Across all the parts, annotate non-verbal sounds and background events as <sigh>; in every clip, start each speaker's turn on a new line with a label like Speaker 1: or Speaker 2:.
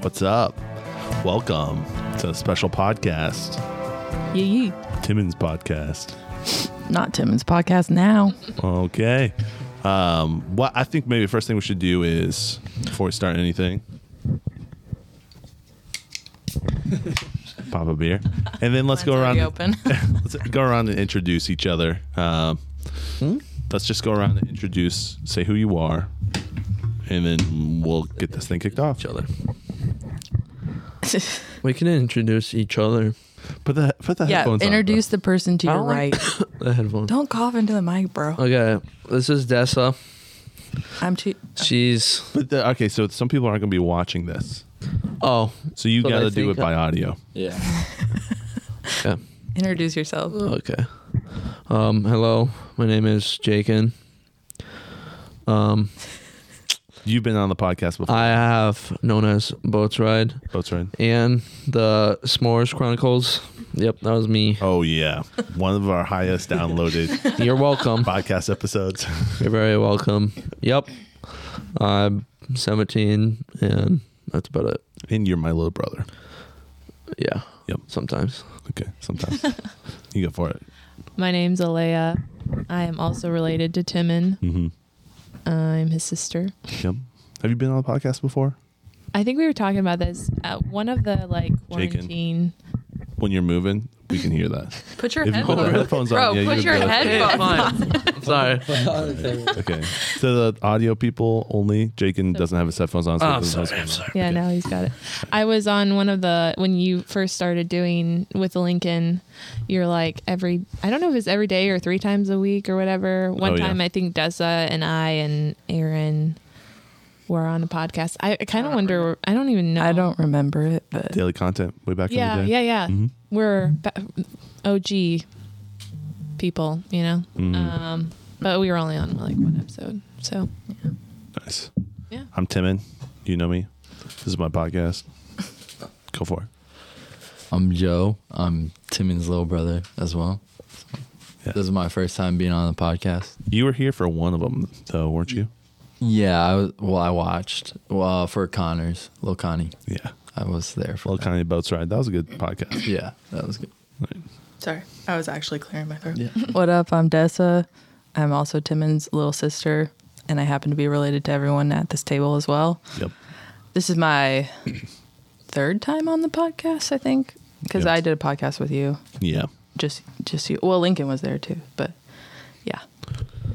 Speaker 1: What's up? Welcome to a special podcast,
Speaker 2: Yee yee.
Speaker 1: Timmons Podcast.
Speaker 2: Not Timmons podcast now.
Speaker 1: Okay. Um, what I think maybe the first thing we should do is before we start anything, <laughs> pop a beer, and then let's go
Speaker 2: Mine's
Speaker 1: around.
Speaker 2: already open.
Speaker 1: <laughs> let's go around and introduce each other. Um, Let's just go around and introduce, say who you are, and then we'll get this thing kicked off.
Speaker 3: each other. We can introduce each other.
Speaker 1: Put the put the
Speaker 2: yeah,
Speaker 1: headphones on, bro.
Speaker 2: introduce the person to your
Speaker 3: don't like-
Speaker 2: right.
Speaker 3: The headphones.
Speaker 2: Don't cough into the mic, bro.
Speaker 3: Okay, this is Dessa.
Speaker 2: I'm too.
Speaker 3: She's
Speaker 1: But the, okay, so some people aren't going to be watching this,
Speaker 3: oh
Speaker 1: so you
Speaker 3: But
Speaker 1: got
Speaker 3: I
Speaker 1: to do it
Speaker 3: think-
Speaker 1: by audio.
Speaker 3: yeah.
Speaker 2: uh, Introduce yourself.
Speaker 3: Okay. Um. Hello, my name is Jaken. Um.
Speaker 1: You've been on the podcast before,
Speaker 3: I have known as Boats Ride
Speaker 1: Boats Ride.
Speaker 3: and the S'mores Chronicles. Yep, that
Speaker 1: <laughs>
Speaker 3: was me.
Speaker 1: Oh yeah, one of our highest downloaded
Speaker 3: You're welcome.
Speaker 1: podcast episodes.
Speaker 3: You're very welcome. Yep. I'm 17, and that's about it.
Speaker 1: And you're my little brother.
Speaker 3: Yeah.
Speaker 1: Yep.
Speaker 3: Sometimes.
Speaker 1: Okay, sometimes you go for it.
Speaker 4: My name's Alea. I am also related to Timon.
Speaker 1: Mm-hmm.
Speaker 4: I'm his sister.
Speaker 1: Yep. Have you been on the podcast before?
Speaker 4: I think we were talking about this at one of the like quarantine.
Speaker 1: When you're moving, we can hear that.
Speaker 2: Put your
Speaker 1: If you put the headphones
Speaker 2: headphones. Bro,
Speaker 1: on, yeah, you
Speaker 2: put
Speaker 1: would
Speaker 2: your
Speaker 1: be like,
Speaker 2: headphones on.
Speaker 3: <laughs> Sorry.
Speaker 1: <laughs> Okay. So the audio people only. Jaken doesn't have his headphones on. So he
Speaker 3: Oh, I'm
Speaker 1: doesn't know what's
Speaker 3: sorry, I'm
Speaker 1: going on.
Speaker 3: sorry.
Speaker 4: Yeah,
Speaker 1: Okay.
Speaker 4: now he's got it. I was on one of the when you first started doing with Lincoln. You're like every I don't know if it's every day or three times a week or whatever. One
Speaker 1: Oh, yeah.
Speaker 4: time I think Dessa and I and Aaron were on a podcast. I, I kind of wonder. I don't even know.
Speaker 2: I don't remember it, but
Speaker 1: Daily content way back
Speaker 4: Yeah,
Speaker 1: in the day.
Speaker 4: yeah, yeah.
Speaker 1: Mhm.
Speaker 4: We're ba- OG people, you know.
Speaker 1: Mm-hmm. Mm.
Speaker 4: Um, but we were only on like one episode, so
Speaker 1: Nice.
Speaker 4: Yeah.
Speaker 1: I'm Timon. You know me. This is my podcast. Go for it.
Speaker 5: I'm Joe. I'm Timon's little brother as well.
Speaker 1: Yeah.
Speaker 5: This is my first time being on the podcast.
Speaker 1: You were here for one of them, though, weren't you?
Speaker 5: Yeah, I was, well, I watched well, for Connor's, Lil Connie.
Speaker 1: Yeah.
Speaker 5: I was there for
Speaker 1: Little
Speaker 5: that.
Speaker 1: Connie Boats Ride. That was a good podcast.
Speaker 5: Yeah, that was good.
Speaker 2: sorry, I was actually clearing my throat.
Speaker 5: Yeah.
Speaker 2: What up? I'm Dessa. I'm also Timmons' little sister, and I happen to be related to everyone at this table as well.
Speaker 1: Yep.
Speaker 2: This is my third time on the podcast, I think, because
Speaker 1: Yeah.
Speaker 2: I did a podcast with you.
Speaker 1: Yeah.
Speaker 2: just just you. Well, Lincoln was there too, but yeah,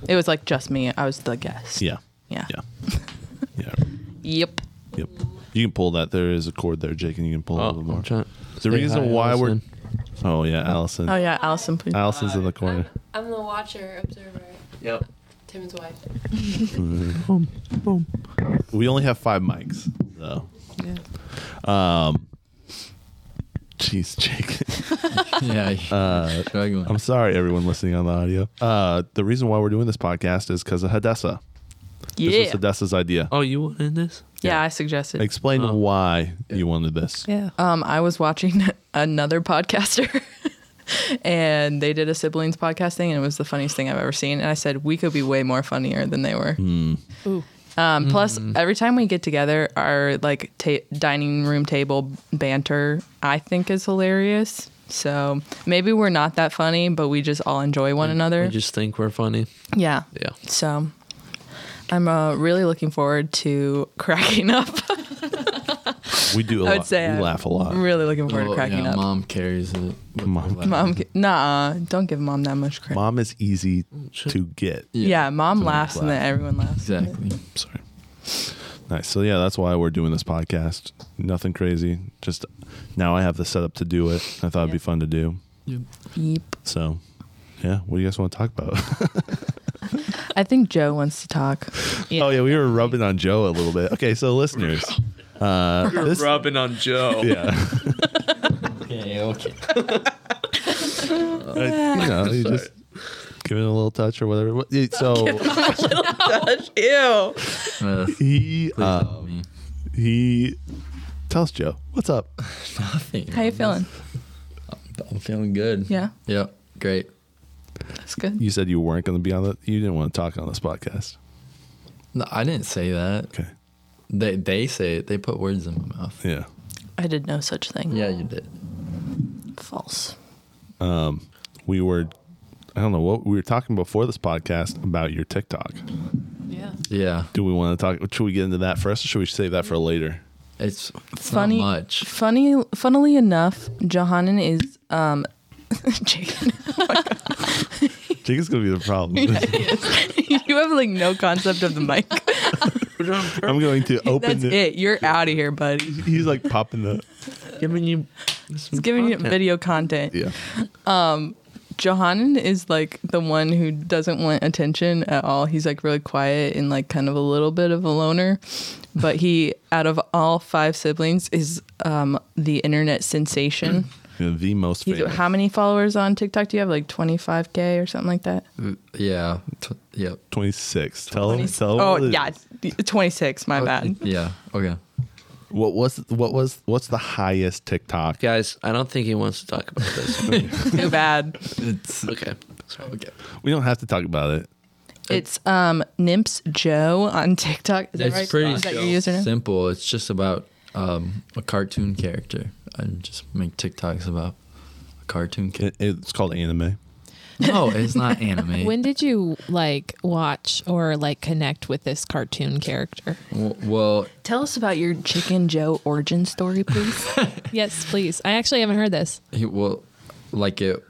Speaker 2: it was like just me. I was the guest.
Speaker 1: Yeah.
Speaker 2: yeah,
Speaker 1: Yeah. Yeah.
Speaker 2: yep.
Speaker 1: Yep. You can pull that. There is a chord there, Jake, and you can pull a
Speaker 3: Oh,
Speaker 1: little more.
Speaker 3: I'm trying-
Speaker 1: The
Speaker 3: Say
Speaker 1: reason
Speaker 3: hi,
Speaker 1: why
Speaker 3: Allison.
Speaker 1: we're. Oh, yeah, Allison.
Speaker 2: Oh yeah, Allison, please.
Speaker 1: Allison's in the corner.
Speaker 6: I'm the watcher, observer,
Speaker 3: Yep.
Speaker 6: Tim's wife.
Speaker 1: We only have five mics, though. Yeah. Um, jeez, Jake. <laughs>
Speaker 5: yeah.
Speaker 1: Uh,
Speaker 5: struggling.
Speaker 1: I'm sorry, everyone listening on the audio. Uh, the reason why we're doing this podcast is because of Hadessa. This
Speaker 2: Yeah,
Speaker 1: was Hadessa's idea.
Speaker 3: Oh, you were in this?
Speaker 2: yeah. I suggested.
Speaker 1: Explain
Speaker 3: Oh.
Speaker 1: why you wanted this.
Speaker 4: yeah.
Speaker 2: Um, I was watching <laughs> another podcaster, <laughs> and they did a siblings podcast thing, and it was the funniest thing I've ever seen. And I said we could be way more funnier than they were.
Speaker 1: Hmm.
Speaker 4: Ooh.
Speaker 2: Um, Plus, every time we get together, our like ta- dining room table banter, I think, is hilarious. So maybe we're not that funny, but we just all enjoy one another.
Speaker 3: We just think we're funny.
Speaker 2: yeah.
Speaker 3: Yeah.
Speaker 2: So I'm uh, really looking forward to <laughs> cracking up.
Speaker 1: We do a
Speaker 2: I would
Speaker 1: lot.
Speaker 2: say
Speaker 1: we
Speaker 2: I'm-
Speaker 1: laugh a lot. Oh,
Speaker 2: I'm really looking forward
Speaker 5: Well,
Speaker 2: to cracking
Speaker 5: yeah,
Speaker 2: up. Mom,
Speaker 5: Mom carries it. with
Speaker 1: Mom-
Speaker 5: her laugh.
Speaker 2: ca- nah, don't give mom that much credit.
Speaker 1: Mom is easy
Speaker 3: Shit.
Speaker 1: to get.
Speaker 2: yeah. mom laughs and
Speaker 1: laugh.
Speaker 2: then everyone laughs.
Speaker 5: Exactly.
Speaker 1: Sorry. Nice. So yeah, that's why we're doing this podcast. Nothing crazy. Just now I have the setup to do it. I thought it'd be
Speaker 4: Yeah.
Speaker 1: fun to do.
Speaker 2: Yep.
Speaker 1: So yeah, what do you guys want to talk about? <laughs>
Speaker 2: I think Joe wants to talk.
Speaker 1: oh yeah, we were rubbing on Joe a little bit. Okay, so listeners, uh, this,
Speaker 3: rubbing on Joe.
Speaker 1: yeah,
Speaker 5: Okay, okay.
Speaker 1: uh, you know, you just give it a little touch or whatever. What- it- So
Speaker 2: Ew.
Speaker 1: he uh,
Speaker 5: me. <laughs>
Speaker 1: he tells Joe, "What's up?" <laughs>
Speaker 5: Nothing.
Speaker 2: How you feeling?
Speaker 5: I'm feeling good.
Speaker 2: Yeah,
Speaker 5: Yep. Great.
Speaker 2: that's good.
Speaker 1: You said you weren't going to be on the. You didn't want to talk on this podcast.
Speaker 5: No, I didn't say that.
Speaker 1: Okay.
Speaker 5: They they say it. They put words in my mouth.
Speaker 1: Yeah.
Speaker 2: I did no such thing.
Speaker 5: Yeah, you did.
Speaker 2: False.
Speaker 1: We were, I don't know what we were talking before this podcast about your TikTok.
Speaker 6: Yeah.
Speaker 5: Yeah,
Speaker 1: Do we want to talk? Should we get into that first or should we save that for later?
Speaker 5: it's, it's
Speaker 2: Funny-
Speaker 5: Not much.
Speaker 2: Funny, funnily enough, Johanan is um, <laughs> Jacob.
Speaker 1: Jake is going to be the
Speaker 2: <laughs>
Speaker 1: problem.
Speaker 2: you have like no concept of the mic.
Speaker 1: <laughs> I'm going to open
Speaker 2: That's
Speaker 1: the.
Speaker 2: it. You're out of here, buddy.
Speaker 1: He's like popping the.
Speaker 3: Giving you.
Speaker 2: It's giving you video content.
Speaker 1: Yeah.
Speaker 2: Johanan is like the one who doesn't want attention at all. He's like really quiet and like kind of a little bit of a loner. But he, out of all five siblings, is um, the internet sensation.
Speaker 1: The most
Speaker 2: He's,
Speaker 1: famous.
Speaker 2: how many followers on TikTok do you have? Like 25K or something like that?
Speaker 5: Yeah, t- yep.
Speaker 1: 26. Tell him. Tell him
Speaker 2: Oh,
Speaker 1: what it
Speaker 2: yeah.
Speaker 1: is.
Speaker 2: 26, my bad.
Speaker 5: Yeah. Okay.
Speaker 1: What was, what was, what's the highest TikTok?
Speaker 3: Guys, I don't think he wants to talk about <laughs> this.
Speaker 2: Too bad.
Speaker 5: It's
Speaker 3: okay.
Speaker 5: okay.
Speaker 1: We don't have to talk about it.
Speaker 2: It's um Nimps Joe on TikTok. Is that
Speaker 5: It's
Speaker 2: right?
Speaker 5: pretty
Speaker 2: Is that your username?
Speaker 5: simple. It's just about um, a cartoon character. I just make TikToks about a cartoon
Speaker 1: it.
Speaker 2: <laughs>
Speaker 5: character.
Speaker 1: It's called anime.
Speaker 5: No, it's not
Speaker 4: <laughs>
Speaker 5: anime.
Speaker 4: When did you like watch or like connect with this cartoon <laughs> character?
Speaker 5: W- well,
Speaker 2: Tell us about your Chicken Joe origin story, please.
Speaker 4: yes, please. I actually haven't heard this.
Speaker 5: he well, like it.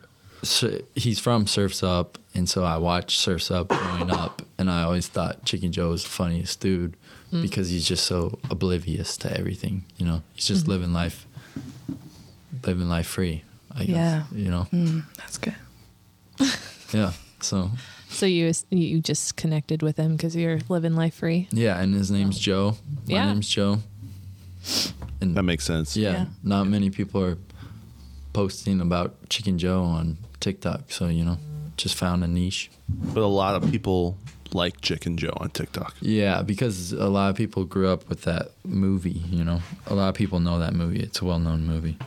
Speaker 5: So he's from Surfs Up, and so I watched Surfs Up growing up, and I always thought Chicken Joe was the funniest dude because he's just so oblivious to everything. You know, he's just living life, living life free. I guess.
Speaker 2: Yeah.
Speaker 5: You know.
Speaker 2: That's good.
Speaker 5: Yeah. So
Speaker 4: So you you just connected with him because you're living life free.
Speaker 5: yeah, and his name's Joe. My
Speaker 4: Yeah.
Speaker 5: name's Joe. And
Speaker 1: That makes sense.
Speaker 5: yeah,
Speaker 2: Yeah.
Speaker 5: not many people are posting about Chicken Joe on TikTok, so you know, just found a niche.
Speaker 1: But a lot of people like Chicken Joe on TikTok.
Speaker 5: Yeah, because a lot of people grew up with that movie, you know. A lot of people know that movie. It's a well-known movie.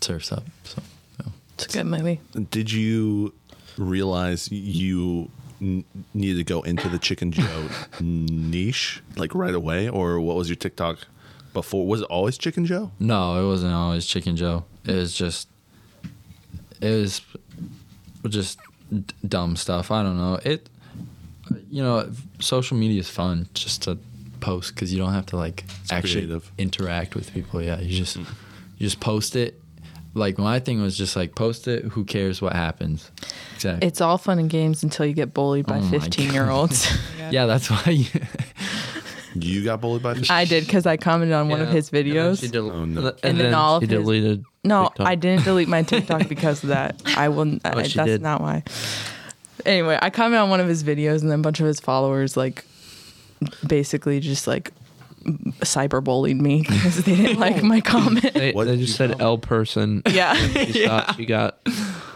Speaker 5: Surfs Up. So, yeah.
Speaker 2: It's a good movie.
Speaker 1: Did you realize you n- needed to go into the Chicken Joe <laughs> niche like right away, or what was your TikTok before? Was it always Chicken Joe?
Speaker 5: No, it wasn't always Chicken Joe. It was just, it was just d- dumb stuff. I don't know. It, you know, social media is fun just to post because you don't have to like actually
Speaker 1: creative.
Speaker 5: interact with people. Yeah, you just, you just post it. Like my thing was just like post it. Who cares what happens? Exactly.
Speaker 2: It's all fun and games until you get bullied by
Speaker 5: Oh my
Speaker 2: 15 year olds.
Speaker 5: yeah, that's why. You,
Speaker 1: You got bullied by
Speaker 2: <laughs> I did because I commented on one of
Speaker 3: Yeah.
Speaker 2: his
Speaker 3: And then she
Speaker 2: videos.
Speaker 3: del-
Speaker 1: Oh, no.
Speaker 3: and,
Speaker 2: And then
Speaker 3: then
Speaker 2: all
Speaker 3: she
Speaker 2: of his-
Speaker 3: deleted.
Speaker 2: No,
Speaker 3: TikTok. Oh,
Speaker 2: I didn't delete
Speaker 3: <laughs>
Speaker 2: my TikTok because of that. I will. I, that's
Speaker 3: she did.
Speaker 2: not why. Anyway, I commented on one of his videos, and then a bunch of his followers like basically just like cyberbullied me <laughs> because they didn't like
Speaker 3: <laughs>
Speaker 2: my comment. <laughs>
Speaker 3: They,
Speaker 1: What
Speaker 3: they
Speaker 1: did
Speaker 3: just
Speaker 1: you
Speaker 3: said
Speaker 1: comment?
Speaker 3: L person.
Speaker 2: yeah.
Speaker 3: She thought she got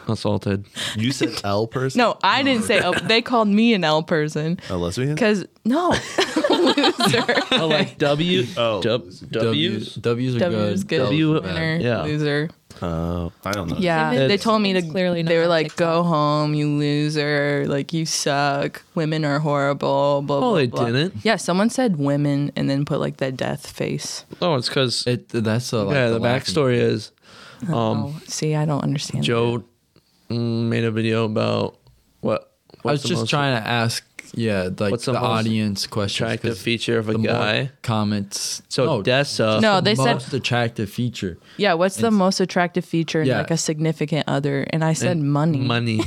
Speaker 3: assaulted.
Speaker 1: <laughs> You said L person?
Speaker 2: No, I didn't say. Oh, they called me an L person
Speaker 1: A lesbian?
Speaker 2: because no, loser.
Speaker 3: Oh,
Speaker 2: <laughs>
Speaker 3: like W.
Speaker 1: Oh.
Speaker 3: dub- W's.
Speaker 5: W's are
Speaker 2: W is good.
Speaker 5: L's are
Speaker 3: W-
Speaker 5: bad.
Speaker 2: Winner,
Speaker 3: Yeah.
Speaker 2: loser.
Speaker 1: Oh, I don't know.
Speaker 2: Yeah,
Speaker 4: Women
Speaker 2: they
Speaker 4: is-
Speaker 2: told me to
Speaker 4: it's clearly
Speaker 2: They
Speaker 4: not
Speaker 2: were
Speaker 4: on
Speaker 2: like, "Go
Speaker 4: TikTok.
Speaker 2: home, you loser! Like you suck. Women are horrible." Blah.
Speaker 3: Oh,
Speaker 2: blah,
Speaker 3: they
Speaker 2: blah."
Speaker 3: didn't.
Speaker 2: Yeah, someone said women and then put like that death face.
Speaker 3: Oh, it's because
Speaker 5: It that's a, like,
Speaker 3: yeah. The
Speaker 5: laughing-
Speaker 3: backstory is um,
Speaker 2: oh, see, I don't understand.
Speaker 3: Joe mm, made a video about what.
Speaker 5: I was
Speaker 3: what's the
Speaker 5: just
Speaker 3: most
Speaker 5: trying to ask, yeah, like
Speaker 3: What's
Speaker 5: the,
Speaker 3: the most
Speaker 5: audience questions.
Speaker 3: attractive
Speaker 5: 'cause
Speaker 3: feature of a
Speaker 5: the more
Speaker 3: guy.
Speaker 5: comments.
Speaker 3: So Dessa.
Speaker 2: No,
Speaker 5: the
Speaker 2: they said-
Speaker 5: most attractive feature.
Speaker 2: that. Yeah, what's the
Speaker 5: It's-
Speaker 2: most attractive feature in
Speaker 5: Yeah.
Speaker 2: like a significant other? And I said money. <laughs>
Speaker 3: money.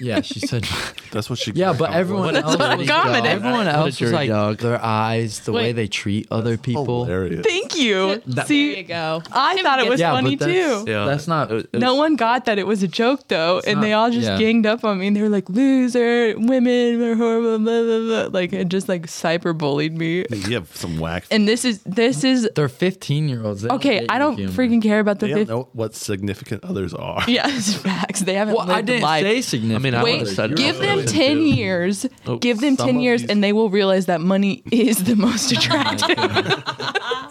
Speaker 5: Yeah, she said.
Speaker 1: That's what she
Speaker 5: yeah, but everyone else,
Speaker 2: what
Speaker 5: was-
Speaker 2: commented.
Speaker 5: everyone else
Speaker 3: jerk
Speaker 5: was like
Speaker 3: dog.
Speaker 5: their eyes, the way
Speaker 4: Wait.
Speaker 5: they treat other people.
Speaker 1: Hilarious.
Speaker 2: Thank you.
Speaker 4: there you
Speaker 2: see,
Speaker 4: go.
Speaker 2: I thought it was
Speaker 5: Yeah,
Speaker 2: funny
Speaker 5: but that's,
Speaker 2: too.
Speaker 3: Yeah.
Speaker 5: that's not.
Speaker 3: It- it
Speaker 2: No
Speaker 3: was-
Speaker 2: one got that it was a joke though, and they
Speaker 5: not-
Speaker 2: all just
Speaker 5: yeah.
Speaker 2: ganged up on me and they were like, "Loser, women are horrible," blah, blah, blah. like it just like cyberbullied me.
Speaker 1: You have some whack.
Speaker 2: And this is this is
Speaker 5: They're 15 year olds.
Speaker 2: Okay, I don't freaking care about the
Speaker 1: They don't
Speaker 2: fifth.
Speaker 1: know what significant others are.
Speaker 2: <laughs> Yeah, it's facts. They haven't
Speaker 5: Well,
Speaker 2: lived
Speaker 5: I didn't
Speaker 2: life.
Speaker 5: say significant.
Speaker 3: I mean, I
Speaker 2: Wait,
Speaker 3: would've said
Speaker 2: give
Speaker 3: that.
Speaker 2: them ten years.
Speaker 3: Oh,
Speaker 2: give them
Speaker 1: some
Speaker 2: ten
Speaker 1: of
Speaker 2: years,
Speaker 1: these-
Speaker 2: and they will realize that money <laughs> is the most attractive.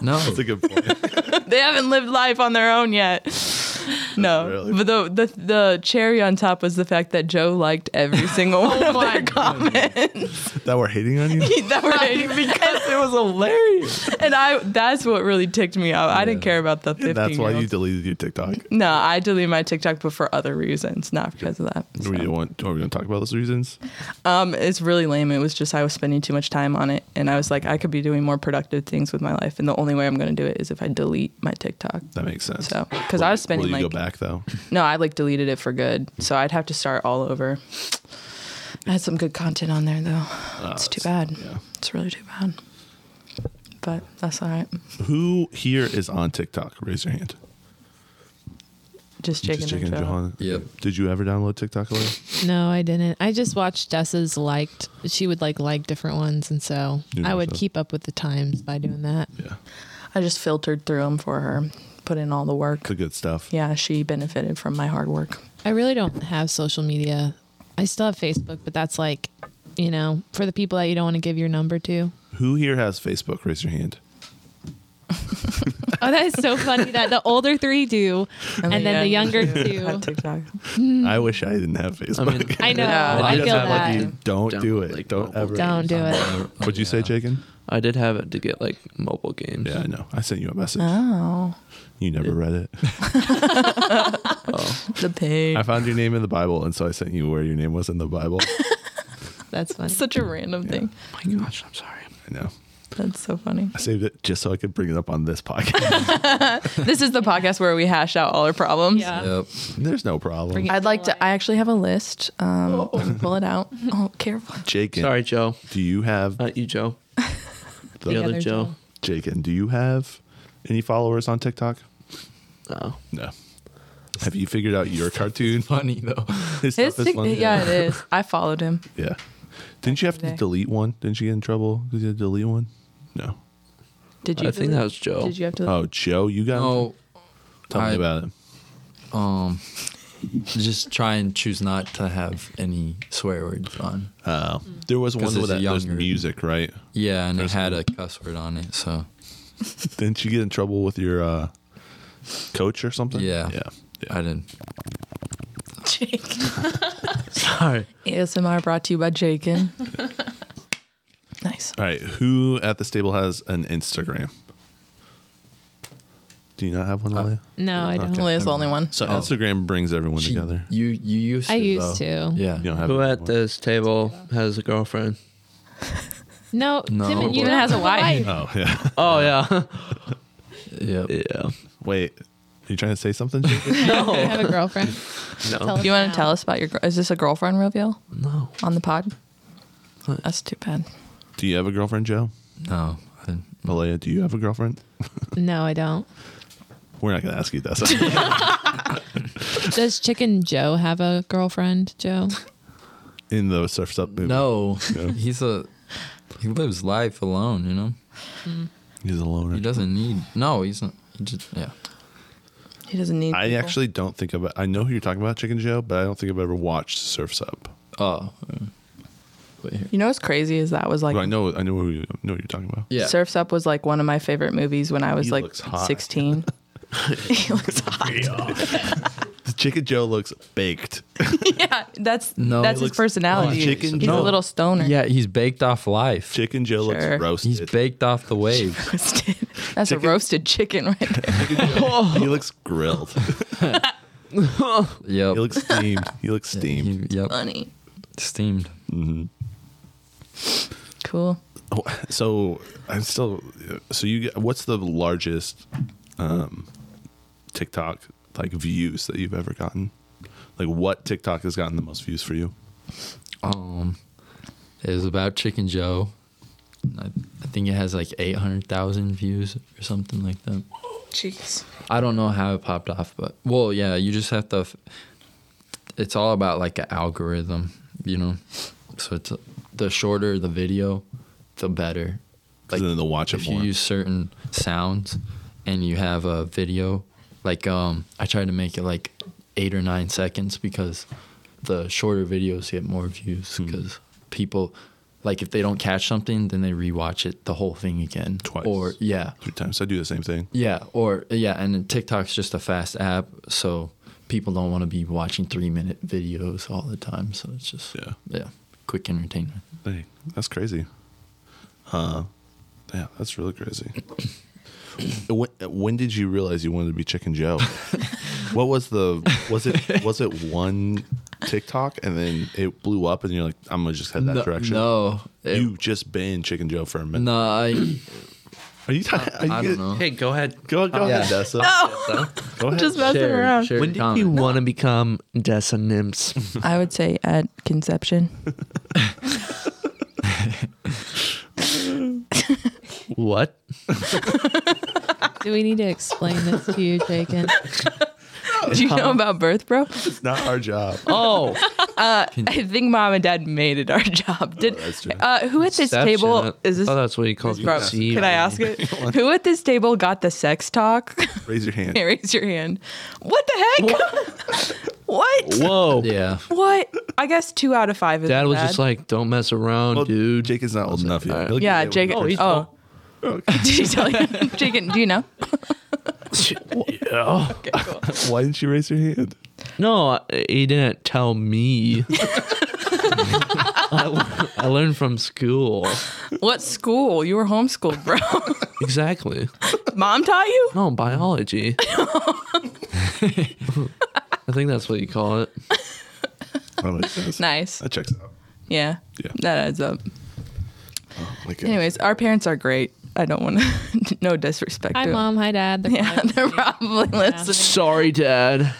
Speaker 2: <laughs>
Speaker 5: no.
Speaker 1: That's a good point.
Speaker 2: they haven't lived life on their own yet. No,
Speaker 1: Really?
Speaker 2: but the, the the cherry on top was the fact that Joe liked every single one of their <laughs> comments
Speaker 1: that were hating
Speaker 2: <laughs>
Speaker 1: on you.
Speaker 2: that were hating because
Speaker 5: It was hilarious.
Speaker 2: and I that's what really ticked me off. I didn't
Speaker 5: Yeah.
Speaker 2: care about the fifteen.
Speaker 1: That's why
Speaker 2: year
Speaker 1: you
Speaker 2: olds.
Speaker 1: deleted your TikTok.
Speaker 2: No, I deleted my TikTok, but for other reasons, not because of that.
Speaker 1: Do we want? Are we going to talk about those reasons?
Speaker 2: Um, it's really lame. It was just I was spending too much time on it, and I was like, I could be doing more productive things with my life, and the only way I'm going to do it is if I delete my TikTok.
Speaker 1: That makes sense.
Speaker 2: So, because I was spending
Speaker 1: Will you
Speaker 2: like
Speaker 1: go back
Speaker 2: <laughs>
Speaker 1: though?
Speaker 2: no, I like deleted it for good, so I'd have to start all over. I had some good content on there though.
Speaker 1: Oh,
Speaker 2: it's too bad.
Speaker 1: Uh, yeah.
Speaker 2: It's really too bad. But that's all right.
Speaker 1: Who here is on TikTok? Raise your hand.
Speaker 2: Just Jake
Speaker 1: Just
Speaker 2: and
Speaker 1: Jake and
Speaker 2: Joe.
Speaker 1: Johanna.
Speaker 5: Yep.
Speaker 1: Did you ever download TikTok? Alea?
Speaker 4: No, I didn't. I just watched Jess's liked. She would like like different ones, and so
Speaker 1: You
Speaker 4: I
Speaker 1: know
Speaker 4: would
Speaker 1: so.
Speaker 4: keep up with the times by doing that.
Speaker 1: Yeah.
Speaker 2: I just filtered through them for her, put in all the work.
Speaker 1: The good stuff.
Speaker 2: Yeah, she benefited from my hard work.
Speaker 4: I really don't have social media. I still have Facebook, but that's like, you know, for the people that you don't want to give your number to.
Speaker 1: Who here has Facebook? Raise your hand.
Speaker 4: <laughs> Oh, that is so funny that the older three do, and, then the <laughs>
Speaker 2: <laughs>
Speaker 4: younger
Speaker 2: had
Speaker 4: two.
Speaker 2: TikTok. Hmm.
Speaker 1: I wish I didn't have Facebook.
Speaker 3: I mean,
Speaker 4: I
Speaker 3: <laughs>
Speaker 4: know.
Speaker 2: Yeah.
Speaker 4: I
Speaker 1: Doesn't
Speaker 4: feel
Speaker 1: look
Speaker 4: that.
Speaker 1: you. Don't
Speaker 3: Don't,
Speaker 1: do it.
Speaker 3: like,
Speaker 1: don't
Speaker 3: mobile
Speaker 1: ever.
Speaker 4: Don't do it.
Speaker 1: What'd you say, Jacob?
Speaker 3: I did have it to get like mobile games.
Speaker 1: Yeah, I know. I sent you a message.
Speaker 2: Oh,
Speaker 1: You never read
Speaker 2: <laughs>
Speaker 1: it.
Speaker 3: Oh,
Speaker 2: the pig.
Speaker 1: I found your name in the Bible, and so I sent you where your name was in the
Speaker 2: <laughs>
Speaker 1: Bible.
Speaker 2: Oh
Speaker 4: That's funny.
Speaker 2: Such a random thing.
Speaker 3: my gosh, I'm sorry.
Speaker 1: I know.
Speaker 2: That's so funny.
Speaker 1: I saved it just so I could bring it up on this
Speaker 2: <laughs>
Speaker 1: podcast.
Speaker 2: This is the podcast where we hash out all our problems.
Speaker 4: Yeah.
Speaker 5: Yep.
Speaker 1: There's no problem.
Speaker 4: Bring it-
Speaker 2: I'd like to. I actually have a list. Um, <laughs> pull it
Speaker 4: <laughs>
Speaker 2: out. Oh, careful.
Speaker 1: Jacob,
Speaker 3: Sorry, Uh, Joe.
Speaker 1: do you have
Speaker 3: Not you, Joe. The,
Speaker 4: The
Speaker 3: other,
Speaker 4: other
Speaker 3: Joe.
Speaker 1: Jacob? Do you have any followers on TikTok?
Speaker 3: No.
Speaker 1: No. Have you figured out your cartoon?
Speaker 5: <laughs> <laughs> Funny though.
Speaker 1: His
Speaker 2: His
Speaker 1: stuff is
Speaker 2: tic-
Speaker 1: funny?
Speaker 2: yeah, it is. <laughs> I followed him.
Speaker 1: Yeah. Didn't you have to
Speaker 2: Today.
Speaker 1: delete one? Didn't you get in trouble because you had to delete one? No.
Speaker 2: Did you?
Speaker 3: I think
Speaker 2: delete-
Speaker 3: that was Joe.
Speaker 2: Did you have to?
Speaker 1: Oh, Joe, you got.
Speaker 5: Oh,
Speaker 1: Tell
Speaker 5: I-
Speaker 1: me about it.
Speaker 5: um, just try and choose not to have any swear words on.
Speaker 1: Uh, there was one
Speaker 5: it's
Speaker 1: with that there's
Speaker 5: younger.
Speaker 1: music, right?
Speaker 5: Yeah, and it
Speaker 1: There's-
Speaker 5: had a cuss word on it, so
Speaker 1: Didn't you get in trouble with your uh, coach or something?
Speaker 5: Yeah.
Speaker 1: Yeah.
Speaker 5: I
Speaker 2: <laughs>
Speaker 5: didn't.
Speaker 2: Jake.
Speaker 3: Sorry.
Speaker 2: ASMR brought to you by Jakin. nice.
Speaker 1: All right. Who at the stable has an Instagram? Do you not have one, Leia?
Speaker 4: No, I don't.
Speaker 5: Okay.
Speaker 2: Only is the only one.
Speaker 1: So Instagram brings everyone
Speaker 5: Oh. She-
Speaker 1: together.
Speaker 5: You you used
Speaker 4: I
Speaker 5: to,
Speaker 4: used
Speaker 5: though.
Speaker 4: to.
Speaker 5: Yeah.
Speaker 1: You don't have
Speaker 3: Who
Speaker 1: one.
Speaker 3: at this table has a girlfriend?
Speaker 4: No,
Speaker 5: No.
Speaker 4: Tim, you
Speaker 5: Tim
Speaker 4: don't
Speaker 2: has a
Speaker 4: have
Speaker 2: wife.
Speaker 1: Oh yeah. <laughs>
Speaker 3: Oh <laughs> yeah.
Speaker 5: Yep.
Speaker 3: yeah.
Speaker 1: Wait. Are you trying to say something?
Speaker 5: <laughs>
Speaker 1: Jacob?
Speaker 4: <laughs> I have
Speaker 1: <laughs>
Speaker 4: a girlfriend.
Speaker 3: No.
Speaker 2: You want
Speaker 4: now.
Speaker 2: to tell us about your? gir- Is this a girlfriend reveal
Speaker 3: No.
Speaker 2: on the pod? That's too bad.
Speaker 1: do you have a girlfriend, Joe?
Speaker 5: No. I didn't.
Speaker 1: Malaya, do you have a girlfriend?
Speaker 4: No, I don't.
Speaker 1: We're not gonna ask you that.
Speaker 5: <laughs>
Speaker 1: So.
Speaker 4: Does Chicken Joe have a girlfriend, Joe?
Speaker 1: In the surfs up movie.
Speaker 5: No. <laughs>
Speaker 1: Yeah.
Speaker 5: He's a he lives life alone, you know.
Speaker 1: He's a loner.
Speaker 5: He doesn't need No, he's not he just yeah.
Speaker 2: He doesn't need.
Speaker 1: I
Speaker 2: people.
Speaker 1: actually don't think about. I know who you're talking about, Chicken Joe, but I don't think I've ever watched Surfs Up.
Speaker 5: Oh. uh, Wait here.
Speaker 2: You know what's crazy is that was like
Speaker 1: But I know, I know who you, know what you're talking about.
Speaker 5: Yeah.
Speaker 2: Surfs Up was like one of my favorite movies when I was
Speaker 1: He
Speaker 2: like
Speaker 1: looks hot. <laughs>
Speaker 2: 16. he looks hot.
Speaker 1: <laughs> Chicken Joe looks baked.
Speaker 2: <laughs> Yeah, that's
Speaker 5: No,
Speaker 2: that's
Speaker 5: he
Speaker 2: his
Speaker 5: looks-
Speaker 2: personality.
Speaker 1: Oh, chicken
Speaker 2: He's a
Speaker 1: Joe.
Speaker 2: little stoner.
Speaker 5: Yeah, he's baked off life.
Speaker 1: Chicken Joe
Speaker 2: Sure.
Speaker 1: looks roasted.
Speaker 5: He's baked off the
Speaker 1: <laughs>
Speaker 5: wave.
Speaker 2: <laughs> Roasted. That's
Speaker 1: Chicken-
Speaker 2: a roasted chicken
Speaker 1: <laughs>
Speaker 2: right there.
Speaker 1: he looks grilled.
Speaker 5: Yep.
Speaker 1: he looks steamed. He looks steamed.
Speaker 5: He- yep.
Speaker 2: Funny.
Speaker 5: Steamed.
Speaker 2: Cool.
Speaker 1: Oh, <laughs> so I'm still. So you, get- what's the largest um, TikTok like views that you've ever gotten? Like what TikTok has gotten the most views for you?
Speaker 5: Um, it was about Chicken Joe. I, I think it has like 800,000 views or something like that.
Speaker 2: Jeez.
Speaker 5: I don't know how it popped off, but well, yeah, you just have to. f- It's all about like an algorithm, you know. So it's the shorter the video, the better.
Speaker 1: 'Cause then they'll watch it
Speaker 5: if
Speaker 1: more.
Speaker 5: you use certain sounds and you have a video like um i try to make it like eight or nine
Speaker 1: Hmm.
Speaker 5: seconds because the shorter videos get more views because people like if they don't catch something, then they rewatch it the whole thing again.
Speaker 1: Twice.
Speaker 5: Or yeah.
Speaker 1: Three times. I do the same thing.
Speaker 5: Yeah, or yeah, and then TikTok's just a fast app, so people don't want to be watching 3-minute videos all the time, so it's just
Speaker 1: Yeah.
Speaker 5: yeah, quick entertainment.
Speaker 1: Dang, that's crazy. Huh. Yeah, that's really
Speaker 5: <coughs>
Speaker 1: crazy. when, when did you realize you wanted to be Chicken
Speaker 5: <laughs>
Speaker 1: Joe? what was the was it was it one TikTok and then it blew up and you're like I'm gonna just head that
Speaker 5: no,
Speaker 1: direction?
Speaker 5: No. it-
Speaker 1: You've just been Chicken Joe for a minute.
Speaker 5: no, I,
Speaker 1: Are you? ta- Are you
Speaker 5: I don't know.
Speaker 3: Hey, go ahead.
Speaker 1: Go go
Speaker 5: Yeah.
Speaker 1: ahead,
Speaker 2: <laughs>
Speaker 1: Dessa. Go ahead.
Speaker 2: Just messing
Speaker 5: Share-
Speaker 2: around.
Speaker 5: share
Speaker 3: When
Speaker 5: your
Speaker 3: did
Speaker 5: comment.
Speaker 3: you want to become Dessa Nymphs?
Speaker 2: I would say at
Speaker 5: <laughs>
Speaker 2: conception.
Speaker 3: what?
Speaker 4: Do we need to explain this to you, Jacob?
Speaker 2: Do you know about birth, bro?
Speaker 1: It's not our job.
Speaker 3: Oh,
Speaker 2: I think mom and dad made it our <laughs> job. Did
Speaker 1: Oh, that's true.
Speaker 2: uh, who at this
Speaker 3: Inception.
Speaker 2: table is this?
Speaker 3: Oh, that's what he calls
Speaker 2: bro,
Speaker 3: conceived.
Speaker 2: can I ask it?
Speaker 3: <laughs>
Speaker 2: who at this table got the sex talk? <laughs>
Speaker 1: Raise your hand.
Speaker 2: Hey, Raise your hand. What the heck? <laughs> what? what?
Speaker 3: Whoa.
Speaker 5: Yeah.
Speaker 2: I guess two out of five is
Speaker 3: Dad was
Speaker 2: bad.
Speaker 3: just like, don't mess around,
Speaker 1: Well,
Speaker 3: dude. <laughs>
Speaker 1: Jake is not old enough yet. He'll
Speaker 2: yeah,
Speaker 1: get it
Speaker 2: Jake.
Speaker 1: when
Speaker 2: Oh,
Speaker 1: he turns-
Speaker 2: <laughs> did he tell you? Jake, do you know?
Speaker 3: yeah.
Speaker 2: Okay, cool.
Speaker 1: Why didn't you raise your
Speaker 2: <laughs>
Speaker 1: hand?
Speaker 3: No, I- he didn't tell me. I, I learned from school.
Speaker 2: What school? You were homeschooled, bro. <laughs>
Speaker 3: Exactly.
Speaker 2: Mom taught you? <laughs>
Speaker 3: No, biology. I think that's what you call it.
Speaker 1: I like this.
Speaker 2: Nice.
Speaker 1: Oh, That checks out.
Speaker 2: Yeah.
Speaker 1: Yeah.
Speaker 2: That adds up.
Speaker 1: Like, uh,
Speaker 2: Anyways, our parents are great. I don't want to. <laughs> no disrespect.
Speaker 4: Hi,
Speaker 2: to 'em.
Speaker 4: mom. Hi, dad. They're
Speaker 2: Yeah,
Speaker 4: fine.
Speaker 2: they're <laughs> probably listening.
Speaker 3: Sorry, Dad.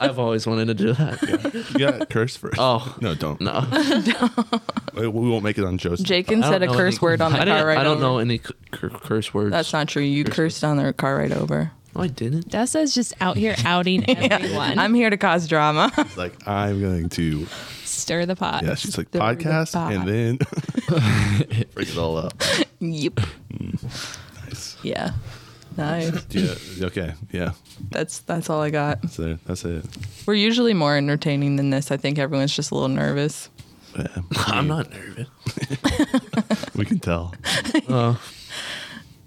Speaker 3: I've always wanted to do that.
Speaker 1: you got curse first.
Speaker 3: Oh.
Speaker 1: no, don't.
Speaker 2: <laughs>
Speaker 3: No.
Speaker 1: We we won't make it on Joe's.
Speaker 2: Jakin
Speaker 3: I
Speaker 2: said a
Speaker 3: don't know
Speaker 2: curse
Speaker 3: any-
Speaker 2: word on the
Speaker 3: I
Speaker 2: car
Speaker 3: didn't-
Speaker 2: right
Speaker 3: I don't
Speaker 2: over.
Speaker 3: know any c- cur- curse words.
Speaker 2: That's not true. You cursed on the car right over.
Speaker 3: No, I didn't.
Speaker 4: Dessa's just out here outing everyone.
Speaker 2: I'm here to cause drama.
Speaker 1: She's like, I'm going to.
Speaker 4: Stir the pot.
Speaker 1: Yeah, she's like
Speaker 2: The
Speaker 1: podcast
Speaker 2: robot.
Speaker 1: and then
Speaker 5: <laughs>
Speaker 1: <laughs> bring it all up.
Speaker 2: <laughs> yep.
Speaker 1: Nice.
Speaker 2: Yeah. Nice.
Speaker 1: Yeah. Okay. Yeah.
Speaker 2: That's that's all I got.
Speaker 1: So that's it.
Speaker 2: We're usually more entertaining than this. I think everyone's just a little nervous.
Speaker 1: Yeah.
Speaker 3: I'm not nervous.
Speaker 1: We can tell.
Speaker 3: Uh,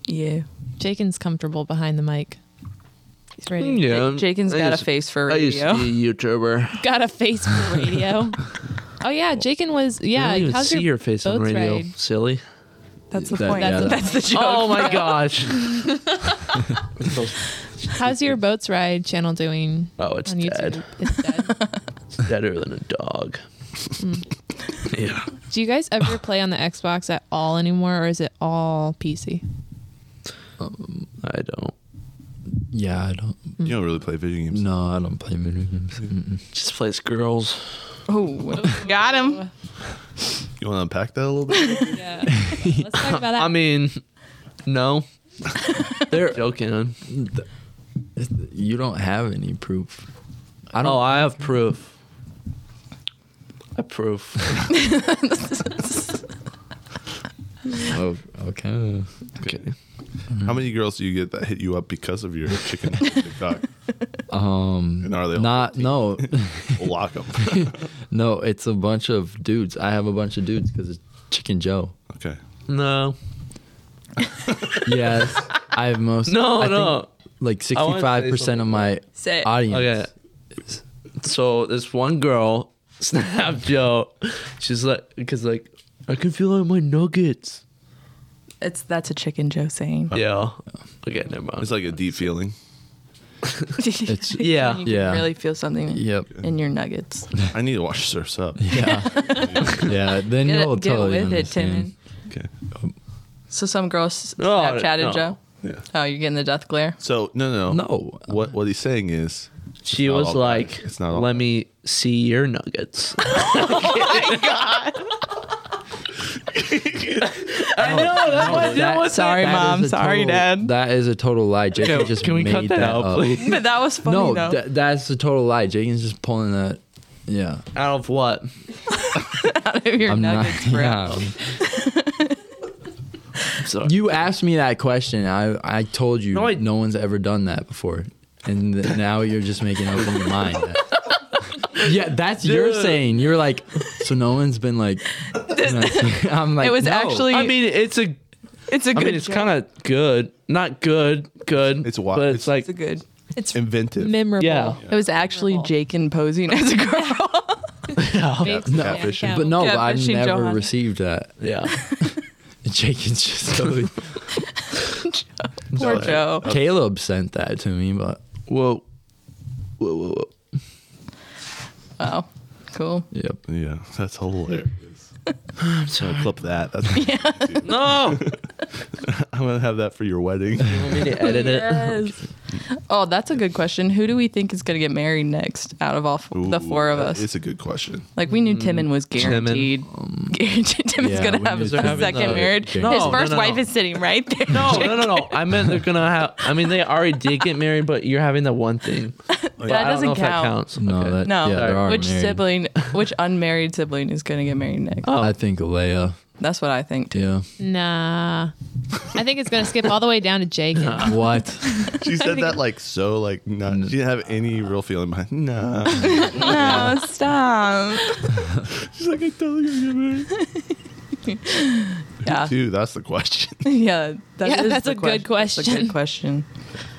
Speaker 2: Yeah.
Speaker 4: Jacon's comfortable behind the mic. He's ready.
Speaker 3: yeah.
Speaker 2: Jakin's
Speaker 3: I
Speaker 2: got
Speaker 3: used-
Speaker 2: a face for
Speaker 3: I used
Speaker 2: radio.
Speaker 3: to be a YouTuber.
Speaker 4: Got a face for radio. oh yeah, Jakin was
Speaker 3: I
Speaker 4: yeah.
Speaker 3: don't even
Speaker 4: how's
Speaker 3: see your face on
Speaker 4: boats
Speaker 3: radio.
Speaker 4: ride? <laughs>
Speaker 3: Silly.
Speaker 2: <laughs> That's the
Speaker 5: That-
Speaker 2: point.
Speaker 5: yeah,
Speaker 2: that's, that's
Speaker 5: that-
Speaker 2: the joke.
Speaker 3: Oh my
Speaker 4: <laughs>
Speaker 3: gosh. Oh,
Speaker 4: How's your boats ride channel doing?
Speaker 3: Oh, it's
Speaker 4: on YouTube?
Speaker 3: dead.
Speaker 4: It's dead.
Speaker 3: It's deader than a dog. yeah.
Speaker 4: Do you guys ever play on the Xbox at all anymore, or is it all PC?
Speaker 3: I don't.
Speaker 5: Yeah, I don't
Speaker 1: You don't really play video games.
Speaker 5: No, I don't play video games. Mm-mm.
Speaker 3: Just plays girls.
Speaker 2: Oh, <laughs> got him.
Speaker 1: You want to unpack that a little bit?
Speaker 4: Yeah. <laughs> Let's talk about that.
Speaker 3: I mean,
Speaker 4: <laughs>
Speaker 3: no. They're joking.
Speaker 5: You don't have any proof.
Speaker 3: I don't. Oh, I have proof. I have proof.
Speaker 5: Oh, okay.
Speaker 3: okay.
Speaker 2: Mm-hmm.
Speaker 1: How many girls do you get that hit you up because of your
Speaker 2: <laughs>
Speaker 1: chicken TikTok?
Speaker 5: Um,
Speaker 1: And are they all
Speaker 3: <laughs>
Speaker 5: not no,
Speaker 1: lock them?
Speaker 2: <laughs>
Speaker 5: no. It's a bunch of dudes. I have a bunch of dudes because it's Chicken Joe.
Speaker 1: Okay.
Speaker 3: No.
Speaker 5: Yes, <laughs> I have most.
Speaker 3: No.
Speaker 5: I think,
Speaker 3: no.
Speaker 5: Like
Speaker 3: I wanna say
Speaker 5: sixty-five percent of
Speaker 3: something.
Speaker 5: my
Speaker 2: Say it.
Speaker 5: audience.
Speaker 3: Okay. So this one girl <laughs> snapped Joe. She's like, because like, I can feel it in my nuggets.
Speaker 2: It's that's a chicken Joe <laughs> saying.
Speaker 3: Yeah. Okay, never mind.
Speaker 1: It's like a deep feeling.
Speaker 5: It's
Speaker 3: yeah.
Speaker 2: you
Speaker 5: yeah.
Speaker 2: can really feel something
Speaker 5: yep.
Speaker 2: in your nuggets.
Speaker 1: I need to watch Surf's Up.
Speaker 5: Yeah.
Speaker 3: <laughs>
Speaker 5: yeah. Then
Speaker 2: Get,
Speaker 5: you'll
Speaker 2: it, get
Speaker 5: totally
Speaker 2: with it, Timon.
Speaker 5: understand.
Speaker 1: Okay.
Speaker 2: So some girl s-
Speaker 3: No,
Speaker 2: Snapchatted
Speaker 3: no.
Speaker 2: Joe.
Speaker 1: Yeah.
Speaker 2: Oh, you're getting the death glare.
Speaker 1: So no, no,
Speaker 5: No.
Speaker 1: What what he's saying is
Speaker 3: She
Speaker 1: not
Speaker 3: was
Speaker 1: all
Speaker 3: like,
Speaker 1: bad. It's not all
Speaker 3: "Let
Speaker 1: bad."
Speaker 3: me see your nuggets." oh my god! I know that's why I didn't want to say
Speaker 2: Sorry,
Speaker 3: it.
Speaker 2: mom.
Speaker 5: is a
Speaker 2: Sorry,
Speaker 5: total-
Speaker 2: Dad.
Speaker 5: That is a total lie. Jacob
Speaker 3: Can-
Speaker 5: just
Speaker 3: can we
Speaker 5: made
Speaker 3: cut that out,
Speaker 5: up.
Speaker 3: please?
Speaker 2: But that was funny
Speaker 5: No,
Speaker 2: though.
Speaker 5: tha- that's a total lie. Jacob's just pulling that. Yeah.
Speaker 3: Out of what?
Speaker 2: out of <laughs> your nuggets, bro.
Speaker 3: I'm sorry.
Speaker 5: You asked me that question. I I told you
Speaker 3: No,
Speaker 5: no,
Speaker 3: I-
Speaker 5: one's ever done that before, and th- now you're just making up in your mind. <laughs> yeah, that's your
Speaker 3: Dude.
Speaker 5: saying. You're like, so no <laughs> one's been like
Speaker 2: it.
Speaker 5: I'm like,
Speaker 2: It was
Speaker 5: no.
Speaker 2: actually.
Speaker 3: I mean, it's a.
Speaker 2: it's a
Speaker 3: I
Speaker 2: good.
Speaker 3: mean, it's kind of good. Not good. Good.
Speaker 1: It's wa-
Speaker 3: wild. But
Speaker 1: it's-
Speaker 3: it's like
Speaker 2: It's a good.
Speaker 4: It's
Speaker 1: Inventive.
Speaker 4: memorable.
Speaker 3: Yeah.
Speaker 2: It was actually Jake and posing <laughs> as a girl.
Speaker 1: Cat-
Speaker 4: No.
Speaker 1: catfishing.
Speaker 5: But no,
Speaker 2: Yeah,
Speaker 5: I
Speaker 2: but she
Speaker 5: never
Speaker 2: Johanna.
Speaker 5: received that. <laughs>
Speaker 3: yeah. <laughs>
Speaker 5: Jenkins just totally.
Speaker 2: Poor
Speaker 1: No,
Speaker 2: Joe.
Speaker 5: Caleb sent that to me, but
Speaker 1: Whoa. Whoa, whoa, whoa.
Speaker 2: Wow. Cool.
Speaker 5: yep.
Speaker 1: Yeah, that's hilarious.
Speaker 2: <laughs>
Speaker 1: I'm sorry. clip that. That's
Speaker 3: No.
Speaker 1: I'm gonna have that for your wedding.
Speaker 3: you want me to edit
Speaker 2: <laughs>
Speaker 3: it?
Speaker 2: Oh, that's a good question. Who do we think is going to get married next out of all f- <laughs> the
Speaker 1: Ooh,
Speaker 2: four
Speaker 3: uh,
Speaker 2: of
Speaker 1: that
Speaker 2: us?
Speaker 1: It's a good
Speaker 2: <laughs>
Speaker 1: question.
Speaker 2: Like we knew Timon was guaranteed.
Speaker 3: um,
Speaker 2: Guaranteed Timon's
Speaker 5: yeah,
Speaker 2: gonna
Speaker 5: we
Speaker 2: have
Speaker 5: knew
Speaker 2: his
Speaker 5: Timon
Speaker 3: was
Speaker 2: second
Speaker 3: gonna-
Speaker 2: marriage.
Speaker 5: No,
Speaker 2: his
Speaker 3: no,
Speaker 2: first
Speaker 3: no,
Speaker 2: wife
Speaker 3: no.
Speaker 2: is sitting right there.
Speaker 3: No, no, no, no. I meant they're gonna have. I mean, they already did get married, but you're having the one thing. But I
Speaker 2: That
Speaker 3: don't
Speaker 2: doesn't
Speaker 3: know if that
Speaker 2: count.
Speaker 3: counts.
Speaker 5: No,
Speaker 3: Okay.
Speaker 5: that,
Speaker 2: No.
Speaker 5: yeah, there are
Speaker 2: Which
Speaker 5: married.
Speaker 2: sibling? Which unmarried sibling is gonna get married next?
Speaker 3: Oh.
Speaker 5: I think Leia.
Speaker 2: That's what I think
Speaker 3: <laughs>
Speaker 2: too.
Speaker 5: Yeah.
Speaker 4: Nah. I think it's gonna skip all the way down to Jake.
Speaker 5: What?
Speaker 1: She said that like so, like not. She didn't have any real feeling behind. Nah.
Speaker 2: No, Oh, stop.
Speaker 1: She's like, I totally gonna get married.
Speaker 2: <laughs> Yeah,
Speaker 1: Dude, that's the question. <laughs>
Speaker 2: <laughs> yeah. that
Speaker 4: Yeah,
Speaker 2: is
Speaker 4: that's
Speaker 2: the
Speaker 4: a good
Speaker 2: That's a
Speaker 4: question.
Speaker 2: good <laughs> question.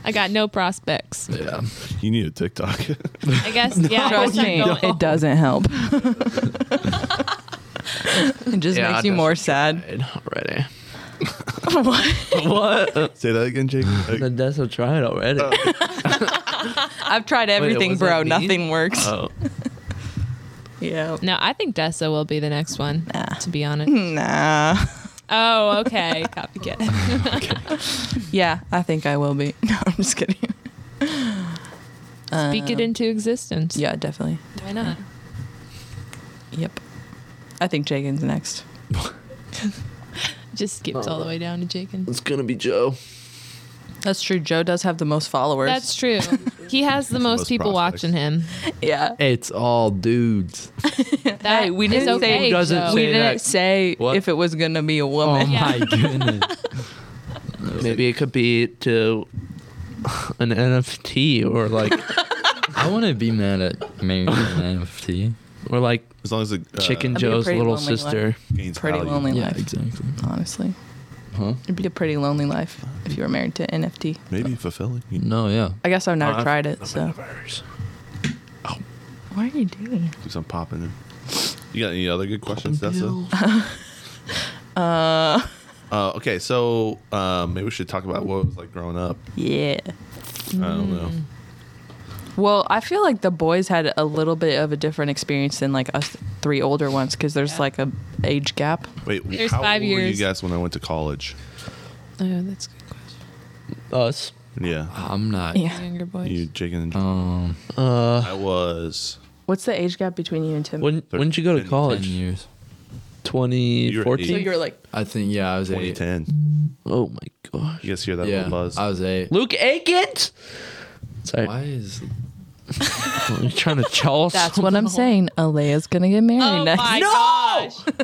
Speaker 4: I got
Speaker 2: <laughs>
Speaker 4: no prospects.
Speaker 5: yeah.
Speaker 1: You need a TikTok. <laughs>
Speaker 4: I guess. Yeah. I guess
Speaker 2: Trust
Speaker 4: I'm
Speaker 2: me,
Speaker 4: going-
Speaker 2: it doesn't
Speaker 3: <laughs>
Speaker 2: help. it just
Speaker 3: Yeah,
Speaker 2: makes
Speaker 3: it
Speaker 2: you more
Speaker 3: doesn't
Speaker 2: sad.
Speaker 3: already.
Speaker 2: <laughs> what?
Speaker 3: What?
Speaker 1: Say that again, Jake.
Speaker 3: The
Speaker 1: Like,
Speaker 3: Dessa tried already.
Speaker 2: I've tried everything,
Speaker 3: was that
Speaker 2: bro.
Speaker 3: me?
Speaker 2: Nothing works.
Speaker 3: Oh.
Speaker 2: <laughs> Yeah.
Speaker 4: No, I think Dessa will be the next one. To be honest.
Speaker 2: Nah.
Speaker 4: Oh, okay. Copycat.
Speaker 2: <laughs> Yeah, I think I will be. <laughs> No, I'm just kidding. Um,
Speaker 4: Speak it into existence.
Speaker 2: Yeah, definitely.
Speaker 4: Why not?
Speaker 2: Yep. I think Jagan's next.
Speaker 4: Just skips all the way down to Jake. And-
Speaker 3: It's gonna be Joe.
Speaker 2: That's true. Joe does have the most followers.
Speaker 4: That's true. He has the most
Speaker 1: most
Speaker 4: people
Speaker 1: prospects.
Speaker 4: watching him.
Speaker 2: yeah.
Speaker 5: It's
Speaker 2: <laughs>
Speaker 5: all dudes.
Speaker 4: That
Speaker 2: Hey, we
Speaker 4: is
Speaker 2: didn't say-
Speaker 4: okay,
Speaker 2: Who
Speaker 3: doesn't
Speaker 4: Joe.
Speaker 2: we
Speaker 3: say
Speaker 2: didn't
Speaker 3: that-
Speaker 2: say
Speaker 3: What?
Speaker 2: if it was gonna be a
Speaker 5: Oh
Speaker 2: woman.
Speaker 5: my goodness.
Speaker 3: Maybe it could be to an NFT or like
Speaker 5: I want to be mad at married to an NFT.
Speaker 3: or like
Speaker 1: as long as it uh,
Speaker 3: Chicken
Speaker 2: That'd be a
Speaker 3: Joe's
Speaker 2: pretty
Speaker 3: little
Speaker 2: lonely life.
Speaker 3: sister.
Speaker 1: gains
Speaker 2: <laughs> Pretty
Speaker 1: value.
Speaker 2: lonely
Speaker 5: Yeah,
Speaker 2: life,
Speaker 5: exactly.
Speaker 2: honestly. It'd be a pretty lonely life if you were married to NFT.
Speaker 1: Maybe fulfilling. You
Speaker 5: No, yeah.
Speaker 2: I guess I've never
Speaker 1: I've-
Speaker 2: tried it, so. What are you doing?
Speaker 1: do some popping in. You got any other good questions, Dessa?
Speaker 2: Uh,
Speaker 1: Uh, okay, so um, maybe we should talk about what it was like growing up.
Speaker 2: yeah.
Speaker 1: I don't know.
Speaker 2: Well, I feel like the boys had a little bit of a different experience than like us three older ones because there's like a age gap.
Speaker 1: Wait, w-
Speaker 4: There's
Speaker 1: how
Speaker 4: five
Speaker 1: old were you
Speaker 4: years.
Speaker 1: guys when I went to college?
Speaker 4: Oh, that's a good question.
Speaker 3: Us.
Speaker 1: Yeah,
Speaker 5: I'm not.
Speaker 2: Yeah.
Speaker 4: Younger boys.
Speaker 1: you Jagan and
Speaker 5: Um,
Speaker 3: Uh,
Speaker 1: I was.
Speaker 2: What's the age gap between you and Tim?
Speaker 3: when when did you go to
Speaker 5: ten
Speaker 3: college?
Speaker 5: years.
Speaker 1: So
Speaker 3: 2014.
Speaker 1: you're
Speaker 2: like
Speaker 5: I think yeah, I was eight.
Speaker 1: 2010.
Speaker 3: Oh my gosh.
Speaker 1: You guys hear that
Speaker 5: Yeah,
Speaker 1: little buzz?
Speaker 5: I was eight.
Speaker 3: Luke Akins. Sorry,
Speaker 5: Why is
Speaker 3: you're trying to tell us.
Speaker 2: That's what I'm saying. Alea's gonna get married
Speaker 4: Oh
Speaker 2: next.
Speaker 4: my
Speaker 2: No!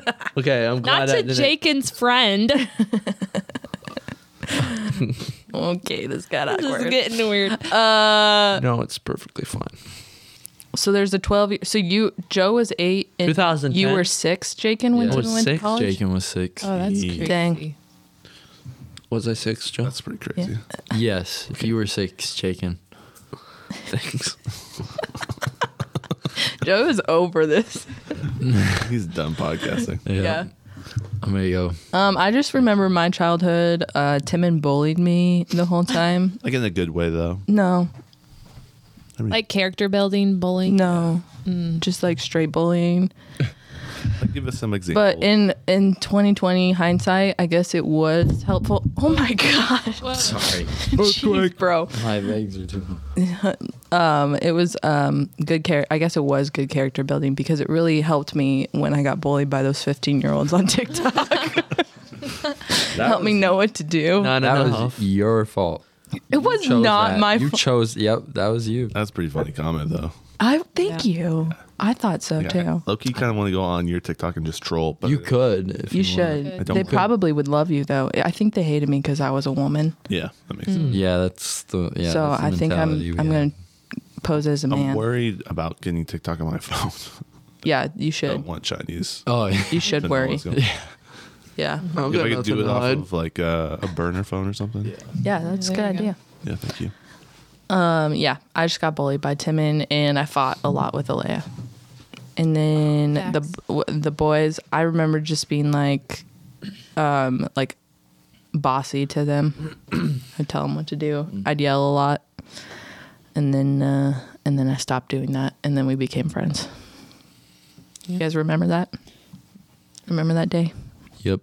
Speaker 4: gosh.
Speaker 3: <laughs> Okay, I'm glad
Speaker 4: Not
Speaker 3: I
Speaker 4: to
Speaker 3: didn't.
Speaker 4: Jaken's friend. <laughs>
Speaker 2: Okay, this got
Speaker 4: this is
Speaker 2: awkward.
Speaker 4: getting weird.
Speaker 2: uh,
Speaker 3: No, it's perfectly fine.
Speaker 2: so there's a 12. year- So you, Joe was eight. And
Speaker 3: 2010.
Speaker 2: You were six, Jaken, when
Speaker 5: Yeah. I
Speaker 2: Tim
Speaker 3: was
Speaker 2: went to
Speaker 3: six,
Speaker 2: college.
Speaker 5: Jacob was six?
Speaker 4: Oh, that's
Speaker 1: Yeah.
Speaker 4: crazy.
Speaker 2: Dang.
Speaker 3: Was I six, Joe?
Speaker 1: That's pretty crazy.
Speaker 5: yes, you were six, Jacob.
Speaker 3: Thanks.
Speaker 2: Joe is over this.
Speaker 1: <laughs> He's done podcasting.
Speaker 5: <laughs> Yeah.
Speaker 2: yeah.
Speaker 5: I'm gonna go.
Speaker 2: Um, I just remember my childhood. Uh, Timon bullied me the whole time. <laughs>
Speaker 1: Like in a good way though.
Speaker 2: No,
Speaker 4: Like character building, bullying.
Speaker 2: no, just like straight bullying.
Speaker 1: Like give us some examples.
Speaker 2: But in in 2020 hindsight, I guess it was helpful. Oh my <laughs> god,
Speaker 5: Sorry,
Speaker 2: Jeez, bro.
Speaker 5: my legs are too.
Speaker 2: Um, it was um good character. I guess it was good character building because it really helped me when I got bullied by those 15 year olds on <laughs> TikTok.
Speaker 5: <laughs>
Speaker 2: Helped me know what to do.
Speaker 3: Not
Speaker 5: That
Speaker 3: enough.
Speaker 5: was your fault.
Speaker 2: it was
Speaker 5: Chose
Speaker 2: not
Speaker 5: that.
Speaker 2: my
Speaker 5: You
Speaker 2: fault.
Speaker 5: chose. Yep, that was you.
Speaker 1: That's a pretty funny comment though.
Speaker 2: I thank you. I thought so too.
Speaker 1: Loki kind of want to go on your TikTok and just troll, but
Speaker 5: You could. If
Speaker 2: You should.
Speaker 5: wanted.
Speaker 1: don't
Speaker 2: They
Speaker 1: like it.
Speaker 2: probably would love you though. I think they hated me because I was a woman.
Speaker 1: yeah, that makes
Speaker 2: Mm.
Speaker 1: sense.
Speaker 5: Yeah, that's the. Yeah.
Speaker 2: so
Speaker 5: that's the
Speaker 2: I think I'm
Speaker 5: mentality we
Speaker 2: I'm
Speaker 5: have.
Speaker 2: gonna pose as a
Speaker 1: I'm
Speaker 2: man.
Speaker 1: worried about getting TikTok on my <laughs> phone.
Speaker 2: yeah, you
Speaker 1: I
Speaker 2: should.
Speaker 1: don't want Chinese.
Speaker 5: Oh, yeah.
Speaker 2: You should
Speaker 1: Then
Speaker 2: worry.
Speaker 1: always
Speaker 2: <laughs>
Speaker 1: go- If
Speaker 2: Yeah.
Speaker 3: I've got
Speaker 1: I could do
Speaker 3: nothing
Speaker 1: it
Speaker 3: to
Speaker 1: off
Speaker 3: hide.
Speaker 1: of like uh, a burner phone or something. Yeah.
Speaker 2: Yeah, that's a good
Speaker 4: There you go.
Speaker 2: idea.
Speaker 1: thank you.
Speaker 2: Um, yeah, I just got bullied by Timon, and I fought a lot with Alea. And then the
Speaker 4: Facts.
Speaker 2: w- the boys, I remember just being like, um, like bossy to them. <clears throat> I'd tell them what to do. I'd yell a lot, and then uh, and then I stopped doing that, and then we became friends. You guys remember that? Remember that day?
Speaker 5: Yep.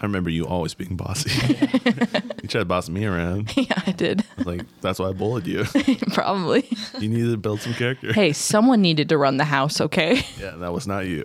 Speaker 1: I remember you always being
Speaker 2: <laughs>
Speaker 1: bossy. you tried to boss me around.
Speaker 2: <laughs> yeah, I did. <laughs>
Speaker 1: I was Like that's why I bullied you.
Speaker 2: Probably.
Speaker 1: You needed to build some character.
Speaker 2: hey, someone needed to run the house. Okay,
Speaker 1: Yeah, that was not you.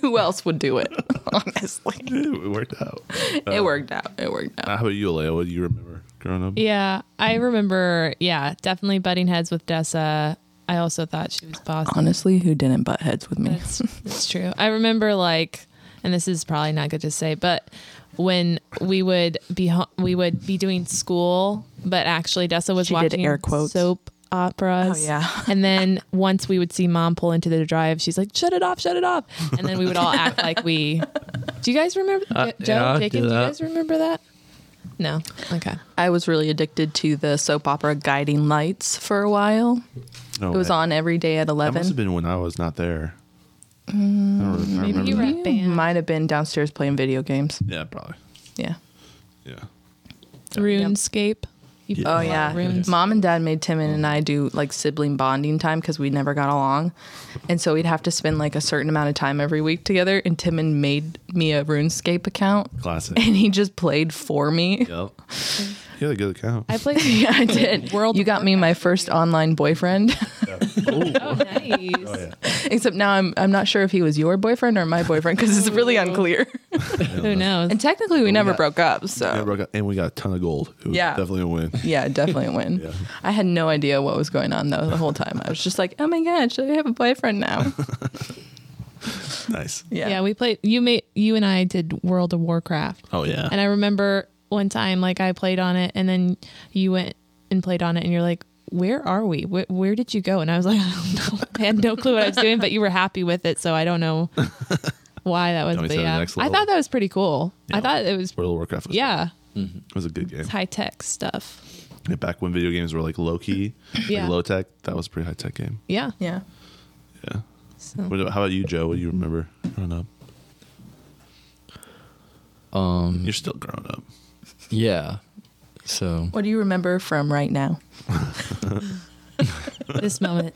Speaker 1: <laughs>
Speaker 2: who else would do it? <laughs> Honestly.
Speaker 1: it worked out. Oh.
Speaker 2: it worked out. It worked out.
Speaker 1: Uh, how about you, Leia? What do you remember growing up?
Speaker 4: Yeah, I remember. Yeah, definitely butting heads with Dessa. I also thought she was bossy.
Speaker 2: Honestly, who didn't butt heads with me? <laughs>
Speaker 4: That's, that's true. I remember like, and this is probably not good to say, but when we would be ho- we would be doing school, but actually Dessa was
Speaker 2: She did
Speaker 4: watching
Speaker 2: air quotes.
Speaker 4: soap operas.
Speaker 2: Oh, yeah. <laughs>
Speaker 4: And then once we would see mom pull into the drive, she's like, "Shut it off! Shut it off!" And then we would all act
Speaker 2: <laughs>
Speaker 4: like we. Do you guys remember
Speaker 3: Uh,
Speaker 4: Joe?
Speaker 3: yeah, I
Speaker 4: Jacob,
Speaker 3: do
Speaker 4: do you
Speaker 3: that.
Speaker 4: guys remember that? No. Okay.
Speaker 2: I was really addicted to the soap opera Guiding Lights for a while.
Speaker 1: No,
Speaker 2: It was on every day at
Speaker 1: That must have
Speaker 2: eleven.
Speaker 1: been when I was not there.
Speaker 2: Mm,
Speaker 1: I don't really- I
Speaker 4: maybe
Speaker 1: remember
Speaker 4: you were
Speaker 1: that.
Speaker 4: at band.
Speaker 2: Might have been downstairs playing video games.
Speaker 1: Yeah, probably.
Speaker 2: Yeah.
Speaker 1: Yeah.
Speaker 4: RuneScape. You
Speaker 2: Oh
Speaker 4: played a lot
Speaker 2: yeah. <laughs>
Speaker 4: of Runes.
Speaker 2: Mom and Dad made Timon and I do like sibling bonding time because we never got along, and so we'd have to spend like a certain amount of time every week together. And Timon made me a RuneScape account, <laughs>
Speaker 4: <laughs>
Speaker 1: Classic.
Speaker 2: and he just played for me.
Speaker 1: yep. You had a good account.
Speaker 4: I played.
Speaker 2: Yeah, <laughs> I did.
Speaker 4: World
Speaker 2: you got me my first online boyfriend. <laughs>
Speaker 4: Oh, nice.
Speaker 2: Except now I'm I'm not sure if he was your boyfriend or my boyfriend because it's really unclear.
Speaker 3: Oh,
Speaker 4: Who knows?
Speaker 2: Oh. And technically, we never
Speaker 1: got-
Speaker 2: broke up.
Speaker 1: Yeah,
Speaker 2: So
Speaker 1: bro, got- and we got a ton of gold. It was
Speaker 2: Yeah.
Speaker 1: definitely a win. <laughs>
Speaker 2: yeah, definitely a win.
Speaker 1: Yeah.
Speaker 2: I had no idea what was going on though the whole time. I was just like, oh my god, should I have a boyfriend now?
Speaker 1: Nice.
Speaker 2: Yeah.
Speaker 4: Yeah. we played. You made you and I did World of Warcraft,
Speaker 1: Oh yeah.
Speaker 4: and I remember one time like I played on it, and then you went and played on it, and you're like, "Where are we? Where, where did you go?" And I was like, <laughs> "I don't know. I had no clue what I was doing, but you were happy with it, so I
Speaker 1: <laughs>
Speaker 4: don't know why that was."
Speaker 1: Tell me
Speaker 4: But
Speaker 1: to the
Speaker 4: yeah,
Speaker 1: next
Speaker 4: I
Speaker 1: level.
Speaker 4: thought that was pretty cool. I thought it was
Speaker 1: World of Warcraft. Was
Speaker 4: yeah,
Speaker 1: It was a good game.
Speaker 4: it's high tech stuff.
Speaker 1: Yeah, Back when video games were like low key,
Speaker 4: Yeah.
Speaker 1: like low tech, that was a pretty high tech game.
Speaker 4: Yeah,
Speaker 2: yeah.
Speaker 1: Yeah.
Speaker 4: so
Speaker 1: What, how about you, Joe? What do you remember growing up?
Speaker 5: Um.
Speaker 1: You're still growing up.
Speaker 5: Yeah. So
Speaker 2: What do you remember from right now?
Speaker 4: this moment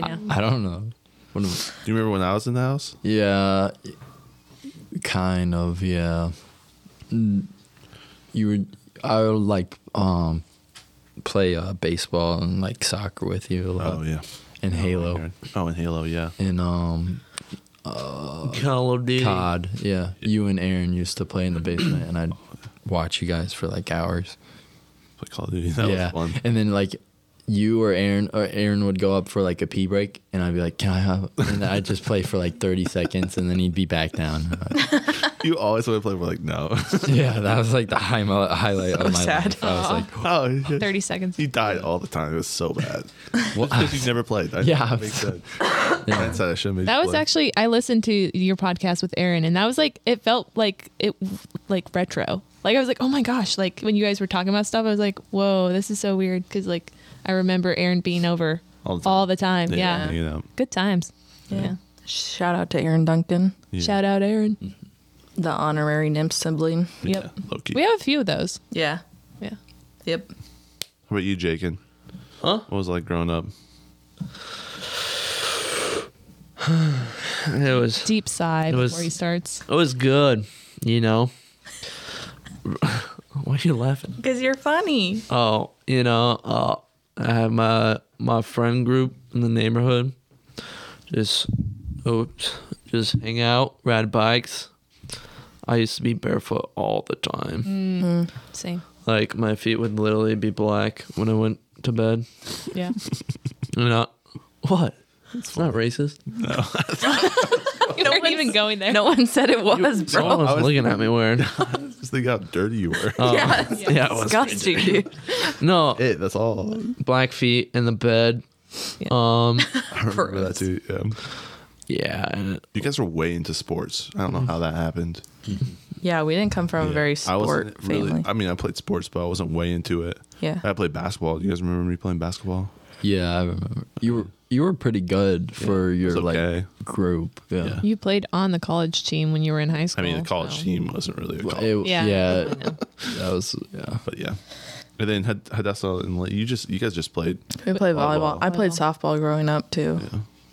Speaker 1: <laughs>
Speaker 4: now.
Speaker 5: I don't know. What am-
Speaker 1: Do you remember when I was in the house?
Speaker 5: Yeah, kind of. Yeah, Mm, you would. I would like um play uh, baseball and like soccer with you a lot.
Speaker 1: Oh yeah.
Speaker 5: and Halo
Speaker 1: Oh, and Halo. Yeah.
Speaker 5: and um
Speaker 1: uh,
Speaker 3: Call of Duty.
Speaker 5: COD. Yeah, you and Aaron used to play in the basement, and
Speaker 1: Oh,
Speaker 5: I'd watch you guys for like hours.
Speaker 1: Play Call of Duty. That
Speaker 5: yeah,
Speaker 1: was <laughs> fun.
Speaker 5: and then like. You or Aaron or Aaron would go up for like a pee break, and I'd be like, "Can I have?" And I'd just play for like <laughs> thirty seconds, and then he'd be back down.
Speaker 1: You always want to play. We're like, no.
Speaker 5: <laughs>
Speaker 1: <laughs>
Speaker 5: Yeah, that was like the high mo- highlight of my
Speaker 2: sad.
Speaker 5: life. I was like,
Speaker 1: oh, yeah.
Speaker 4: Thirty seconds.
Speaker 1: He died all the time. It was so bad.
Speaker 5: Well,
Speaker 1: Because you never played. I,
Speaker 5: Yeah.
Speaker 1: that makes sense. Hindsight, I should've made you
Speaker 4: That was
Speaker 1: play.
Speaker 4: actually I listened to your podcast with Aaron, and that was like it felt like it like retro. Like I was like, oh my gosh! Like when you guys were talking about stuff, I was like, whoa, this is so weird because like I remember Aaron being over
Speaker 1: All
Speaker 4: all
Speaker 1: the
Speaker 4: the
Speaker 1: time.
Speaker 4: time. Yeah,
Speaker 1: You know.
Speaker 4: good times. Yeah.
Speaker 2: Shout out to Aaron Duncan,
Speaker 1: Yeah.
Speaker 4: Shout out Aaron.
Speaker 2: the honorary nymph sibling.
Speaker 4: Yep.
Speaker 1: Loki.
Speaker 4: We have a few of those.
Speaker 2: Yeah.
Speaker 4: Yeah.
Speaker 2: Yep.
Speaker 1: How about you, Jakin?
Speaker 3: Huh?
Speaker 1: What was it like growing up?
Speaker 3: It was
Speaker 4: Deep sigh
Speaker 3: It was-
Speaker 4: before he starts.
Speaker 3: it was good, you know. <laughs> Why are you laughing?
Speaker 2: Because you're funny.
Speaker 3: Oh, you know, uh, I had my my friend group in the neighborhood. Just, oops, just hang out, ride bikes. I used to be barefoot all the time.
Speaker 4: Same.
Speaker 3: Like my feet would literally be black when I went to bed.
Speaker 4: Yeah.
Speaker 3: You know <laughs> what? It's not racist.
Speaker 4: you weren't even going
Speaker 2: <laughs>
Speaker 4: there.
Speaker 2: No one said it was, bro.
Speaker 3: <laughs> Someone was, looking at me weird.
Speaker 1: Just think how dirty you <laughs> were.
Speaker 2: yeah, it's
Speaker 3: yeah, it was
Speaker 2: disgusting, dude.
Speaker 3: No,
Speaker 1: it. That's all.
Speaker 3: black feet in the bed. Um,
Speaker 1: I remember that too. Yeah.
Speaker 3: yeah, and
Speaker 1: You guys were way into sports. I don't
Speaker 4: Mm-hmm.
Speaker 1: know how that happened.
Speaker 2: Yeah, we didn't come from a
Speaker 1: Yeah.
Speaker 2: very
Speaker 1: I
Speaker 2: sport
Speaker 1: wasn't
Speaker 2: family.
Speaker 1: I mean, I played sports, but I wasn't way into it.
Speaker 2: Yeah.
Speaker 1: I played basketball. Do you guys remember me playing basketball?
Speaker 5: Yeah, I remember. You were you were pretty good for your
Speaker 1: It was okay.
Speaker 5: like group. Yeah.
Speaker 4: You played on the college team when you were in high
Speaker 1: I
Speaker 4: school.
Speaker 1: mean, the college
Speaker 4: so-
Speaker 1: team wasn't really a college,
Speaker 5: It-
Speaker 4: Yeah.
Speaker 5: yeah. that was yeah.
Speaker 1: but yeah. And then Had- Hadassah and Lee- you just you guys just played,
Speaker 2: we played volleyball.
Speaker 1: Volleyball.
Speaker 2: I played softball growing up too.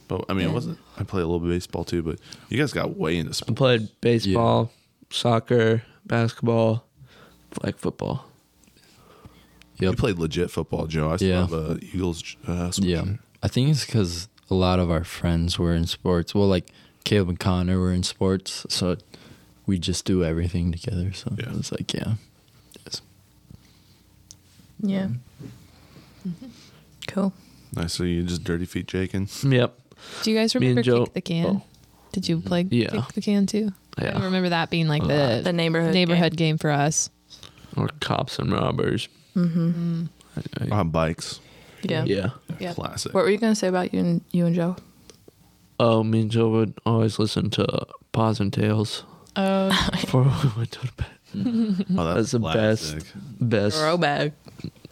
Speaker 1: but I mean, it wasn't. I played a little bit of baseball too, but you guys got way into
Speaker 3: I
Speaker 1: sports.
Speaker 3: played baseball, soccer, basketball, like football.
Speaker 1: You played legit football, Joe. I still
Speaker 5: Yeah.
Speaker 1: have a Eagles. Uh, sports
Speaker 5: Yeah.
Speaker 1: shirt.
Speaker 5: I think it's because a lot of our friends were in sports. Well, like Caleb and Connor were in sports, so we just do everything together. So
Speaker 1: Yeah.
Speaker 5: it's like yeah, Yes.
Speaker 2: Yeah. Cool.
Speaker 1: Nice. So you just dirty feet, Jakin.
Speaker 3: Yep.
Speaker 4: Do you guys
Speaker 3: Me and
Speaker 4: remember
Speaker 3: Joe-
Speaker 4: Kick the Can?
Speaker 3: oh.
Speaker 4: Did you play
Speaker 3: Yeah.
Speaker 4: Kick the Can too?
Speaker 3: Yeah.
Speaker 4: I remember that being like the,
Speaker 2: The neighborhood.
Speaker 4: neighborhood game. for us.
Speaker 3: Or cops and robbers. Mm-hmm.
Speaker 1: On bikes.
Speaker 2: game. Yeah.
Speaker 3: yeah.
Speaker 4: Yep.
Speaker 1: Classic.
Speaker 2: What were you gonna say about you and you and Joe?
Speaker 3: Oh, me and Joe would always listen to Paws and Tails
Speaker 4: <laughs> Oh,
Speaker 3: before we went to bed.
Speaker 1: Oh,
Speaker 3: That's the best,
Speaker 1: classic.
Speaker 3: best.
Speaker 2: Throwback.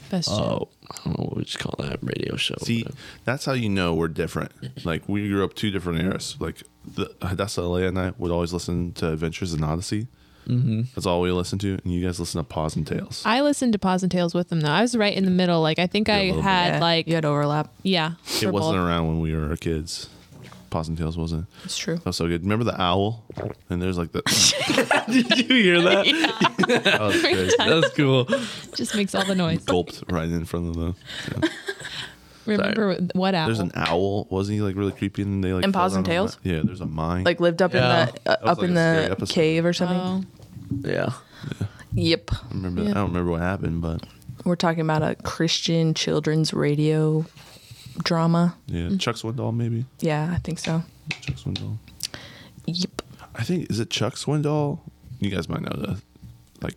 Speaker 4: best shit.
Speaker 3: Oh, I don't know what we just call that radio show.
Speaker 1: See, that's how you know we're different. Like we grew up two different eras. Like the Hadassah Leia and I would always listen to Adventures in Odyssey. Mm-hmm. That's all we listened to, and you guys listen to Paws and Tales.
Speaker 4: I listened to Paws and Tales with them though. I was right in the middle. Like I think I
Speaker 1: a little bit.
Speaker 4: had
Speaker 2: Yeah,
Speaker 4: like
Speaker 2: you had overlap.
Speaker 4: yeah. for
Speaker 1: it wasn't
Speaker 4: both.
Speaker 1: around when we were kids. Paws and Tales wasn't. That
Speaker 2: It's true.
Speaker 1: was so good. Remember the owl? And there's like the.
Speaker 3: Did <laughs> you hear <laughs> that?
Speaker 4: <laughs>
Speaker 1: Oh, that's great.
Speaker 3: That's cool.
Speaker 4: Just makes all
Speaker 1: <laughs>
Speaker 4: the noise.
Speaker 1: Gulped right in front of the.
Speaker 4: Remember what owl?
Speaker 1: There's an owl. Wasn't he like really creepy? And they like.
Speaker 2: In
Speaker 1: fell
Speaker 2: Paws and
Speaker 1: down on
Speaker 2: Tails?
Speaker 1: that- Yeah, there's a mine.
Speaker 2: Like lived up
Speaker 3: Yeah.
Speaker 2: in the uh,
Speaker 1: was
Speaker 2: up
Speaker 1: like a
Speaker 2: in
Speaker 1: scary
Speaker 2: the
Speaker 1: episode.
Speaker 2: cave or something.
Speaker 4: Oh.
Speaker 3: Yeah.
Speaker 2: Yep.
Speaker 1: I remember.
Speaker 4: yeah.
Speaker 1: I don't remember what happened, but
Speaker 2: We're talking about a Christian children's radio drama.
Speaker 1: yeah, Chuck Swindoll maybe.
Speaker 2: Yeah, I think so.
Speaker 1: Chuck Swindoll.
Speaker 2: Yep.
Speaker 1: I think is it Chuck Swindoll? You guys might know that. Like,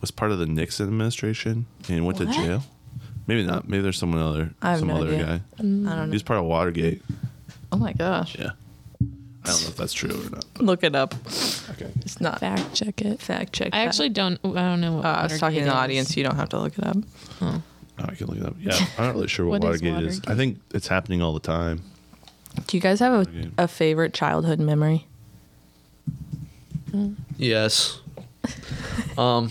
Speaker 1: was part of the Nixon administration and went to
Speaker 2: What?
Speaker 1: jail. Maybe not. Maybe there's someone other,
Speaker 2: I have
Speaker 1: some
Speaker 2: no
Speaker 1: other
Speaker 2: idea. Mm.
Speaker 1: guy.
Speaker 2: I don't
Speaker 1: He
Speaker 2: know.
Speaker 1: was part of Watergate.
Speaker 2: Oh my gosh.
Speaker 1: Yeah. I don't know if that's true or not.
Speaker 2: Look it up.
Speaker 1: Okay.
Speaker 2: It's not fact,
Speaker 4: Fact check it.
Speaker 2: check.
Speaker 4: I
Speaker 2: that.
Speaker 4: actually don't. I don't know. What
Speaker 2: Uh, I was
Speaker 4: Watergate
Speaker 2: talking to the
Speaker 4: is.
Speaker 2: audience. You don't have to look it up.
Speaker 1: Oh, I can look it up. Yeah, I'm not really sure what,
Speaker 4: What is
Speaker 1: Watergate is.
Speaker 4: Watergate?
Speaker 1: I think it's happening all the time.
Speaker 2: Do you guys have
Speaker 1: Okay.
Speaker 2: a, a favorite childhood memory?
Speaker 3: Yes. um.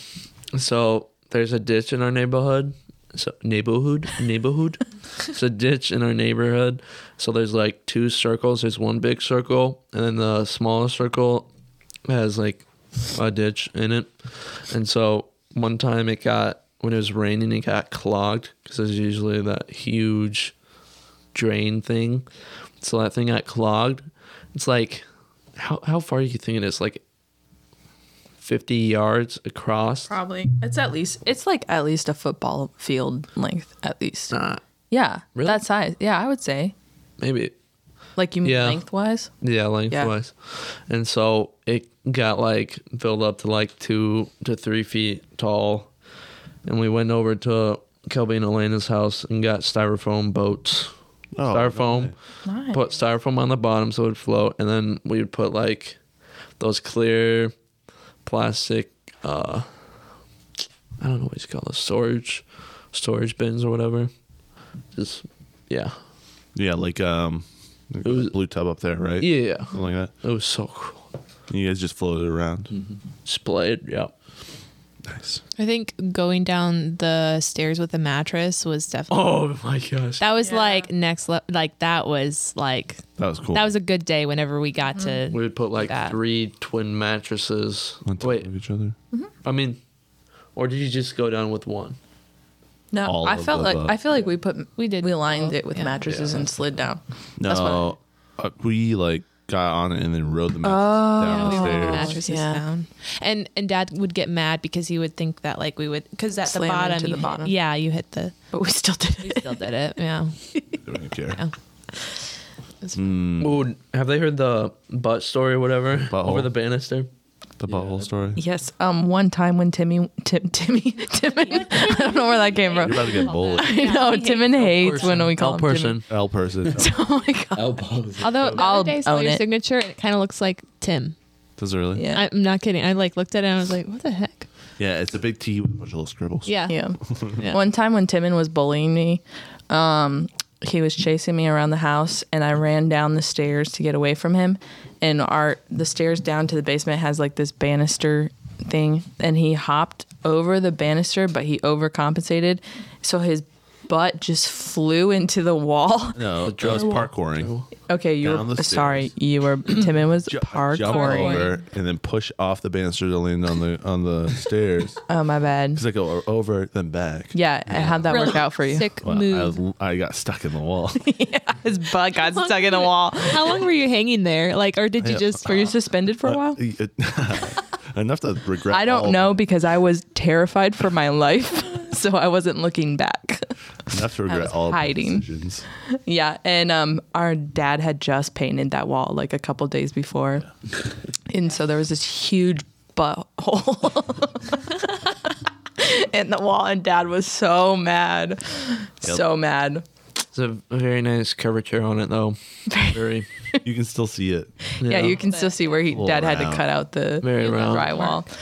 Speaker 3: So there's a ditch in our neighborhood. So neighborhood, neighborhood. it's a ditch in our neighborhood. So there's like two circles. There's one big circle, and then the smaller circle has like a ditch in it. And so one time it got when it was raining, it got clogged because there's usually that huge drain thing. So that thing got clogged. It's like how how far do you think it is? Like 50 yards across.
Speaker 2: Probably. It's at least it's like at least a football field length at least.
Speaker 3: Nah,
Speaker 2: yeah.
Speaker 3: Uh, Really?
Speaker 2: That size. Yeah, I would say.
Speaker 3: maybe,
Speaker 2: Like you mean
Speaker 3: Yeah.
Speaker 2: lengthwise?
Speaker 3: yeah, lengthwise. And so it got like filled up to like two to three feet tall. And we went over to Kelby and Elena's house and got styrofoam boats.
Speaker 1: Oh,
Speaker 3: styrofoam.
Speaker 2: Nice.
Speaker 3: Put styrofoam on the bottom so it would float. And then we would put like those clear plastic, uh, I don't know what you call it, storage, storage bins or whatever. Just, yeah.
Speaker 1: Yeah, like um, like
Speaker 3: was-
Speaker 1: a blue tub up there, right?
Speaker 3: Yeah.
Speaker 1: Something like that.
Speaker 3: It was so cool.
Speaker 1: And you guys just floated around.
Speaker 3: Mm. Splayed, yeah.
Speaker 1: Nice.
Speaker 4: I think going down the stairs with a mattress was definitely.
Speaker 3: Oh my gosh.
Speaker 4: That was
Speaker 2: Yeah.
Speaker 4: like next level. Like that was like
Speaker 1: That was cool.
Speaker 4: that was a good day. Whenever we got to
Speaker 2: Mm-hmm.
Speaker 3: we would put like
Speaker 4: That.
Speaker 3: three twin mattresses.
Speaker 1: on top
Speaker 3: Wait,
Speaker 1: of each other.
Speaker 3: I mean, or did you just go down with one?
Speaker 2: No,
Speaker 1: All
Speaker 2: I
Speaker 1: of
Speaker 2: felt
Speaker 1: the
Speaker 2: like
Speaker 1: above.
Speaker 2: I feel like we put
Speaker 4: We did
Speaker 2: we lined
Speaker 4: both,
Speaker 2: it with
Speaker 4: yeah.
Speaker 2: mattresses and slid down. That's what I-
Speaker 1: No, uh, we like got on it and then rode the mattress
Speaker 4: Yeah,
Speaker 1: down
Speaker 4: we
Speaker 1: the
Speaker 4: were on Oh, the
Speaker 1: stairs.
Speaker 4: mattresses
Speaker 2: Yeah.
Speaker 4: down, and and Dad would get mad because he would think that like we would because at
Speaker 2: Slam
Speaker 4: the bottom,
Speaker 2: into
Speaker 4: you
Speaker 2: the
Speaker 4: hit-
Speaker 2: bottom.
Speaker 4: yeah, you hit the
Speaker 2: But we still did it.
Speaker 4: still did it, yeah.
Speaker 1: I don't care.
Speaker 4: Yeah.
Speaker 3: Ooh, have they heard the butt story or whatever
Speaker 1: Butthole.
Speaker 3: over the banister?
Speaker 1: The butthole story.
Speaker 2: Yes. Um. One time when Timmy, Tim, Timmy, <laughs> Timmy, I don't know where that came
Speaker 1: You're
Speaker 2: from.
Speaker 1: about to
Speaker 4: <laughs>
Speaker 1: get bullied.
Speaker 2: I <laughs> know Timmin hates when we call
Speaker 3: All
Speaker 2: him
Speaker 3: person.
Speaker 1: L
Speaker 4: <laughs>
Speaker 1: person.
Speaker 2: Timmy. <laughs> Oh my god.
Speaker 5: Elbows.
Speaker 4: Although the
Speaker 2: I'll
Speaker 4: other day I saw
Speaker 2: own
Speaker 4: your
Speaker 2: it.
Speaker 4: signature, and it kind of looks like Tim.
Speaker 1: Does it really?
Speaker 2: Yeah.
Speaker 4: I'm not kidding. I like looked at it and I was like, what the heck?
Speaker 1: Yeah, it's a big T with a bunch of little scribbles.
Speaker 4: Yeah.
Speaker 1: <laughs>
Speaker 2: Yeah. One time when Timon was bullying me, um, he was chasing me around the house, and I ran down the stairs to get away from him. And our the stairs down to the basement has like this banister thing, and he hopped over the banister, but he overcompensated, so his butt just flew into the wall. <laughs>
Speaker 1: No, that was parkouring.
Speaker 2: Okay, you
Speaker 1: Down
Speaker 2: were
Speaker 1: the
Speaker 2: sorry.
Speaker 1: stairs. <clears throat>
Speaker 2: You were Timon was
Speaker 1: Ju- Jump
Speaker 2: parkouring.
Speaker 1: over and then push off the banister to land on the on
Speaker 4: <laughs>
Speaker 1: the stairs.
Speaker 2: Oh my bad.
Speaker 1: Because I go over then back.
Speaker 2: Yeah, how'd that work
Speaker 4: Really
Speaker 2: out for you?
Speaker 4: Sick
Speaker 1: Well,
Speaker 4: move.
Speaker 1: I, I got stuck in the wall.
Speaker 2: <laughs> His butt got stuck in the wall.
Speaker 4: How long were you hanging there? Like, or did you
Speaker 1: Yeah. Uh,
Speaker 4: just?
Speaker 2: Were you suspended for a while?
Speaker 1: <laughs> Enough to regret.
Speaker 2: I
Speaker 1: all-
Speaker 2: don't know because I was terrified for my life, <laughs> so I wasn't looking back. <laughs>
Speaker 1: Enough to regret
Speaker 2: was
Speaker 1: all of my
Speaker 2: hiding.
Speaker 1: decisions.
Speaker 2: yeah, and um, our dad had just painted that wall like a couple days before, and so there was this huge butthole <laughs> in the wall, and dad was so mad, so mad.
Speaker 3: It's a very nice curvature on it, though. <laughs> Very,
Speaker 1: You can still see
Speaker 2: <laughs>
Speaker 1: it.
Speaker 2: Yeah, you can still see where he
Speaker 1: Little
Speaker 2: dad had
Speaker 1: round.
Speaker 2: to cut out the,
Speaker 3: Very
Speaker 2: the
Speaker 3: round.
Speaker 2: drywall.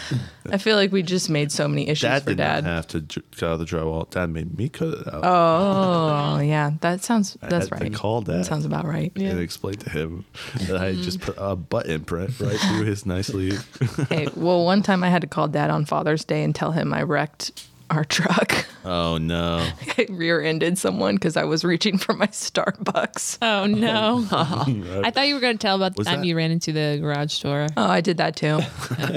Speaker 2: I feel like we just made so many issues
Speaker 1: Dad
Speaker 2: for
Speaker 1: did
Speaker 2: dad.
Speaker 1: not have to j- cut out the drywall. Dad made me cut it out.
Speaker 2: Oh yeah, that sounds that's
Speaker 1: had to
Speaker 2: right.
Speaker 1: call Dad.
Speaker 2: Sounds Mm-hmm. about right.
Speaker 1: And explain to him that I just put a butt imprint right through his
Speaker 2: <laughs>
Speaker 1: nicely.
Speaker 2: Hey, well, one time I had to call dad on Father's Day and tell him I wrecked our truck. <laughs>
Speaker 1: Oh no!
Speaker 2: I rear ended someone because I was reaching for my <laughs> Starbucks.
Speaker 1: <laughs>
Speaker 4: Oh no! I thought you were going to tell about the
Speaker 1: Was
Speaker 4: time
Speaker 1: that-
Speaker 4: you ran into the garage door.
Speaker 2: Oh, I did that
Speaker 3: <laughs>
Speaker 2: too.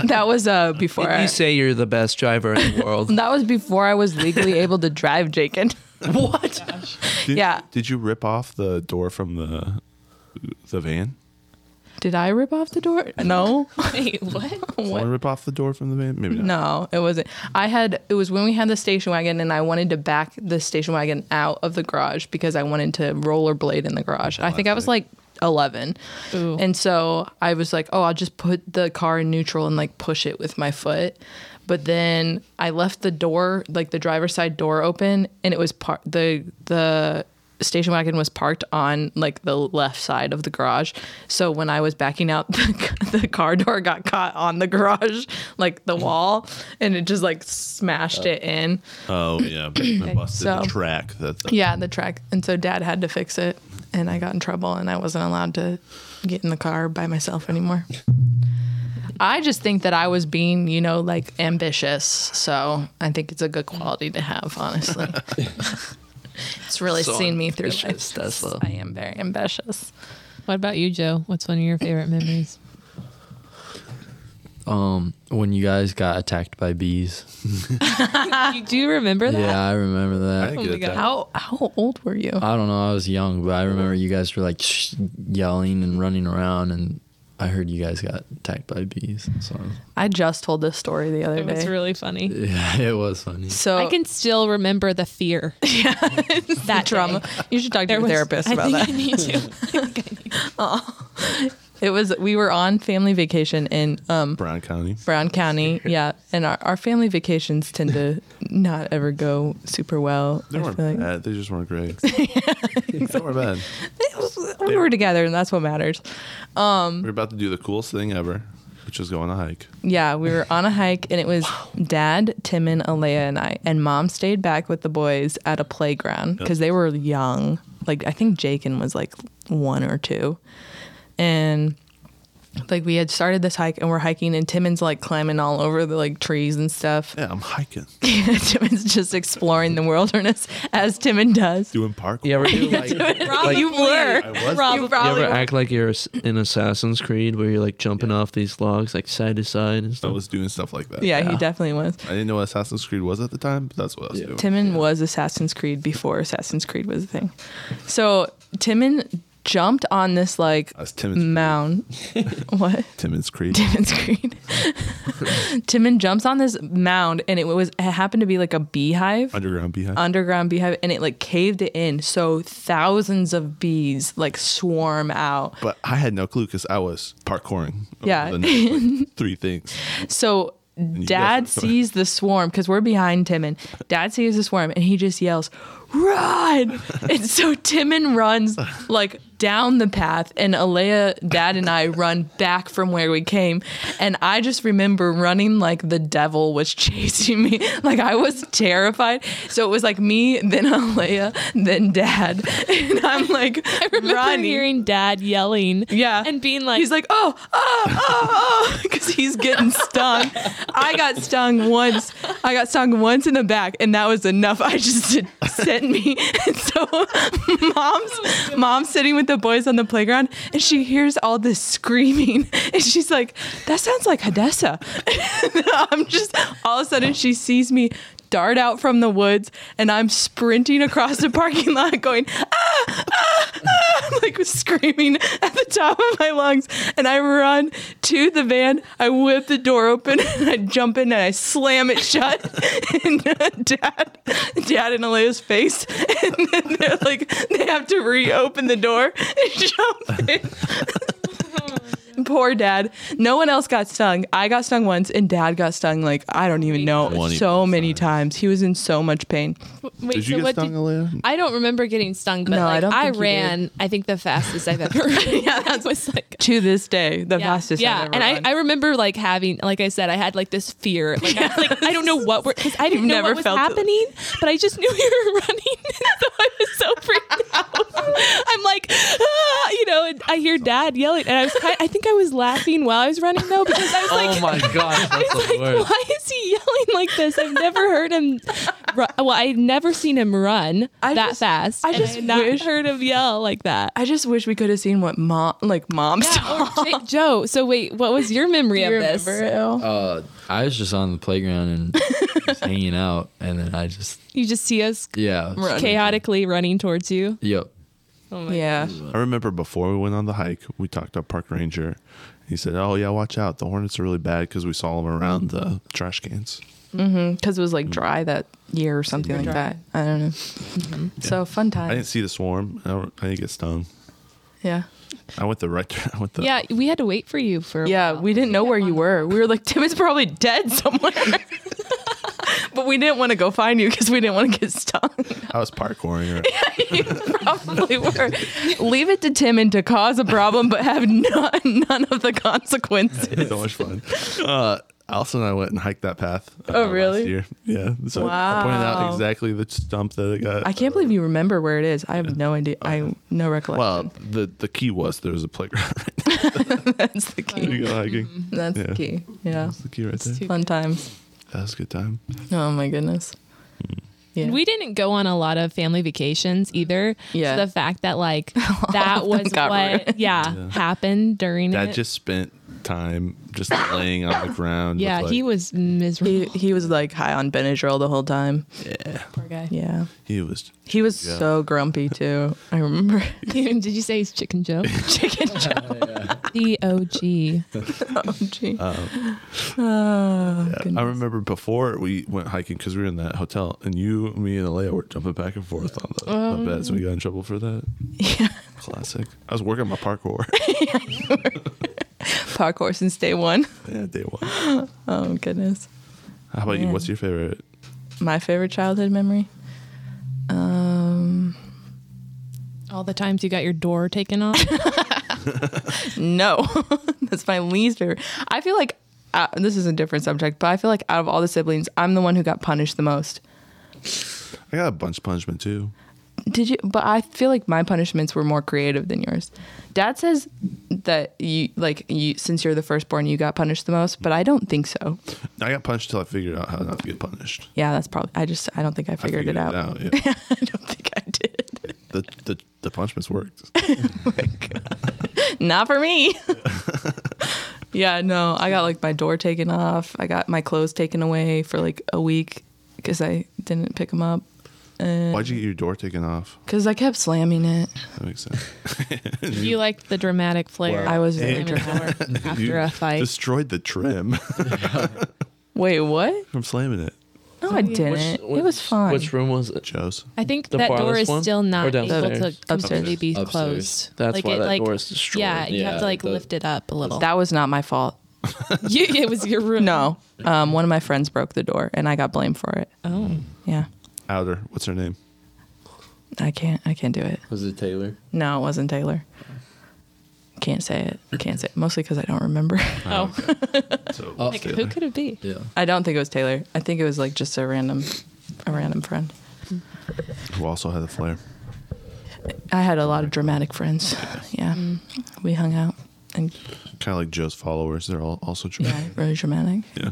Speaker 2: that was uh before
Speaker 3: Did
Speaker 2: I,
Speaker 3: you say you're the best driver in
Speaker 2: <laughs>
Speaker 3: the world?
Speaker 2: that was before I was legally able to drive, Jacob.
Speaker 3: <laughs> what?
Speaker 1: Did,
Speaker 2: Yeah.
Speaker 1: Did you rip off the door from the the van?
Speaker 2: Did I rip off the door? No.
Speaker 4: Wait, what?
Speaker 1: Want to rip off the door from the van? Maybe not.
Speaker 2: No, it wasn't. I had it was when we had the station wagon, and I wanted to back the station wagon out of the garage because I wanted to rollerblade in the garage. I think I was like eleven,
Speaker 4: Ooh.
Speaker 2: and so I was like, "Oh, I'll just put the car in neutral and like push it with my foot." But then I left the door, like the driver's side door, open, and it was par- the the station wagon was parked on like the left side of the garage. So when I was backing out, <laughs> the, the car door got caught on the garage, like the wall, and it just like smashed it in.
Speaker 1: Oh yeah,
Speaker 2: <clears throat>
Speaker 1: I busted
Speaker 2: So-
Speaker 1: the track. That the,
Speaker 2: Yeah, the track. And so dad had to fix it, and I got in trouble, and I wasn't allowed to get in the car by myself anymore. I just think that I was being, you know, like ambitious. So I think it's a good quality to have,
Speaker 3: <laughs>
Speaker 2: honestly. it's really
Speaker 3: So
Speaker 2: seen me through
Speaker 3: ambitious,
Speaker 2: life.
Speaker 3: Tesla.
Speaker 2: I am very ambitious.
Speaker 4: What about you, Joe? What's one of your
Speaker 2: <laughs>
Speaker 4: favorite memories?
Speaker 5: Um, when you guys got attacked by bees.
Speaker 4: you do remember that?
Speaker 5: Yeah, I remember
Speaker 1: I
Speaker 5: that.
Speaker 1: didn't
Speaker 4: Oh
Speaker 1: get
Speaker 4: my
Speaker 1: attacked.
Speaker 2: How how old were you?
Speaker 5: I don't know. I was young, but I remember you guys were like sh- yelling and running around, and I heard you guys got attacked by bees. So
Speaker 2: I just told this story the other
Speaker 4: It was
Speaker 2: day.
Speaker 4: really funny.
Speaker 5: <laughs> yeah, it was funny.
Speaker 2: so
Speaker 4: I can still remember
Speaker 2: <laughs>
Speaker 4: the fear. <laughs> that
Speaker 2: drama.
Speaker 4: day.
Speaker 2: You should talk to
Speaker 4: There
Speaker 2: your
Speaker 4: was-
Speaker 2: therapist
Speaker 4: I
Speaker 2: about
Speaker 4: think
Speaker 2: that.
Speaker 4: I
Speaker 2: <laughs>
Speaker 4: need to. I think I need to.
Speaker 2: It was we were on family vacation in um,
Speaker 1: Brown County.
Speaker 2: Brown County, yeah, and our, our family vacations tend to not ever go super well.
Speaker 1: They
Speaker 2: I
Speaker 1: weren't
Speaker 2: feel like.
Speaker 1: bad. They just weren't
Speaker 2: <laughs>
Speaker 1: great. They weren't bad.
Speaker 2: we were together, and that's what matters.
Speaker 1: We were about to do the coolest thing ever, which was going on a hike.
Speaker 2: Yeah, we were on a hike, and it was Dad, Timon, Alea, and I. And Mom stayed back with the boys at a playground because they were young. Like I think Jakin was like one or two, and like we had started this hike, and we're hiking, and Timon's like climbing all over the like trees and stuff. <laughs>
Speaker 1: Yeah, I'm hiking,
Speaker 2: Timon's just exploring the wilderness as Timon does.
Speaker 1: doing parkour.
Speaker 3: You ever
Speaker 2: <laughs>
Speaker 3: do like, like
Speaker 2: you
Speaker 3: you
Speaker 2: were.
Speaker 1: I was.
Speaker 2: You probably
Speaker 3: ever
Speaker 2: were.
Speaker 3: act like you're s- in Assassin's Creed where you're like jumping off these logs like side to side and
Speaker 1: I
Speaker 3: stuff?
Speaker 1: was doing stuff like that.
Speaker 2: Yeah, he definitely was.
Speaker 1: I didn't know what Assassin's Creed was at the time, but that's what I was doing.
Speaker 2: Timon was Assassin's Creed before Assassin's Creed was a thing. So Timon jumped on this like
Speaker 1: That's Timmons.
Speaker 2: <laughs> mound. what?
Speaker 1: Timmons Creek.
Speaker 2: Timmons Creek. <laughs> Timon jumps on this mound and it was it happened to be like a beehive.
Speaker 1: Underground beehive.
Speaker 2: underground beehive and it like caved it in so thousands of bees like swarm out
Speaker 1: but I had no clue because I was parkouring. over
Speaker 2: Yeah.
Speaker 1: the next,
Speaker 2: <laughs>
Speaker 1: like, three things.
Speaker 2: so
Speaker 1: you <laughs>
Speaker 2: dad
Speaker 1: guys-
Speaker 2: sees the swarm because we're behind Timon. Dad sees the swarm and he just yells,
Speaker 1: <laughs>
Speaker 2: Run! and so Timon runs like down the path, and Alea, dad, and I run back from where we came. And I just remember running like the devil was <laughs> chasing me. Like I was terrified. So it was like me, then Alea, then dad. <laughs> And I'm like,
Speaker 4: I remember
Speaker 2: running.
Speaker 4: hearing dad yelling.
Speaker 2: Yeah.
Speaker 4: And being like,
Speaker 2: he's like, oh, oh, oh, <laughs> oh, because he's getting stung. I got stung once. I got stung once in the back, and that was enough. I just it sent me. <laughs> And so mom's mom's sitting with the boys on the playground, and she hears all this screaming, <laughs> and she's like, that sounds like Hadessa. <laughs> And I'm just all of a sudden she sees me. Dart out from the woods, and I'm sprinting across the parking lot, going, I'm <laughs> like screaming at the top of my lungs. And I run to the van. I whip the door open and I jump in and I slam it shut. <laughs> and uh, dad, dad and Alea's face. <laughs> And then they're like, they have to reopen the door and <laughs> jump in. <laughs> Poor dad. No one else got stung. I got stung once, and dad got stung like I don't even know
Speaker 1: 20
Speaker 2: so many times. He was in so much pain.
Speaker 4: wait,
Speaker 1: Did you
Speaker 4: so
Speaker 1: get
Speaker 4: what
Speaker 1: stung, Alea?
Speaker 4: I don't remember getting stung, but
Speaker 2: No, I
Speaker 4: like,
Speaker 2: don't
Speaker 4: I,
Speaker 2: think you
Speaker 4: ran, I think the fastest
Speaker 2: <laughs>
Speaker 4: I've ever run.
Speaker 2: Yeah,
Speaker 4: <laughs>
Speaker 2: that's-
Speaker 4: It was like
Speaker 2: To this day, the
Speaker 4: yeah,
Speaker 2: fastest.
Speaker 4: yeah.
Speaker 2: I've ever
Speaker 4: and
Speaker 2: run.
Speaker 4: I, I remember like having like I said I had like this fear like, I, was like
Speaker 2: <laughs>
Speaker 4: I don't know what we're because I didn't
Speaker 2: You've
Speaker 4: know
Speaker 2: never
Speaker 4: what was
Speaker 2: felt it.
Speaker 4: happening but I just knew <laughs> we were running so I was so freaked out <laughs> I'm like ah, you know and I hear dad yelling and I was kind I think I was laughing while I was running though because I was like
Speaker 5: oh
Speaker 2: Um.
Speaker 5: my gosh,
Speaker 2: <laughs>
Speaker 4: I
Speaker 5: that's
Speaker 4: was
Speaker 5: the
Speaker 4: like, <laughs>
Speaker 5: worst.
Speaker 4: why is he yelling like this? I've never heard him. Run. Well, I've never seen him run
Speaker 2: I
Speaker 4: that
Speaker 2: just-
Speaker 4: fast.
Speaker 2: I
Speaker 4: and
Speaker 2: just
Speaker 4: I've not
Speaker 2: wish-
Speaker 4: heard him yell like that.
Speaker 2: I just wish we could have seen what mom, like mom's.
Speaker 4: Yeah, or J- <laughs> Joe. So wait, what was your memory of this?
Speaker 5: Uh, I was just on the playground and
Speaker 2: <laughs>
Speaker 5: just hanging out, and then I just
Speaker 4: You just see us
Speaker 5: yeah,
Speaker 2: Right.
Speaker 4: chaotically running towards you.
Speaker 5: yep.
Speaker 4: Oh my
Speaker 2: Yeah.
Speaker 1: I remember before we went on the hike, we talked to a park ranger. He said, "Oh yeah, watch out. The hornets are really bad because we saw them around the trash cans."
Speaker 2: Because it was like dry that year or something like that. I don't know.
Speaker 4: Mm-hmm.
Speaker 2: So fun time.
Speaker 1: I didn't see the swarm. I, don't- I didn't get stung.
Speaker 2: yeah.
Speaker 1: I went the right. <laughs> I went the.
Speaker 4: Yeah, we had to wait for you for. a
Speaker 2: Yeah.
Speaker 4: while.
Speaker 2: We didn't know where you were. We were like, Tim is probably dead somewhere. <laughs> but we didn't want to go find you because we didn't want to get stung. <laughs>
Speaker 1: I was parkouring. Or,
Speaker 2: you probably were. Leave it to Tim and to cause a problem, but have <laughs> none, none of the consequences.
Speaker 1: so much fun. Uh, Allison and I went and hiked that path. uh,
Speaker 2: Oh,
Speaker 1: last
Speaker 2: really?
Speaker 1: year. Yeah. So I pointed out
Speaker 2: Wow.
Speaker 1: exactly the stump that it got.
Speaker 2: I can't believe you remember where it is. I have no idea. I no recollection.
Speaker 1: Well, the the key was there was a playground. <laughs> Right
Speaker 2: <laughs> That's the
Speaker 1: there.
Speaker 2: key. Mm-hmm.
Speaker 1: you go hiking.
Speaker 2: That's
Speaker 1: Yeah.
Speaker 2: the key. Yeah.
Speaker 1: That's the key right there.
Speaker 4: too-
Speaker 2: Fun times.
Speaker 1: That was a good time.
Speaker 2: Oh my goodness. Yeah.
Speaker 4: We didn't go on a lot of family vacations either.
Speaker 2: Yeah.
Speaker 4: So the fact that
Speaker 2: <laughs>
Speaker 4: like that was
Speaker 2: got
Speaker 4: what yeah, happened during
Speaker 1: Dad
Speaker 4: it.
Speaker 1: just spent time just laying on the ground. with,
Speaker 4: yeah,
Speaker 1: like-
Speaker 4: he was miserable. <laughs>
Speaker 2: He he was like high on Benadryl the whole time.
Speaker 4: Poor guy.
Speaker 2: Yeah.
Speaker 1: he was.
Speaker 2: He was
Speaker 1: Yeah.
Speaker 2: so grumpy too. I remember. <laughs>
Speaker 4: Did you say he's
Speaker 1: <laughs>
Speaker 4: Chicken Joe? Chicken Joe. <laughs> D O G.
Speaker 2: Oh, gee.
Speaker 1: Um,
Speaker 2: Oh,
Speaker 1: Yeah, I remember before we went hiking because we were in that hotel, and you, me, and Alea were jumping back and forth on the, the beds. We got in trouble for that.
Speaker 2: Um, Yeah.
Speaker 1: Classic. I was working my
Speaker 2: <laughs>
Speaker 1: parkour.
Speaker 2: Parkour since day one. <laughs>
Speaker 1: yeah, day one. How
Speaker 2: Oh goodness.
Speaker 1: about you?
Speaker 2: Man.
Speaker 1: What's your favorite?
Speaker 2: My favorite childhood memory. Um
Speaker 4: All the times you got your door
Speaker 1: <laughs>
Speaker 4: taken off.
Speaker 2: no. <laughs> That's my least favorite. I feel like uh, this is a different subject, but I feel like out of all the siblings, I'm the one who got punished the most.
Speaker 1: I got a bunch punishment too.
Speaker 2: Did you? But I feel like my punishments were more creative than yours. Dad says that you like you since you're the firstborn, you got punished the most, but I don't think so.
Speaker 1: I got punished until I figured out how not to get punished.
Speaker 2: Yeah, that's probably. I just I don't think I
Speaker 1: I
Speaker 2: figured, it out.
Speaker 1: yeah.
Speaker 2: <laughs> I don't think I did. <laughs> Oh
Speaker 1: the, the the punishments worked.
Speaker 2: Not for me. <laughs> yeah, no, I got like my door taken off. I got my clothes taken away for like a week because I didn't pick them up. And
Speaker 1: Why'd you get your door taken off?
Speaker 2: Because I kept slamming it.
Speaker 1: That makes sense.
Speaker 4: You liked the dramatic flair.
Speaker 2: I was very
Speaker 1: <laughs>
Speaker 4: Slamming the door
Speaker 1: You
Speaker 4: after a fight.
Speaker 1: Destroyed the trim <laughs>
Speaker 2: Wait, what?
Speaker 1: from slamming it.
Speaker 2: No, I didn't. it was fine.
Speaker 3: Which room was it?
Speaker 1: Joe's.
Speaker 4: I think
Speaker 3: The
Speaker 4: that door
Speaker 3: farthest
Speaker 4: is
Speaker 3: one?
Speaker 4: still
Speaker 3: Or
Speaker 4: not able
Speaker 3: downstairs?
Speaker 4: to completely
Speaker 2: Upstairs.
Speaker 4: be
Speaker 5: Upstairs.
Speaker 4: closed.
Speaker 3: That's why
Speaker 4: it,
Speaker 3: that door is destroyed.
Speaker 4: Yeah, you have
Speaker 5: Yeah,
Speaker 4: to like
Speaker 5: the-
Speaker 4: lift it up a little.
Speaker 2: that was not my fault.
Speaker 4: you, <laughs> it was your room.
Speaker 2: No, um, one of my friends broke the door, and I got blamed for it.
Speaker 4: Oh.
Speaker 2: Yeah,
Speaker 1: Outer. What's her name?
Speaker 2: I can't. I can't do it.
Speaker 5: Was it Taylor?
Speaker 2: No, it wasn't Taylor. Can't say it. Can't say it. Mostly because I don't remember. <laughs>
Speaker 4: Oh.
Speaker 1: So
Speaker 5: Oh.
Speaker 4: like, who could it be?
Speaker 5: Yeah.
Speaker 2: I don't think it was Taylor. I think it was like just a random, a random friend.
Speaker 1: who also had the flare.
Speaker 2: I had a lot of dramatic friends. Yeah, we hung out and
Speaker 1: Kind of like Joe's followers. They're all also trim.
Speaker 2: yeah, really dramatic.
Speaker 1: Yeah.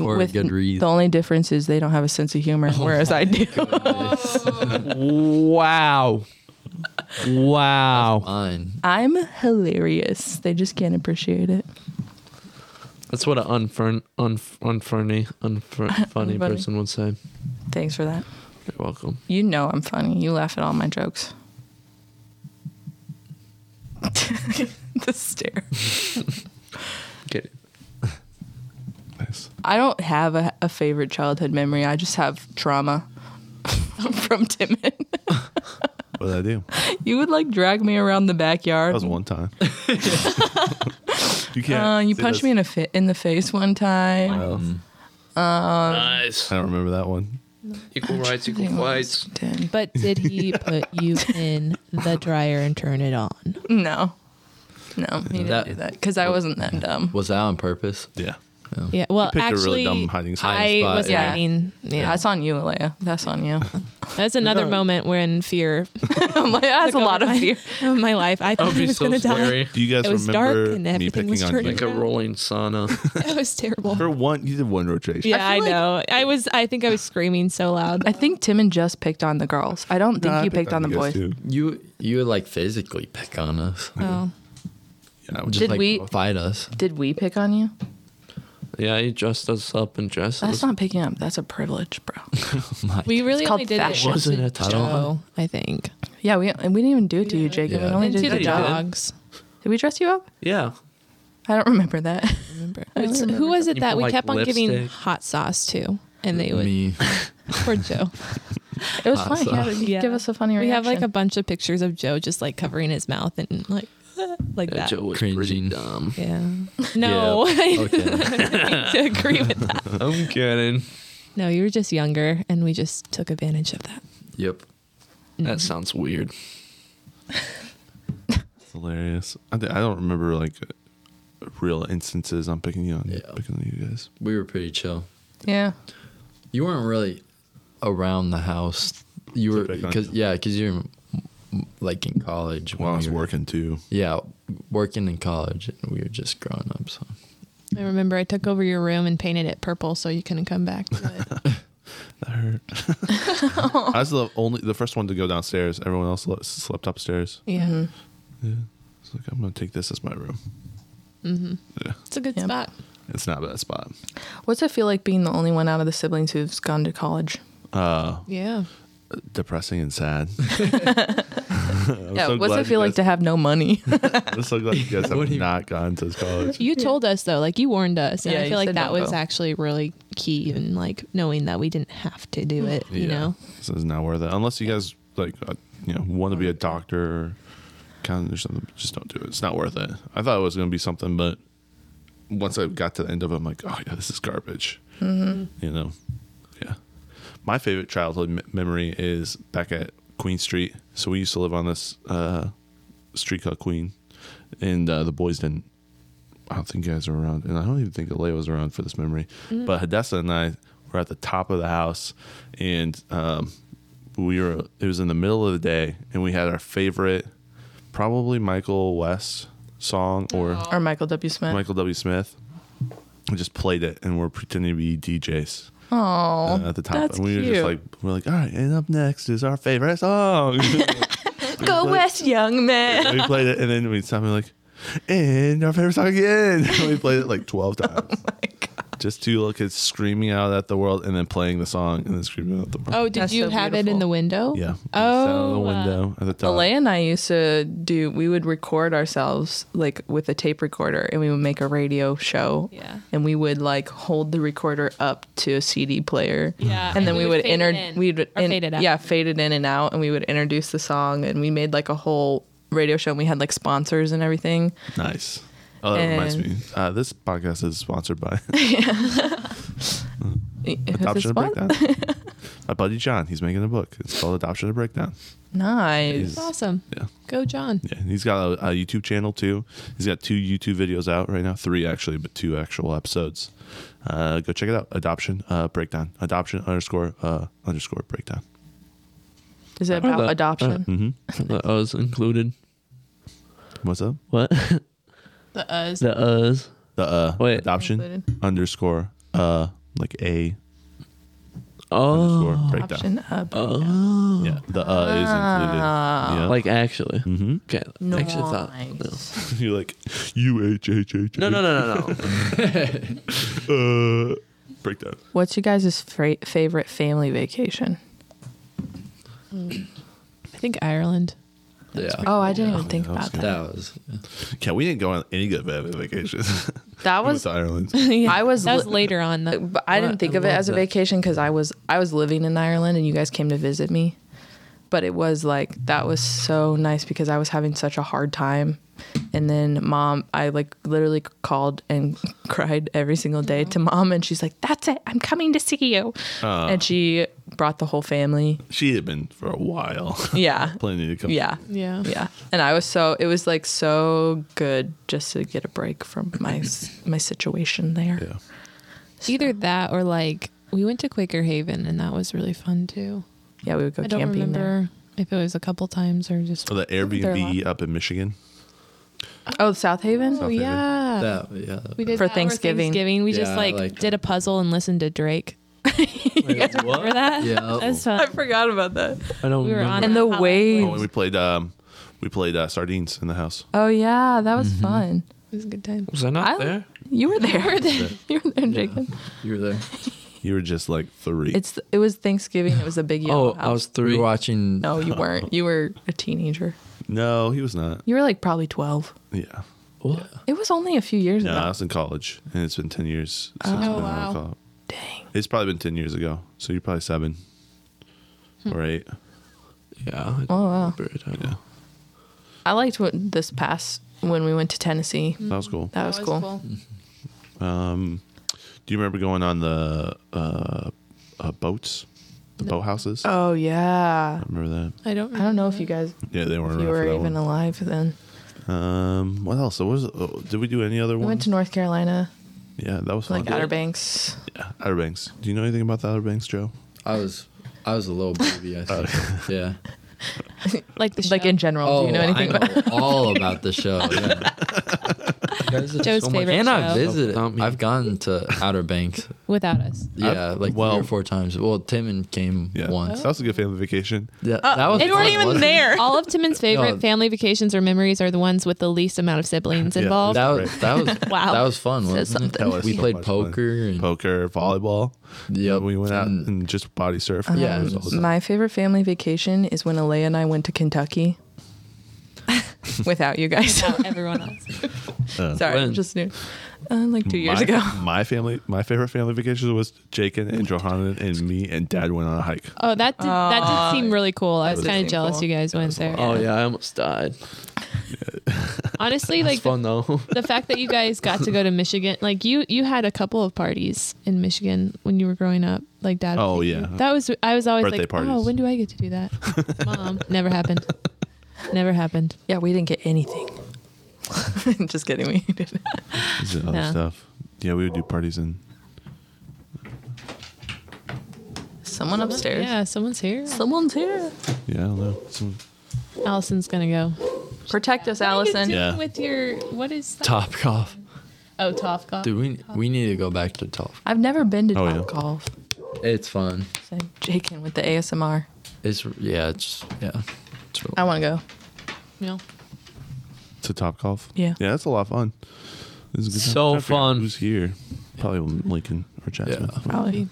Speaker 5: Or
Speaker 2: With-
Speaker 5: good Oh read.
Speaker 2: The only difference is they don't have a sense of humor, whereas I do.
Speaker 3: <laughs> Wow. Wow.
Speaker 5: Mine.
Speaker 2: <laughs> I'm hilarious. They just can't appreciate it.
Speaker 3: That's what an unfun, unf, unfunny, unfun, funny
Speaker 2: Unfunny.
Speaker 3: person would say.
Speaker 2: Thanks for that.
Speaker 3: You're welcome.
Speaker 2: You know I'm funny. You laugh at all my jokes. <laughs> the stare.
Speaker 3: Get it.
Speaker 1: Nice.
Speaker 2: I don't have a, a favorite childhood memory. I just have trauma <laughs> from Timon.
Speaker 1: What did I do?
Speaker 2: You would like drag me around the backyard.
Speaker 1: That was one time. you can't.
Speaker 2: Uh, you
Speaker 1: see
Speaker 2: punched
Speaker 1: this.
Speaker 2: me in a fi- in the face one time.
Speaker 5: Oh. Mm.
Speaker 3: nice.
Speaker 1: I don't remember that one.
Speaker 3: Equal rights, equal
Speaker 2: Anyone
Speaker 3: fights.
Speaker 2: else did.
Speaker 4: But did he put you in the dryer and turn it on?
Speaker 2: No, no, he didn't
Speaker 5: That-
Speaker 2: do that because I wasn't that dumb.
Speaker 5: Was that on purpose?
Speaker 1: Yeah.
Speaker 4: Yeah. Well,
Speaker 1: Picked a really
Speaker 4: actually,
Speaker 1: dumb hiding spot.
Speaker 4: I
Speaker 5: spot,
Speaker 4: was
Speaker 2: yeah.
Speaker 4: hiding.
Speaker 2: Yeah,
Speaker 4: Yeah.
Speaker 2: that's on you, Alea. That's on you.
Speaker 4: That's another moment where in fear <laughs>
Speaker 2: I'm like, that's a
Speaker 4: took
Speaker 2: lot
Speaker 4: over
Speaker 2: of
Speaker 4: my-
Speaker 2: fear.
Speaker 4: of my life. I
Speaker 3: That
Speaker 4: thought
Speaker 3: would
Speaker 4: he
Speaker 3: be
Speaker 4: was
Speaker 3: so
Speaker 4: going to die.
Speaker 3: scary.
Speaker 1: Do you guys
Speaker 4: It was dark
Speaker 1: remember
Speaker 4: and
Speaker 1: me
Speaker 4: everything
Speaker 1: picking
Speaker 4: was
Speaker 1: on
Speaker 4: turning
Speaker 1: you?
Speaker 3: Like a rolling sauna.
Speaker 4: <laughs> That was
Speaker 1: <laughs>
Speaker 4: terrible.
Speaker 1: For one, you did one rotation.
Speaker 4: Yeah, I, know. I was. I think I was screaming so loud.
Speaker 2: I think Tim and just picked on the girls. I don't think
Speaker 1: Nah, I
Speaker 2: you
Speaker 1: picked
Speaker 2: picked on the
Speaker 1: you guys
Speaker 2: boys.
Speaker 1: too.
Speaker 5: You you would like physically pick on us.
Speaker 4: Oh,
Speaker 1: Yeah, I would
Speaker 5: Just
Speaker 2: Did
Speaker 5: like
Speaker 2: we-
Speaker 5: fight us?
Speaker 2: Did we pick on you?
Speaker 3: <laughs> yeah, he dressed us up and dressed
Speaker 2: That's <laughs>
Speaker 3: us.
Speaker 2: not picking up. That's a privilege, bro.
Speaker 4: we really
Speaker 2: It's
Speaker 4: only
Speaker 2: called
Speaker 4: did
Speaker 2: fashion.
Speaker 4: it
Speaker 3: Wasn't
Speaker 4: to
Speaker 3: it a
Speaker 4: Joe, I think.
Speaker 2: Yeah, we and we didn't even do it to you, Jacob.
Speaker 5: Yeah.
Speaker 2: We only
Speaker 4: And
Speaker 2: did
Speaker 4: to
Speaker 2: it
Speaker 4: the
Speaker 2: to
Speaker 3: dog.
Speaker 2: John.
Speaker 4: dogs.
Speaker 2: Did we dress you up?
Speaker 3: yeah.
Speaker 2: I don't remember that. <laughs>
Speaker 4: It's- who was it
Speaker 3: You
Speaker 4: that
Speaker 3: put,
Speaker 4: we
Speaker 3: like,
Speaker 4: kept on giving
Speaker 3: lipstick.
Speaker 4: hot sauce to? And they would
Speaker 5: Me.
Speaker 4: <laughs> poor Joe.
Speaker 2: It was funny.
Speaker 5: Awesome.
Speaker 2: Yeah, you
Speaker 4: Yeah.
Speaker 2: Give us a funny
Speaker 4: We
Speaker 2: reaction.
Speaker 4: have like a bunch of pictures of Joe just like covering his mouth and like <laughs> like
Speaker 3: Yeah,
Speaker 4: that.
Speaker 3: Uh, Joe was pretty
Speaker 5: Cringing.
Speaker 3: dumb.
Speaker 4: Yeah.
Speaker 2: <laughs>
Speaker 4: No, <laughs>
Speaker 5: Yeah.
Speaker 4: I <laughs>
Speaker 5: Okay.
Speaker 4: to agree with that.
Speaker 3: I'm kidding.
Speaker 4: No, you were just younger, and we just took advantage of that.
Speaker 5: yep.
Speaker 4: Mm-hmm.
Speaker 3: That sounds weird.
Speaker 1: It's hilarious. I, th- I don't remember like real instances on picking you on
Speaker 5: Yeah.
Speaker 1: picking on you guys.
Speaker 5: We were pretty chill.
Speaker 2: yeah.
Speaker 5: You weren't really around the house. You
Speaker 1: To
Speaker 5: were
Speaker 1: pick on
Speaker 5: because
Speaker 1: you.
Speaker 5: yeah, because you're like in college.
Speaker 1: While
Speaker 5: when
Speaker 1: I was
Speaker 5: we were-
Speaker 1: working too.
Speaker 5: Yeah, working in college, and we were just growing up. So
Speaker 4: I remember I took over your room and painted it purple so you couldn't come back to it.
Speaker 1: That hurt. I was the only the first one to go downstairs. Everyone else le- slept upstairs.
Speaker 4: Yeah.
Speaker 2: Mm-hmm.
Speaker 1: It's like I'm gonna take this as my room.
Speaker 4: It's a good
Speaker 2: Yeah.
Speaker 4: spot.
Speaker 1: It's not a bad spot.
Speaker 2: What's it feel like being the only one out of the siblings who's gone to college?
Speaker 1: Uh,
Speaker 4: Yeah.
Speaker 1: depressing and
Speaker 2: <laughs>
Speaker 1: sad. <laughs>
Speaker 2: yeah. what's it feel like to have no money? <laughs>
Speaker 1: I'm so glad you guys have not gone to college.
Speaker 4: You told us though, like you warned us, and
Speaker 2: Yeah,
Speaker 4: I
Speaker 2: you
Speaker 4: feel like
Speaker 2: said
Speaker 4: that
Speaker 2: don't
Speaker 4: was
Speaker 2: go.
Speaker 4: actually really key and like knowing that we didn't have to do it, you know.
Speaker 1: this is not worth it. Unless you guys like, uh, you know, want to be a doctor, or accountant, or something. Just don't do it. It's not worth it. I thought it was gonna be something, but once I got to the end of it, I'm like, oh yeah, this is garbage.
Speaker 2: Mm-hmm.
Speaker 1: You know, yeah. My favorite childhood m- memory is back at Queen Street. So we used to live on this uh, street called Queen, and uh, the boys didn't. I don't think you guys are around, and I don't even think Alea was around for this memory.
Speaker 2: Mm.
Speaker 1: But Hadessa and I were at the top of the house, and um, we were. It was in the middle of the day, and we had our favorite, probably Michael West song or
Speaker 2: or Michael W. Smith?
Speaker 1: Michael W. Smith. We just played it, and we're pretending to be DJs
Speaker 2: Oh,
Speaker 1: uh, at the top.
Speaker 2: that's
Speaker 1: and we were
Speaker 2: cute.
Speaker 1: just like, we're like, all right, and up next is our favorite song.
Speaker 2: <laughs>
Speaker 1: <laughs>
Speaker 2: go West, young man.
Speaker 1: we played it, and <laughs> then we stopped and we're like, and our favorite song again. we played it like 12 times. Just two little kids screaming out at the world and then playing the song and then screaming out the world.
Speaker 4: Oh, did
Speaker 2: That's
Speaker 4: you
Speaker 2: so
Speaker 4: have it in
Speaker 2: beautiful.
Speaker 4: the window?
Speaker 1: Yeah.
Speaker 4: Oh,
Speaker 1: Out of the
Speaker 4: uh,
Speaker 1: window at the top.
Speaker 2: Alea and I used to do, we would record ourselves like with a tape recorder and we would make a radio show.
Speaker 4: Yeah.
Speaker 2: And we would like hold the recorder up to a CD player.
Speaker 4: Yeah,
Speaker 2: And, then we, would
Speaker 4: fade it
Speaker 2: enter,
Speaker 4: in,
Speaker 2: we'd,
Speaker 4: or
Speaker 2: in-
Speaker 4: fade it out.
Speaker 2: yeah, fade it in and out and we would introduce the song and we made like a whole radio show and we had like sponsors and everything.
Speaker 1: Nice. Oh, that reminds
Speaker 2: And-
Speaker 1: me. Uh, this podcast is sponsored by
Speaker 2: Who's the
Speaker 1: Adoption and
Speaker 2: spon-
Speaker 1: Breakdown. My buddy John, he's making a book. It's called Adoption and Breakdown.
Speaker 2: Nice.
Speaker 1: He's-
Speaker 4: That's awesome.
Speaker 1: Yeah.
Speaker 4: Go, John.
Speaker 1: Yeah, and he's got a, a YouTube channel too. He's got two YouTube videos out right now, three actually, but two actual episodes. Uh, go check it out. Adoption uh, breakdown. Adoption underscore uh, underscore breakdown. Mm-hmm.
Speaker 2: Is it
Speaker 3: Oh,
Speaker 2: about
Speaker 1: uh,
Speaker 3: that-
Speaker 2: adoption?
Speaker 3: The us included.
Speaker 1: What's up?
Speaker 3: What?
Speaker 4: The us.
Speaker 3: The us.
Speaker 1: The uh,
Speaker 3: Wait.
Speaker 1: adoption
Speaker 2: Included.
Speaker 1: underscore uh, like a
Speaker 3: Oh.
Speaker 1: underscore breakdown.
Speaker 2: Adoption up.
Speaker 3: Oh.
Speaker 1: Yeah, the uh is included. Yeah.
Speaker 3: Like actually.
Speaker 1: Mhm.
Speaker 3: Okay.
Speaker 2: nice.
Speaker 3: Actually thought.
Speaker 1: <laughs>
Speaker 3: No.
Speaker 1: you're like U H H H.
Speaker 3: No, no, no, no, no.
Speaker 1: no. Uh, breakdown.
Speaker 2: What's your guys' fra- favorite family vacation?
Speaker 4: I think
Speaker 2: <laughs>
Speaker 4: Ireland.
Speaker 5: Yeah.
Speaker 2: Oh, I didn't even think
Speaker 1: that was
Speaker 2: about that.
Speaker 5: That was
Speaker 1: Yeah, we didn't go on any good vacations. <laughs>
Speaker 2: That
Speaker 1: I was
Speaker 2: was
Speaker 1: to Ireland.
Speaker 4: Yeah,
Speaker 2: I was
Speaker 4: that was
Speaker 2: li- uh,
Speaker 4: later on. though.
Speaker 2: But I didn't think of it as a
Speaker 3: love that.
Speaker 2: vacation because I was I was living in Ireland and you guys came to visit me. But it was like that was so nice because I was having such a hard time. And then mom, I like literally called and <laughs> cried every single day to mom, and she's like, "That's it, I'm coming to see you." and she brought the whole <laughs> family.
Speaker 1: She had been for a while.
Speaker 2: Yeah,
Speaker 1: Plenty to come.
Speaker 2: yeah,
Speaker 4: Yeah.
Speaker 2: yeah. And I was so it was like so good just to get a break from my s- my situation there.
Speaker 1: Yeah.
Speaker 4: Either that or like we went to Quaker Haven and that was really fun too.
Speaker 2: Yeah, we would go
Speaker 4: I don't
Speaker 2: camping
Speaker 4: remember
Speaker 2: there.
Speaker 4: if it was a couple times or just.
Speaker 1: Oh, the Airbnb up in Michigan.
Speaker 2: Oh, South Haven.
Speaker 4: Oh
Speaker 1: Haven.
Speaker 4: yeah.
Speaker 5: that. Yeah.
Speaker 2: <laughs>
Speaker 4: We did
Speaker 2: For
Speaker 4: that over
Speaker 2: Thanksgiving.
Speaker 4: Thanksgiving, we just
Speaker 5: Yeah, I
Speaker 4: like
Speaker 5: liked
Speaker 4: did a puzzle and listened to Drake. Remember that?
Speaker 5: Yeah.
Speaker 4: That's
Speaker 2: I
Speaker 4: fun.
Speaker 2: forgot about that.
Speaker 3: I don't
Speaker 4: We were on
Speaker 3: remember.
Speaker 2: And
Speaker 4: a
Speaker 2: the
Speaker 4: hot
Speaker 2: waves.
Speaker 1: Oh, and we played um, we played uh, sardines in the house.
Speaker 2: Oh yeah, that was fun.
Speaker 4: It was a good time.
Speaker 3: Was I not
Speaker 2: I-
Speaker 3: there?
Speaker 2: You were there. <laughs> You were there, Jacob.
Speaker 5: You were there.
Speaker 1: You were just like three.
Speaker 2: It's it was Thanksgiving. It was a big yellow
Speaker 3: Oh, I was
Speaker 2: house.
Speaker 5: We
Speaker 3: three.
Speaker 5: were watching.
Speaker 2: No, you weren't. You were a teenager.
Speaker 1: no, he was not.
Speaker 2: You were like probably twelve.
Speaker 1: Yeah.
Speaker 3: What?
Speaker 2: It was only a few years
Speaker 1: No, I
Speaker 2: ago.
Speaker 1: was in college, and it's been ten years. Since
Speaker 4: Oh,
Speaker 1: I've been out
Speaker 4: wow.
Speaker 1: of college.
Speaker 2: Dang.
Speaker 1: It's probably been ten years ago. So you're probably seven
Speaker 2: Hmm.
Speaker 1: or eight.
Speaker 3: Yeah. I
Speaker 2: Oh wow.
Speaker 3: remember it. I
Speaker 1: Yeah,
Speaker 2: I liked what this past when we went to Tennessee.
Speaker 1: that was cool.
Speaker 2: That was cool.
Speaker 1: Um, do you remember going on the uh, uh boats, the boat boathouses? I
Speaker 2: Oh yeah.
Speaker 1: remember that.
Speaker 4: I don't.
Speaker 2: I don't know if you guys
Speaker 1: Yeah, they weren't
Speaker 2: if you
Speaker 1: around for
Speaker 2: were
Speaker 1: that
Speaker 2: even
Speaker 1: one.
Speaker 2: alive then.
Speaker 1: Um, what else? So was oh, did we do any other
Speaker 2: We
Speaker 1: one?
Speaker 2: went to North Carolina,
Speaker 1: yeah, that was
Speaker 2: like
Speaker 1: fun.
Speaker 2: Outer Banks.
Speaker 1: Yeah, Outer Banks. Do you know anything about the Outer Banks, Joe?
Speaker 5: I was. I was a little baby.
Speaker 1: <laughs>
Speaker 5: I think. yeah. Oh,
Speaker 4: like the show.
Speaker 2: Like in general, Oh, do you know anything
Speaker 5: I
Speaker 2: about?
Speaker 5: know all about the show.
Speaker 2: <laughs>
Speaker 5: Yeah.
Speaker 4: Joe's favorite
Speaker 5: and
Speaker 4: show.
Speaker 5: I've visited.
Speaker 3: Without me.
Speaker 5: I've gone to Outer
Speaker 1: <laughs>
Speaker 5: Banks.
Speaker 4: without us.
Speaker 5: Yeah, like
Speaker 1: well-
Speaker 5: three or four times. Well, Timon came
Speaker 1: Yeah,
Speaker 5: once.
Speaker 2: Oh.
Speaker 1: that was a good family vacation.
Speaker 5: Yeah,
Speaker 2: Uh,
Speaker 5: that was.
Speaker 4: It's
Speaker 5: fun,
Speaker 4: not
Speaker 5: wasn't it?
Speaker 4: All of Timon's favorite
Speaker 5: No.
Speaker 4: family vacations or memories are the ones with the least amount of siblings
Speaker 1: Yeah.
Speaker 4: involved.
Speaker 5: <laughs> That was that was
Speaker 2: <laughs>
Speaker 4: Wow.
Speaker 5: That was fun. Wasn't
Speaker 2: something.
Speaker 5: It?
Speaker 1: That was
Speaker 5: we
Speaker 1: so
Speaker 5: played
Speaker 1: much fun.
Speaker 5: poker and
Speaker 1: Poker, volleyball.
Speaker 5: yep.
Speaker 1: We went out
Speaker 5: And
Speaker 1: and just body surfed.
Speaker 5: Oh, mm.
Speaker 2: Uh-huh.
Speaker 5: Yeah,
Speaker 1: It was awesome.
Speaker 2: Um, My favorite family vacation is when Alea and I went to
Speaker 1: <laughs>
Speaker 2: Kentucky without you guys.
Speaker 4: Without everyone else.
Speaker 2: <laughs> Sorry,
Speaker 3: When?
Speaker 2: just new. Uh, like two years
Speaker 1: my,
Speaker 2: ago.
Speaker 1: <laughs>
Speaker 2: <laughs>
Speaker 1: my family, my favorite family vacation was Jacob and Johanna and me and Dad went on a hike.
Speaker 4: Oh, that did, that did seem really cool. I was
Speaker 2: did
Speaker 4: kind
Speaker 2: seem
Speaker 4: of jealous
Speaker 2: cool.
Speaker 4: you guys went there.
Speaker 3: Oh yeah, I almost died.
Speaker 4: <laughs> Honestly, like
Speaker 3: It's fun though. <laughs>
Speaker 4: the fact that you guys got to go to Michigan, like you you had a couple of parties in Michigan when you were growing up, like dad. would
Speaker 1: Oh,
Speaker 4: take you.
Speaker 1: yeah.
Speaker 4: that was I was always
Speaker 1: Birthday
Speaker 4: like, oh,
Speaker 1: parties.
Speaker 4: when do I get to do that? Mom, never happened. Never happened.
Speaker 2: Yeah, we didn't get anything. <laughs> just kidding, we did. <laughs>
Speaker 1: Is it other
Speaker 4: Yeah.
Speaker 1: stuff? Yeah, we would do parties and
Speaker 2: Someone upstairs.
Speaker 4: Yeah, someone's here.
Speaker 2: Someone's here.
Speaker 1: yeah, I don't know. Some-
Speaker 4: Allison's gonna go.
Speaker 2: Protect us,
Speaker 4: What are you
Speaker 2: Allison.
Speaker 1: Yeah.
Speaker 4: doing With your what is that?
Speaker 5: <laughs> top golf.
Speaker 4: Oh, Tofka.
Speaker 5: Dude, we we need to go back to Topf.
Speaker 2: I've never been to
Speaker 1: Oh,
Speaker 2: oh,
Speaker 1: yeah.
Speaker 2: Top Golf.
Speaker 5: It's fun.
Speaker 2: So Jakin with the ASMR.
Speaker 5: It's yeah. It's yeah. It's real-
Speaker 2: I want to go.
Speaker 4: No.
Speaker 1: to Top Golf.
Speaker 2: Yeah.
Speaker 1: yeah, that's a lot of fun. This is a good time.
Speaker 3: So
Speaker 1: I forgot
Speaker 3: fun.
Speaker 1: Who's here? Probably Lincoln or Jackson.
Speaker 5: Yeah.
Speaker 4: Probably.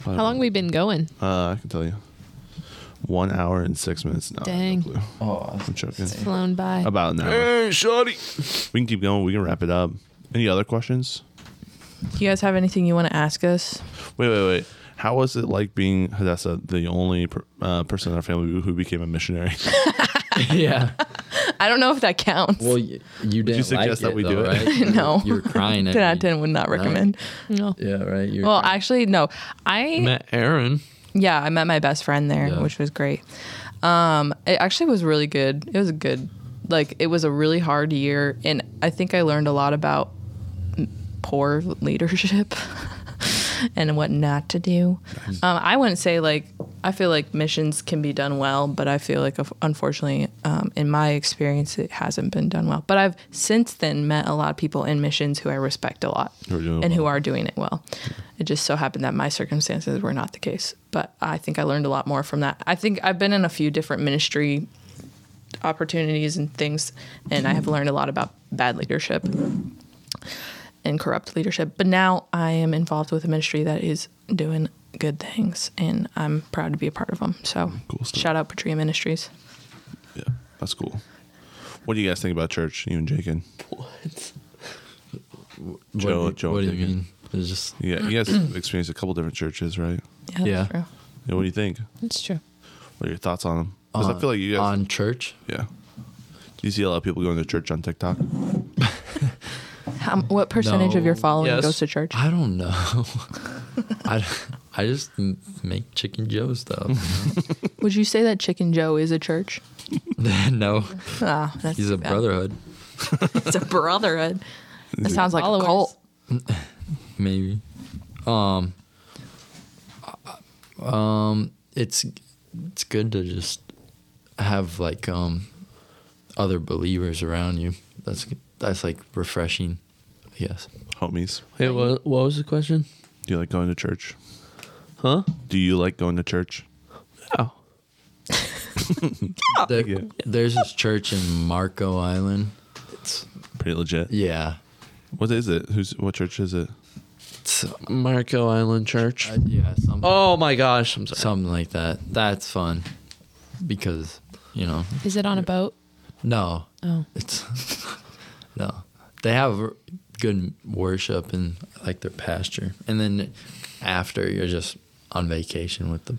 Speaker 1: Probably
Speaker 4: How long we been going?
Speaker 1: Uh, I can tell you. One hour and six minutes. No, I have no
Speaker 4: Dang.
Speaker 1: clue.
Speaker 5: Oh,
Speaker 1: I'm joking.
Speaker 4: Flown by.
Speaker 1: About an hour.
Speaker 3: Hey, shorty.
Speaker 1: We can keep going. We can wrap it up. Any other questions?
Speaker 2: you guys have anything you want to ask us? <laughs>
Speaker 1: Wait, wait, wait. How was it like being Hadassah, the only per, uh, person in our family who became a missionary?
Speaker 5: yeah.
Speaker 2: I don't know if that counts. <laughs>
Speaker 5: Well, you, you didn't
Speaker 1: suggest
Speaker 5: like
Speaker 1: that we
Speaker 5: it,
Speaker 1: do
Speaker 5: though,
Speaker 1: it?
Speaker 5: Right?
Speaker 2: No.
Speaker 5: you were
Speaker 2: <laughs>
Speaker 5: crying. At
Speaker 2: Ten out
Speaker 5: me.
Speaker 2: of ten would not
Speaker 5: Right.
Speaker 2: recommend.
Speaker 4: No.
Speaker 5: Yeah, right. You were
Speaker 2: Well,
Speaker 5: crying.
Speaker 2: actually, no. I
Speaker 3: Met Aaron.
Speaker 2: yeah, I met my best friend there,
Speaker 5: Yeah.
Speaker 2: which was great. Um, it actually was really good. It was a good, like it was a really hard year, and I think I learned a lot about m- poor leadership <laughs> and what not to do. Um, I wouldn't say like I feel like missions can be done well, but I feel like of- unfortunately, um, in my experience, it hasn't been done well. But I've since then met a lot of people in missions who I respect a lot
Speaker 1: Who are doing it
Speaker 2: and who
Speaker 1: well.
Speaker 2: are doing it well. It just so happened that my circumstances were not the case, but I think I learned a lot more from that. I think I've been in a few different ministry opportunities and things, and I have learned a lot about bad leadership and corrupt leadership. But now I am involved with a ministry that is doing good things, and I'm proud to be a part of them. So
Speaker 1: Mm, Cool stuff.
Speaker 2: shout out Patria Ministries.
Speaker 1: <laughs> yeah, that's cool. What do you guys think about church? You and Jacob?
Speaker 5: What
Speaker 1: Joe-
Speaker 5: do you-
Speaker 1: Joe
Speaker 5: what do you
Speaker 1: thinking.
Speaker 5: mean? It's just
Speaker 1: Yeah, you guys <clears throat> have experienced a couple different churches, right?
Speaker 2: Yeah, that's
Speaker 5: Yeah.
Speaker 2: true.
Speaker 1: Yeah, what do you think?
Speaker 4: That's true.
Speaker 1: What are your thoughts on them? Because I
Speaker 5: on-
Speaker 1: feel like you guys.
Speaker 5: on church.
Speaker 1: yeah. Do you see a lot of people going to church on TikTok?
Speaker 2: How, what percentage of your
Speaker 5: No.
Speaker 2: following
Speaker 3: Yes.
Speaker 2: goes to church?
Speaker 5: I
Speaker 2: <laughs>
Speaker 5: don't know. I, I just m- make chicken
Speaker 2: <laughs>
Speaker 5: Joe stuff.
Speaker 2: Would you say that Chicken Joe is a church?
Speaker 5: <laughs> no,
Speaker 2: Ah, that's
Speaker 5: he's
Speaker 2: too
Speaker 5: a
Speaker 2: bad. <laughs>
Speaker 5: brotherhood.
Speaker 2: It's a brotherhood. That sounds like
Speaker 4: Followers.
Speaker 2: a cult.
Speaker 5: maybe. Um, uh, um, it's it's good to just have like um other believers around you. That's that's like refreshing. Yes.
Speaker 1: Homies,
Speaker 3: Hey, what, what was the question?
Speaker 1: do you like going to church?
Speaker 3: Huh?
Speaker 1: Do you like going to church?
Speaker 3: Oh.
Speaker 5: There, There's this church in Marco Island.
Speaker 1: Pretty legit.
Speaker 5: Yeah.
Speaker 1: What is it? Who's what church is it?
Speaker 5: It's, uh,
Speaker 3: Marco Island Church.
Speaker 5: yeah. Something,
Speaker 3: Oh my gosh. I'm sorry.
Speaker 5: something like that. That's fun because you know
Speaker 4: Is it on a boat?
Speaker 5: No.
Speaker 4: Oh.
Speaker 5: It's <laughs> no. They have good worship and like their pasture, and then after you're just on vacation with the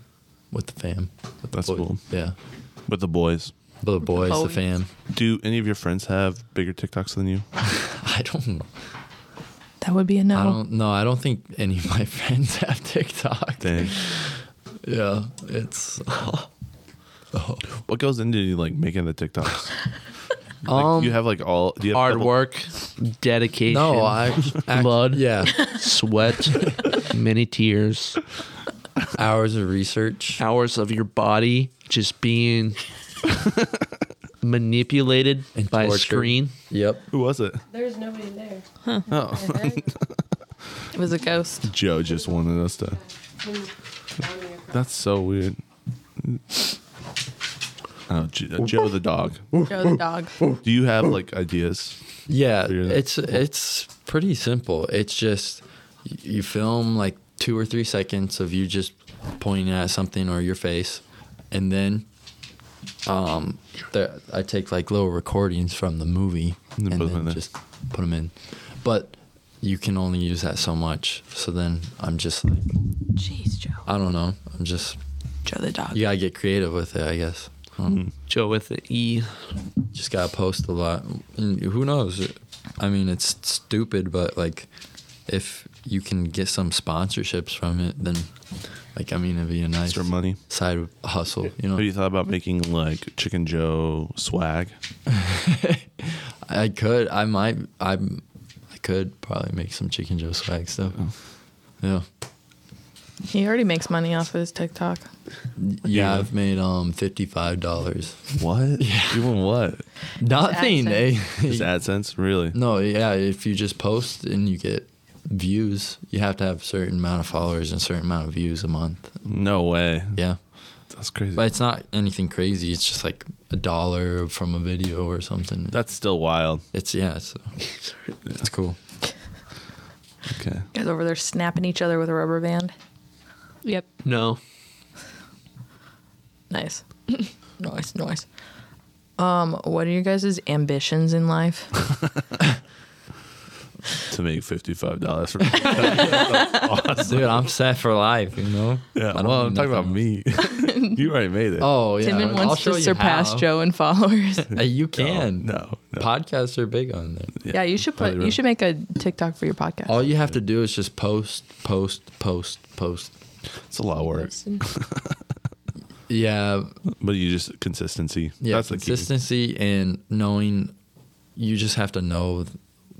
Speaker 5: with the fam. With the
Speaker 1: That's cool.
Speaker 5: Yeah,
Speaker 1: With the boys.
Speaker 5: the boys, the
Speaker 2: boys.
Speaker 5: fam.
Speaker 1: Do any of your friends have bigger TikToks than you?
Speaker 5: I don't. know.
Speaker 2: That would be a no.
Speaker 5: I don't know. I don't think any of my <laughs> friends have TikTok.
Speaker 1: Dang.
Speaker 5: Yeah,
Speaker 1: <laughs>
Speaker 5: it's
Speaker 1: What goes into like making the
Speaker 5: <laughs>
Speaker 1: TikToks? Like,
Speaker 5: um.
Speaker 1: you have like all do you have a
Speaker 3: Hard
Speaker 1: couple-
Speaker 3: work, dedication,
Speaker 5: no, I act-
Speaker 3: Blood.
Speaker 5: Yeah, <laughs>
Speaker 3: sweat, many tears,
Speaker 5: hours of research.
Speaker 3: hours of your body just
Speaker 5: <laughs>
Speaker 3: being manipulated
Speaker 5: And
Speaker 3: by a
Speaker 5: tortured.
Speaker 3: screen.
Speaker 5: Yep.
Speaker 1: Who was it?
Speaker 6: There's nobody there.
Speaker 1: Oh,
Speaker 2: It was a ghost.
Speaker 1: Joe just wanted us to. That's so weird. Oh, Joe, Joe the dog.
Speaker 2: <laughs> Joe the dog.
Speaker 1: Do you have like ideas?
Speaker 5: Yeah,
Speaker 1: Figure that-
Speaker 5: it's it's pretty simple. It's just y- you film like two or three seconds of you just pointing at something or your face, and then um, there, I take like little recordings from the movie
Speaker 1: And
Speaker 5: and,
Speaker 1: then put 'em in
Speaker 5: then
Speaker 1: there.
Speaker 5: just put them in. But you can only use that so much. So then I'm just like,
Speaker 2: Jeez, Joe.
Speaker 5: I don't know. I'm just
Speaker 2: Joe the dog.
Speaker 5: you gotta get creative with it, I guess.
Speaker 1: Hmm.
Speaker 5: Um,
Speaker 3: Joe with the E.
Speaker 5: just gotta post a lot. And who knows? I mean, it's stupid, but like, if you can get some sponsorships from it, then like, I mean, it'd be a nice
Speaker 1: Extra money.
Speaker 5: side hustle. You know,
Speaker 1: Have you thought about making like Chicken Joe swag?
Speaker 5: I could, I might, I, I could probably make some chicken Joe swag stuff.
Speaker 1: Oh.
Speaker 5: Yeah,
Speaker 2: He already makes money off of his TikTok.
Speaker 5: yeah. I've made um fifty five dollars. <laughs>
Speaker 1: What? Doing what?
Speaker 5: Nothing. Eh? <laughs>
Speaker 1: Just AdSense? Really?
Speaker 5: no, yeah. If you just post and you get views, you have to have a certain amount of followers and a certain amount of views a month.
Speaker 1: No way.
Speaker 5: Yeah.
Speaker 1: That's crazy.
Speaker 5: But it's not anything crazy. It's just like a dollar from a video or something.
Speaker 1: <laughs> That's still wild.
Speaker 5: It's yeah. It's, it's cool.
Speaker 1: Okay.
Speaker 7: Guys over there snapping each other with a rubber band.
Speaker 4: Yep.
Speaker 3: No.
Speaker 5: <laughs>
Speaker 7: Nice. nice, nice. Um, what are you guys' ambitions in life?
Speaker 1: To make fifty five dollars
Speaker 5: <laughs>
Speaker 1: for
Speaker 5: Dude, I'm set for life, you know?
Speaker 1: Yeah.
Speaker 5: I don't
Speaker 1: Well, I'm talking
Speaker 5: need
Speaker 1: about
Speaker 5: nothing
Speaker 1: me. <laughs> you already made it.
Speaker 5: Oh, yeah.
Speaker 2: Timon
Speaker 5: I'll
Speaker 2: wants
Speaker 5: show
Speaker 2: to
Speaker 5: you
Speaker 2: surpass
Speaker 5: how.
Speaker 2: Joe in
Speaker 5: <laughs>
Speaker 2: followers.
Speaker 5: Hey, you
Speaker 1: No,
Speaker 5: can.
Speaker 1: no, no.
Speaker 5: Podcasts are big on there.
Speaker 2: yeah, you should put.
Speaker 1: probably
Speaker 2: You should make a TikTok for your podcast.
Speaker 5: All you have to do is just post, post, post, post.
Speaker 1: It's a lot of work,
Speaker 4: Oh
Speaker 5: Yeah,
Speaker 1: but you just consistency.
Speaker 5: yeah.
Speaker 1: That's the key.
Speaker 5: consistency and knowing you just have to know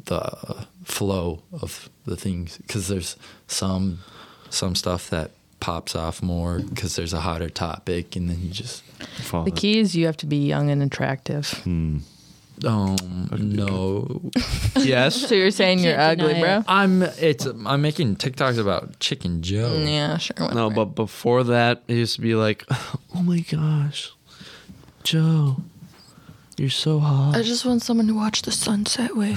Speaker 5: the flow of the things because there's some some stuff that pops off more because there's a hotter topic and then you just
Speaker 1: Follow
Speaker 2: the
Speaker 1: that.
Speaker 2: key is you have to be young and attractive.
Speaker 5: Hmm. um no
Speaker 2: <laughs>
Speaker 3: Yes.
Speaker 2: So you're saying
Speaker 4: You
Speaker 2: you're
Speaker 4: can't
Speaker 2: ugly,
Speaker 4: deny
Speaker 2: bro?
Speaker 4: it.
Speaker 5: i'm it's i'm making tiktoks about chicken joe
Speaker 2: Yeah, sure.
Speaker 3: No,
Speaker 2: whatever.
Speaker 3: but before that, it used to be like, <laughs> oh my gosh, Joe, you're so hot.
Speaker 7: I just want someone to watch the sunset with.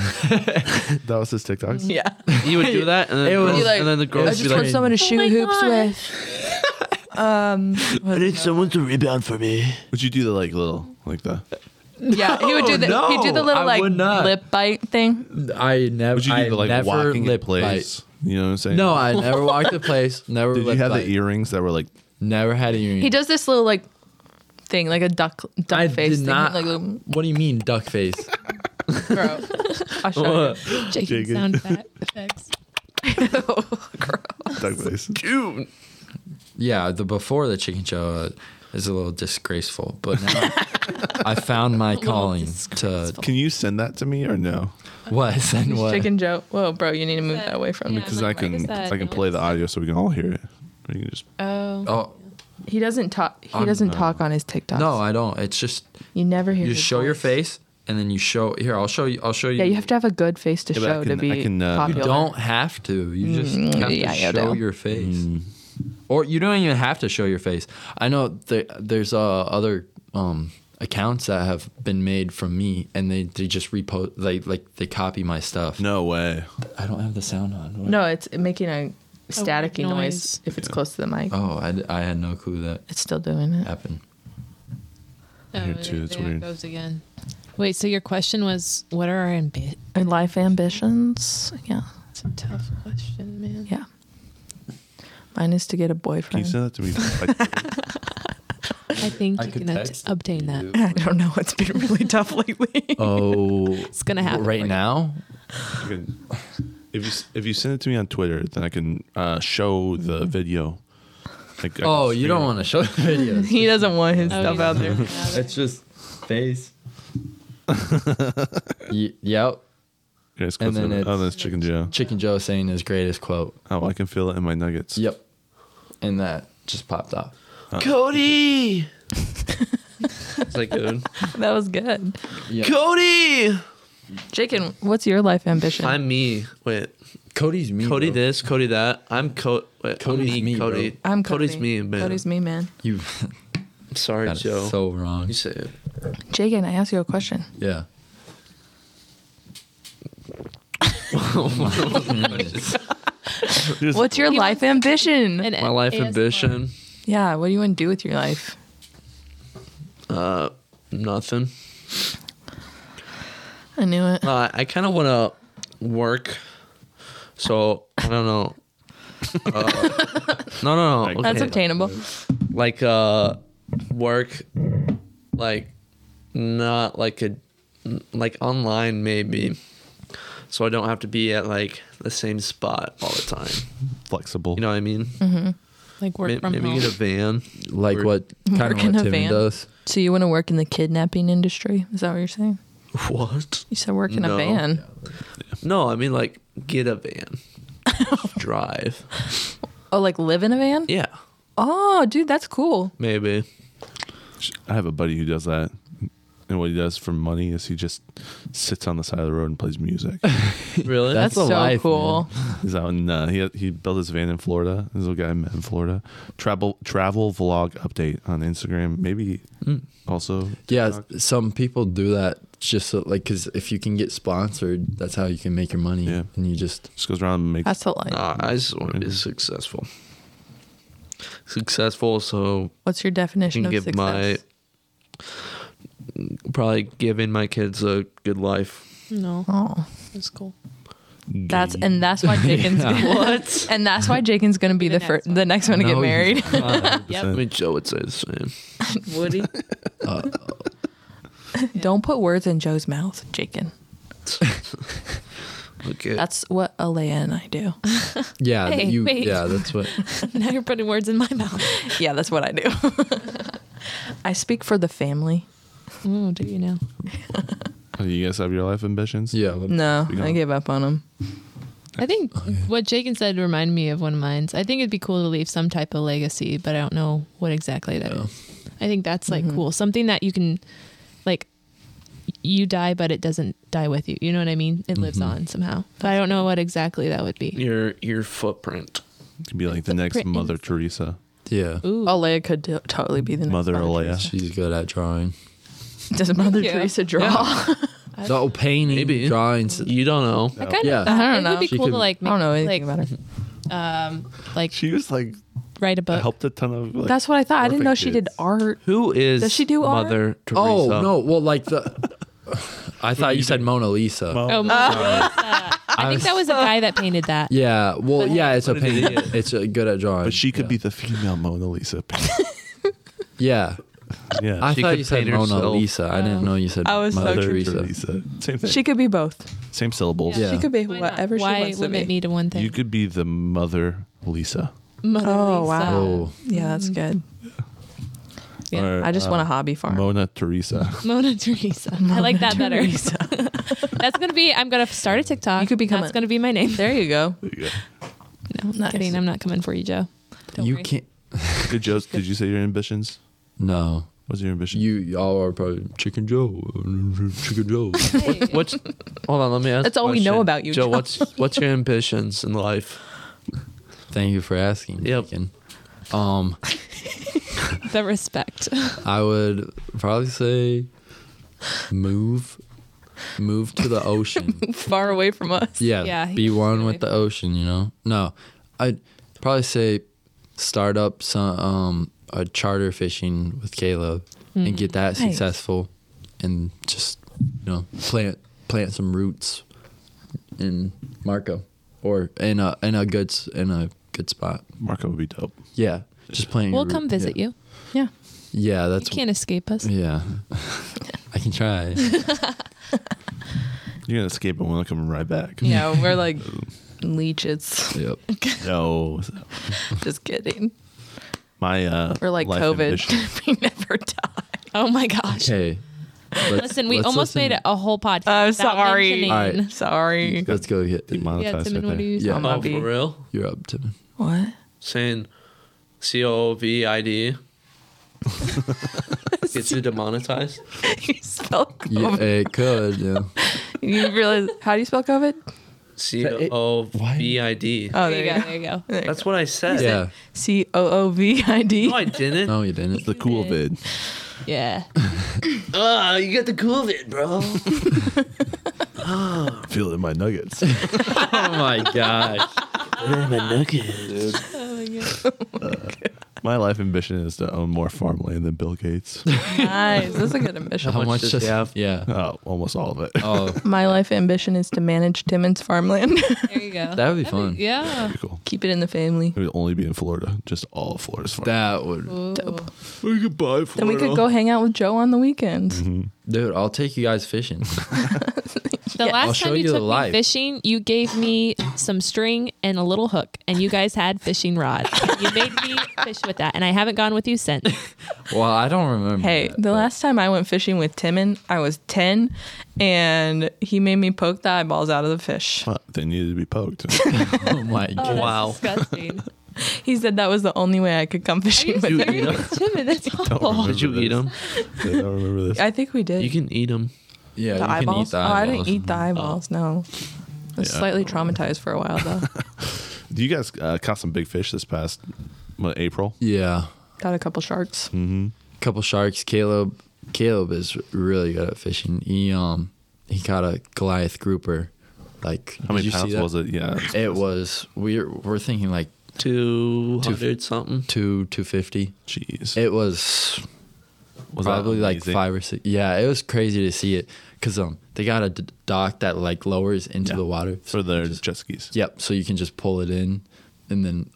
Speaker 1: That was his TikToks.
Speaker 2: <laughs> yeah,
Speaker 3: you would do that, and then,
Speaker 5: <laughs> It
Speaker 3: the
Speaker 5: was-
Speaker 3: girls,
Speaker 5: You're
Speaker 2: like,
Speaker 3: and then the
Speaker 5: I
Speaker 7: I
Speaker 3: girls
Speaker 5: just
Speaker 7: just
Speaker 3: would be
Speaker 7: want
Speaker 3: like,
Speaker 7: someone to shoot hoops
Speaker 4: God.
Speaker 7: <laughs> with. Um,
Speaker 3: I need someone to rebound for me.
Speaker 1: Would you do the like little like that?
Speaker 2: yeah. He would do the. he'd do
Speaker 5: no,
Speaker 2: the little
Speaker 5: I
Speaker 2: like
Speaker 5: would not.
Speaker 2: lip bite thing.
Speaker 5: i never
Speaker 1: Would you do
Speaker 5: i
Speaker 1: the like
Speaker 5: never
Speaker 1: walking in
Speaker 5: lip
Speaker 1: place? You know what I'm saying?
Speaker 5: bite. no i never walked the place never
Speaker 1: Did you
Speaker 5: lip
Speaker 1: have
Speaker 5: bite.
Speaker 1: the earrings that were like?
Speaker 5: never had an earring
Speaker 2: He does this little like thing, like a duck duck
Speaker 5: I
Speaker 2: face
Speaker 5: did
Speaker 2: thing.
Speaker 5: not.
Speaker 2: Like, little-
Speaker 5: What do you mean, duck face? <laughs>
Speaker 2: bro, I'll show you.
Speaker 4: Jacob
Speaker 1: Jacob.
Speaker 4: sound effect- effects. Oh,
Speaker 1: Duck face.
Speaker 5: yeah, the before the chicken show uh, is a little disgraceful, but now I
Speaker 2: <laughs>
Speaker 5: found my calling to
Speaker 1: Can you send that to me or no?
Speaker 5: what and what.
Speaker 2: Chicken Joe. Whoa, bro, you need to move that away from me.
Speaker 4: Yeah.
Speaker 1: Because
Speaker 4: I'm
Speaker 1: I
Speaker 4: like, why is
Speaker 1: can
Speaker 4: that?
Speaker 1: I can play the audio so we can all hear it. Or you can just
Speaker 4: Oh.
Speaker 5: Oh
Speaker 2: He doesn't talk. He
Speaker 5: I'm-
Speaker 2: doesn't talk on his TikTok.
Speaker 5: no, I don't. It's just
Speaker 2: you never hear.
Speaker 5: you
Speaker 2: his
Speaker 5: show your
Speaker 2: voice.
Speaker 5: face and then you show. Here, I'll show you. I'll show you.
Speaker 2: Yeah, you have to have a good face to
Speaker 1: Yeah, but I
Speaker 2: show
Speaker 1: can-
Speaker 2: to be
Speaker 1: I can, uh,
Speaker 5: You
Speaker 2: popular.
Speaker 5: don't have to. You just
Speaker 2: Mm,
Speaker 5: have
Speaker 2: yeah, Mm.
Speaker 5: to
Speaker 2: you
Speaker 5: show
Speaker 2: do.
Speaker 5: your face, or you don't even have to show your face. I know there, there's uh, other um, accounts that have been made from me, and they, they just repost. They like they copy my stuff.
Speaker 1: no way.
Speaker 5: I don't have the sound on. What-
Speaker 2: No, it's making a staticky noise.
Speaker 4: noise.
Speaker 2: if it's close to the mic.
Speaker 5: Oh, I, I had no clue that
Speaker 2: It's still doing it.
Speaker 5: happened.
Speaker 4: Oh,
Speaker 1: Here, too,
Speaker 4: there-
Speaker 1: it's
Speaker 4: there it
Speaker 1: weird.
Speaker 4: goes again. Wait, so your question was what are our ambi-
Speaker 2: And life ambitions. Yeah,
Speaker 4: It's a tough question, man.
Speaker 2: yeah. Mine is to get a
Speaker 1: Can you
Speaker 2: boyfriend. <laughs>
Speaker 1: send that to me? Like,
Speaker 4: I think
Speaker 5: I
Speaker 4: you
Speaker 5: could
Speaker 4: can ob-
Speaker 5: text
Speaker 4: obtain that.
Speaker 2: I don't know. It's been really <laughs> tough lately.
Speaker 5: Oh,
Speaker 4: <laughs>
Speaker 2: <laughs>
Speaker 4: It's gonna happen for
Speaker 5: right
Speaker 4: you.
Speaker 5: now.
Speaker 1: you can- if you s- if you send it to me on Twitter, then I can uh, show the video. Like, I can
Speaker 5: Oh, you
Speaker 1: screen
Speaker 5: don't
Speaker 1: it.
Speaker 5: want to show the videos. <laughs>
Speaker 2: he doesn't want his
Speaker 4: Oh,
Speaker 2: stuff
Speaker 4: you
Speaker 2: out
Speaker 4: <laughs>
Speaker 2: there.
Speaker 4: don't have it.
Speaker 5: it's just <laughs> face. Y- yep.
Speaker 1: Yeah, it's
Speaker 5: And
Speaker 1: close
Speaker 5: then
Speaker 1: enough. oh,
Speaker 5: it's-
Speaker 1: that's Chicken Joe.
Speaker 5: Chicken Joe saying his greatest quote.
Speaker 1: Oh, I can feel it in my nuggets.
Speaker 5: Yep. And that just popped off.
Speaker 3: Cody! it's like, dude.
Speaker 2: That was good.
Speaker 3: Cody!
Speaker 2: Jacob, what's your life ambition?
Speaker 3: I'm me. Wait.
Speaker 5: Cody's me.
Speaker 3: Cody
Speaker 5: bro.
Speaker 3: this, Cody that. I'm Co. Wait,
Speaker 5: Cody's
Speaker 3: I'm me,
Speaker 5: me,
Speaker 3: Cody.
Speaker 5: bro.
Speaker 2: I'm
Speaker 3: Cody's
Speaker 2: Cody.
Speaker 3: me, man.
Speaker 2: Cody's me, man.
Speaker 5: You <laughs>
Speaker 3: I'm sorry,
Speaker 5: got
Speaker 3: Joe.
Speaker 5: it so wrong.
Speaker 3: you say it.
Speaker 2: Jacob, I asked you a question.
Speaker 5: Yeah.
Speaker 1: Just-
Speaker 2: What's your life ambition?
Speaker 4: And
Speaker 3: My life
Speaker 4: ASMR.
Speaker 3: ambition,
Speaker 2: yeah, what do you want to do with your life?
Speaker 3: uh, nothing.
Speaker 2: I knew it.
Speaker 3: Uh, I kind of want to work. So I don't know. Uh, no, no, no.
Speaker 2: That's obtainable.
Speaker 3: Like uh, work, like not like a like online maybe. So I don't have to be at like the same spot all the time.
Speaker 1: flexible.
Speaker 3: You know what I mean?
Speaker 4: Like Mhm. work
Speaker 3: May-
Speaker 4: from
Speaker 3: maybe
Speaker 4: home.
Speaker 3: get a van.
Speaker 5: Like
Speaker 3: Or-
Speaker 5: what kind
Speaker 2: Work
Speaker 5: of
Speaker 2: in
Speaker 5: what
Speaker 2: a
Speaker 5: Timmy
Speaker 2: van.
Speaker 5: does.
Speaker 2: So you want to work in the kidnapping industry? Is that what you're saying?
Speaker 3: What?
Speaker 2: You said work in
Speaker 3: No.
Speaker 2: a van.
Speaker 3: No, I mean like get a
Speaker 4: <laughs>
Speaker 3: van. Drive.
Speaker 2: Oh, like live in a van?
Speaker 3: Yeah,
Speaker 2: Oh, dude, that's cool.
Speaker 3: maybe.
Speaker 1: I have a buddy who does that. And what he does for money is he just sits on the side of the road and plays
Speaker 5: <laughs>
Speaker 1: music.
Speaker 3: Really?
Speaker 5: That's
Speaker 2: so
Speaker 5: the life,
Speaker 2: cool.
Speaker 1: He's out in uh, he he built his van in Florida. This is a guy I met in Florida. Travel travel
Speaker 5: Mm.
Speaker 1: vlog update on Instagram. Maybe also
Speaker 5: Yeah, some people do that just so, like because if you can get sponsored, that's how you can make your money.
Speaker 1: Yeah.
Speaker 5: And you just
Speaker 1: Just goes around and makes.
Speaker 2: That's the line.
Speaker 3: <laughs> Nah, Ah, I just want to be successful. Successful, so
Speaker 2: What's your
Speaker 3: I
Speaker 2: definition
Speaker 3: can
Speaker 2: of
Speaker 3: give
Speaker 2: success?
Speaker 3: my probably giving my kids a good
Speaker 5: <laughs>
Speaker 3: life.
Speaker 4: No,
Speaker 2: oh,
Speaker 4: that's cool.
Speaker 2: that's and that's
Speaker 3: <laughs>
Speaker 2: why Jaken's what? <laughs> And that's why Jaken's gonna be
Speaker 4: The
Speaker 2: the first,
Speaker 4: next one.
Speaker 2: the next one to
Speaker 5: No,
Speaker 2: get
Speaker 5: you-
Speaker 3: <laughs>
Speaker 2: married.
Speaker 3: I mean, Joe would say the same.
Speaker 2: Woody.
Speaker 5: uh,
Speaker 2: Don't put words in Joe's mouth, Jaken.
Speaker 3: Okay,
Speaker 2: That's what Alea and I do.
Speaker 5: yeah,
Speaker 4: Hey,
Speaker 5: you
Speaker 4: wait.
Speaker 5: yeah, that's what.
Speaker 4: <laughs> now you're putting words in my
Speaker 2: <laughs>
Speaker 4: mouth.
Speaker 2: yeah, that's what I do. <laughs> I speak for the family.
Speaker 4: Oh, do you know?
Speaker 1: Do you guys have your life ambitions?
Speaker 4: <laughs>
Speaker 5: Yeah,
Speaker 2: No,
Speaker 1: Speak
Speaker 2: I
Speaker 1: on.
Speaker 2: gave up on them.
Speaker 4: I think
Speaker 5: Oh,
Speaker 4: what Jacob said reminded me of one of mine. I think it'd be cool to leave some type of legacy, but I don't know what exactly that is. I think that's
Speaker 2: Mm-hmm.
Speaker 4: like cool. Something that you can, like, you die, but it doesn't die with you. You know what I mean? It lives
Speaker 5: Mm-hmm.
Speaker 4: on somehow. But I don't know what exactly that would be.
Speaker 3: your your footprint.
Speaker 1: You Could be like the next
Speaker 4: Footprint
Speaker 1: Mother
Speaker 4: inside.
Speaker 1: Teresa,
Speaker 5: yeah. Oh,
Speaker 4: Ooh.
Speaker 2: Alea could do- totally be the next
Speaker 1: Mother
Speaker 2: Mother. <laughs>
Speaker 1: Alea.
Speaker 5: She's good at drawing.
Speaker 2: Does <laughs> Mother
Speaker 4: you.
Speaker 2: Teresa draw?
Speaker 5: No painting,
Speaker 3: Maybe.
Speaker 5: drawings.
Speaker 3: You don't know.
Speaker 4: I kind
Speaker 5: Yeah.
Speaker 4: of. I
Speaker 2: I don't
Speaker 4: don't know. It would
Speaker 5: know.
Speaker 4: be cool
Speaker 5: She
Speaker 4: to
Speaker 5: could-
Speaker 4: like.
Speaker 2: <laughs> I
Speaker 4: Make,
Speaker 2: don't know
Speaker 4: Like,
Speaker 2: anything about her.
Speaker 4: um, like
Speaker 1: She was like
Speaker 4: write a
Speaker 5: Uh,
Speaker 4: book.
Speaker 1: helped a ton of. Like,
Speaker 2: That's what I thought. I didn't know
Speaker 1: perfect
Speaker 2: she did
Speaker 1: kids.
Speaker 2: art.
Speaker 3: Who is
Speaker 2: Does she do art?
Speaker 3: Mother Teresa?
Speaker 5: Oh no! Well, like the.
Speaker 3: <laughs>
Speaker 5: I thought you said Mona Lisa.
Speaker 1: Well-
Speaker 4: Oh, I think
Speaker 5: was-
Speaker 4: that was the guy that painted that.
Speaker 5: <laughs> yeah. Well, yeah. It's a
Speaker 3: What an
Speaker 5: painting.
Speaker 3: idiot.
Speaker 5: It's uh good at drawing.
Speaker 1: But she could be
Speaker 5: yeah.
Speaker 1: the female Mona Lisa.
Speaker 5: Yeah.
Speaker 1: <laughs> yeah.
Speaker 5: I
Speaker 3: She
Speaker 5: thought
Speaker 3: could
Speaker 5: you said
Speaker 3: paint
Speaker 5: Mona
Speaker 3: herself.
Speaker 5: Lisa. I didn't know you said
Speaker 2: I was so
Speaker 5: Mother
Speaker 1: Teresa.
Speaker 5: Teresa.
Speaker 1: Same thing.
Speaker 2: She could be both.
Speaker 1: Same syllables.
Speaker 5: Yeah.
Speaker 2: She could be
Speaker 4: Why not?
Speaker 2: whatever she
Speaker 4: Why
Speaker 2: wants to
Speaker 4: limit
Speaker 2: be.
Speaker 4: me to one thing?
Speaker 1: You could be the Mother Lisa.
Speaker 4: Mother
Speaker 2: Oh,
Speaker 4: Lisa.
Speaker 2: wow.
Speaker 5: Oh,
Speaker 2: Yeah, that's good.
Speaker 4: Yeah.
Speaker 1: Or,
Speaker 2: I just
Speaker 1: uh,
Speaker 2: want a hobby farm.
Speaker 1: Mona
Speaker 5: <laughs>
Speaker 1: Teresa.
Speaker 4: <laughs> Mona Teresa.
Speaker 2: <laughs>
Speaker 4: I like that better. <laughs> That's gonna be. I'm gonna start a TikTok.
Speaker 2: You could become
Speaker 4: That's
Speaker 2: a-
Speaker 4: gonna be my name.
Speaker 2: there you go.
Speaker 1: There you go.
Speaker 4: <laughs> No, I'm not kidding. I'm not coming for you, Joe. Don't
Speaker 5: you
Speaker 4: worry.
Speaker 5: can't.
Speaker 1: Did Joe? Did you say your ambitions?
Speaker 5: No,
Speaker 1: What's your ambition?
Speaker 5: you y'all are probably Chicken Joe. Chicken Joe.
Speaker 3: What's hold on? Let me ask.
Speaker 2: That's
Speaker 3: a
Speaker 2: all we know
Speaker 3: question.
Speaker 2: about you,
Speaker 3: Joe.
Speaker 2: Joe.
Speaker 3: What's what's your ambitions in
Speaker 2: <laughs>
Speaker 3: life?
Speaker 5: Thank you for asking.
Speaker 3: Yep.
Speaker 5: Chicken. Um,
Speaker 4: the
Speaker 5: <laughs>
Speaker 4: respect.
Speaker 5: I would probably say move, move to the ocean.
Speaker 2: Far away from us.
Speaker 5: Yeah,
Speaker 4: Yeah,
Speaker 5: be
Speaker 4: he's
Speaker 5: one
Speaker 4: really-
Speaker 5: with the ocean. You know, no, I'd probably say start up some um, a charter fishing with Caleb
Speaker 4: Hmm,
Speaker 5: and get that successful, and just you know plant plant some roots in Marco or in a in a good s- in a good spot.
Speaker 1: Marco would be dope.
Speaker 5: Yeah, just playing.
Speaker 4: we'll come visit you.
Speaker 2: Yeah.
Speaker 5: Yeah,
Speaker 4: You
Speaker 5: that's
Speaker 4: can't escape us. <laughs>
Speaker 5: yeah. I can try.
Speaker 1: You're gonna escape and we'll come right back.
Speaker 2: <laughs> Yeah, we're like leeches. <laughs>
Speaker 5: yep.
Speaker 1: <laughs> No,
Speaker 2: Just kidding.
Speaker 1: my uh.
Speaker 2: We're like
Speaker 1: life ambition-
Speaker 2: COVID. <laughs> we never die.
Speaker 4: Oh my gosh.
Speaker 5: Okay. let's-
Speaker 4: Listen, we
Speaker 5: let's
Speaker 4: almost
Speaker 5: listen-
Speaker 4: made it a whole podcast.
Speaker 2: I'm
Speaker 4: without
Speaker 2: Uh, sorry.
Speaker 4: mentioning-
Speaker 5: All right.
Speaker 2: Sorry.
Speaker 5: Let's go
Speaker 2: <laughs>
Speaker 5: get.
Speaker 4: Yeah,
Speaker 1: Demonetized.
Speaker 4: Timon,
Speaker 1: I
Speaker 4: what do
Speaker 1: think.
Speaker 4: you?
Speaker 5: Yeah.
Speaker 2: I'm
Speaker 3: Oh,
Speaker 2: not
Speaker 3: for
Speaker 2: being-
Speaker 3: real?
Speaker 5: You're up to.
Speaker 2: What?
Speaker 3: Saying C O V I
Speaker 2: <laughs>
Speaker 3: D gets you demonetized.
Speaker 2: you spell
Speaker 5: <laughs> Yeah,
Speaker 2: COVID.
Speaker 5: it could.
Speaker 2: <laughs>
Speaker 5: Yeah.
Speaker 2: You realize how do you spell COVID?
Speaker 3: C O V I D.
Speaker 2: Oh,
Speaker 4: There you go. There you go.
Speaker 3: That's what I said.
Speaker 5: yeah.
Speaker 2: C O O V I D.
Speaker 3: No, I didn't.
Speaker 5: No, you didn't.
Speaker 1: The cool vid.
Speaker 4: Yeah.
Speaker 3: Ah, you got the COVID, <laughs> bro.
Speaker 1: <laughs> Feel it in my nuggets.
Speaker 5: Oh my gosh.
Speaker 1: my life ambition is to own more farmland than Bill
Speaker 2: <laughs>
Speaker 1: Gates.
Speaker 2: Nice. That's a good ambition.
Speaker 5: How much
Speaker 3: does
Speaker 5: does
Speaker 3: he
Speaker 5: he
Speaker 3: have?
Speaker 5: Yeah.
Speaker 1: Oh, almost all of it. <laughs>
Speaker 5: Oh,
Speaker 2: My life ambition is to manage Timmins farmland. <laughs>
Speaker 4: There you go.
Speaker 5: that would be fun.
Speaker 4: yeah.
Speaker 1: Pretty cool.
Speaker 2: Keep it in the family.
Speaker 1: It would only be in Florida, just all of Florida's farm.
Speaker 5: That would,
Speaker 2: Dope.
Speaker 1: we could buy Florida.
Speaker 2: Then we could go hang out with Joe on the weekends.
Speaker 5: Mm-hmm. dude. I'll take you guys fishing.
Speaker 4: The
Speaker 5: I'll
Speaker 4: last
Speaker 5: show
Speaker 4: time you
Speaker 5: you the
Speaker 4: took me
Speaker 5: live.
Speaker 4: fishing, you gave me some string and a little hook, and you guys had fishing rod. you made me fish with that, and I haven't gone with you since.
Speaker 5: Well, I don't remember.
Speaker 2: Hey,
Speaker 5: that,
Speaker 2: the
Speaker 5: but-
Speaker 2: last time I went fishing with Timon, I was 10 and he made me poke the eyeballs out of the fish.
Speaker 1: Well, they needed to be
Speaker 2: <laughs>
Speaker 1: poked.
Speaker 5: Oh
Speaker 2: Uh,
Speaker 5: my god.
Speaker 3: Wow.
Speaker 4: Disgusting.
Speaker 2: He said that was the only way I could come
Speaker 4: Are you
Speaker 2: fishing with him.
Speaker 4: serious, Tim? That's awful.
Speaker 1: remember.
Speaker 3: Oh, Did you
Speaker 1: <laughs>
Speaker 3: eat them?
Speaker 1: I don't remember this.
Speaker 2: I think we did.
Speaker 3: You can eat them.
Speaker 5: Yeah,
Speaker 2: the
Speaker 5: you
Speaker 2: eyeballs?
Speaker 5: can eat the
Speaker 2: Oh, I
Speaker 5: eyeballs.
Speaker 2: didn't eat the eyeballs. No. I was
Speaker 1: Yeah.
Speaker 2: slightly traumatized for a while though. <laughs>
Speaker 1: You guys uh, caught some big fish this past what, April.
Speaker 5: Yeah,
Speaker 2: Got a couple sharks.
Speaker 5: couple sharks. Caleb Caleb is really good at fishing. He um he caught a Goliath grouper. Like
Speaker 1: How
Speaker 5: did
Speaker 1: many
Speaker 5: you see
Speaker 1: pounds
Speaker 5: that?
Speaker 1: was it? Yeah. it's-
Speaker 5: It was we're we're thinking like
Speaker 3: Two hundred something.
Speaker 5: two two fifty.
Speaker 1: Jeez.
Speaker 5: It was
Speaker 1: was that
Speaker 5: probably like
Speaker 1: amazing?
Speaker 5: five or six. Yeah, it was crazy to see it because um they got a d- dock that like lowers into
Speaker 1: Yeah.
Speaker 5: the water.
Speaker 1: for their jet skis.
Speaker 5: Yep. So you can just pull it in, and then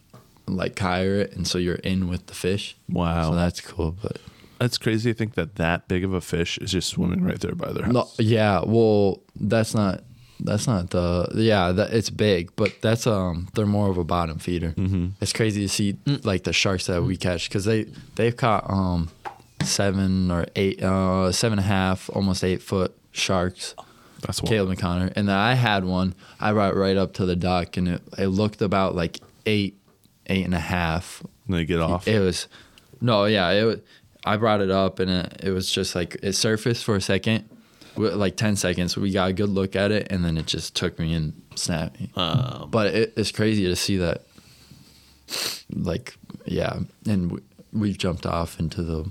Speaker 5: like hire it, and so you're in with the fish.
Speaker 1: Wow.
Speaker 5: So that's cool, but
Speaker 1: That's crazy to think that that big of a fish is just swimming right there by their house.
Speaker 5: No, yeah. Well, that's not that's not the yeah. That, it's big, but that's um. They're more of a bottom feeder. Mm-hmm. Mm. It's crazy to see like the sharks that we catch because they they've caught um seven or eight uh seven and a half almost eight foot sharks.
Speaker 1: That's wild.
Speaker 5: Caleb McConnor, and then I had one. I brought right up to the dock, and it it looked about like eight eight and a half
Speaker 1: And they get off.
Speaker 5: it was, no, yeah, it. Was, I brought it up and it, it was just like it surfaced for a second, we- like ten seconds. We got a good look at it, and then it just took me and snapped me. but it, it's crazy to see that. Like yeah, and we, we've jumped off into the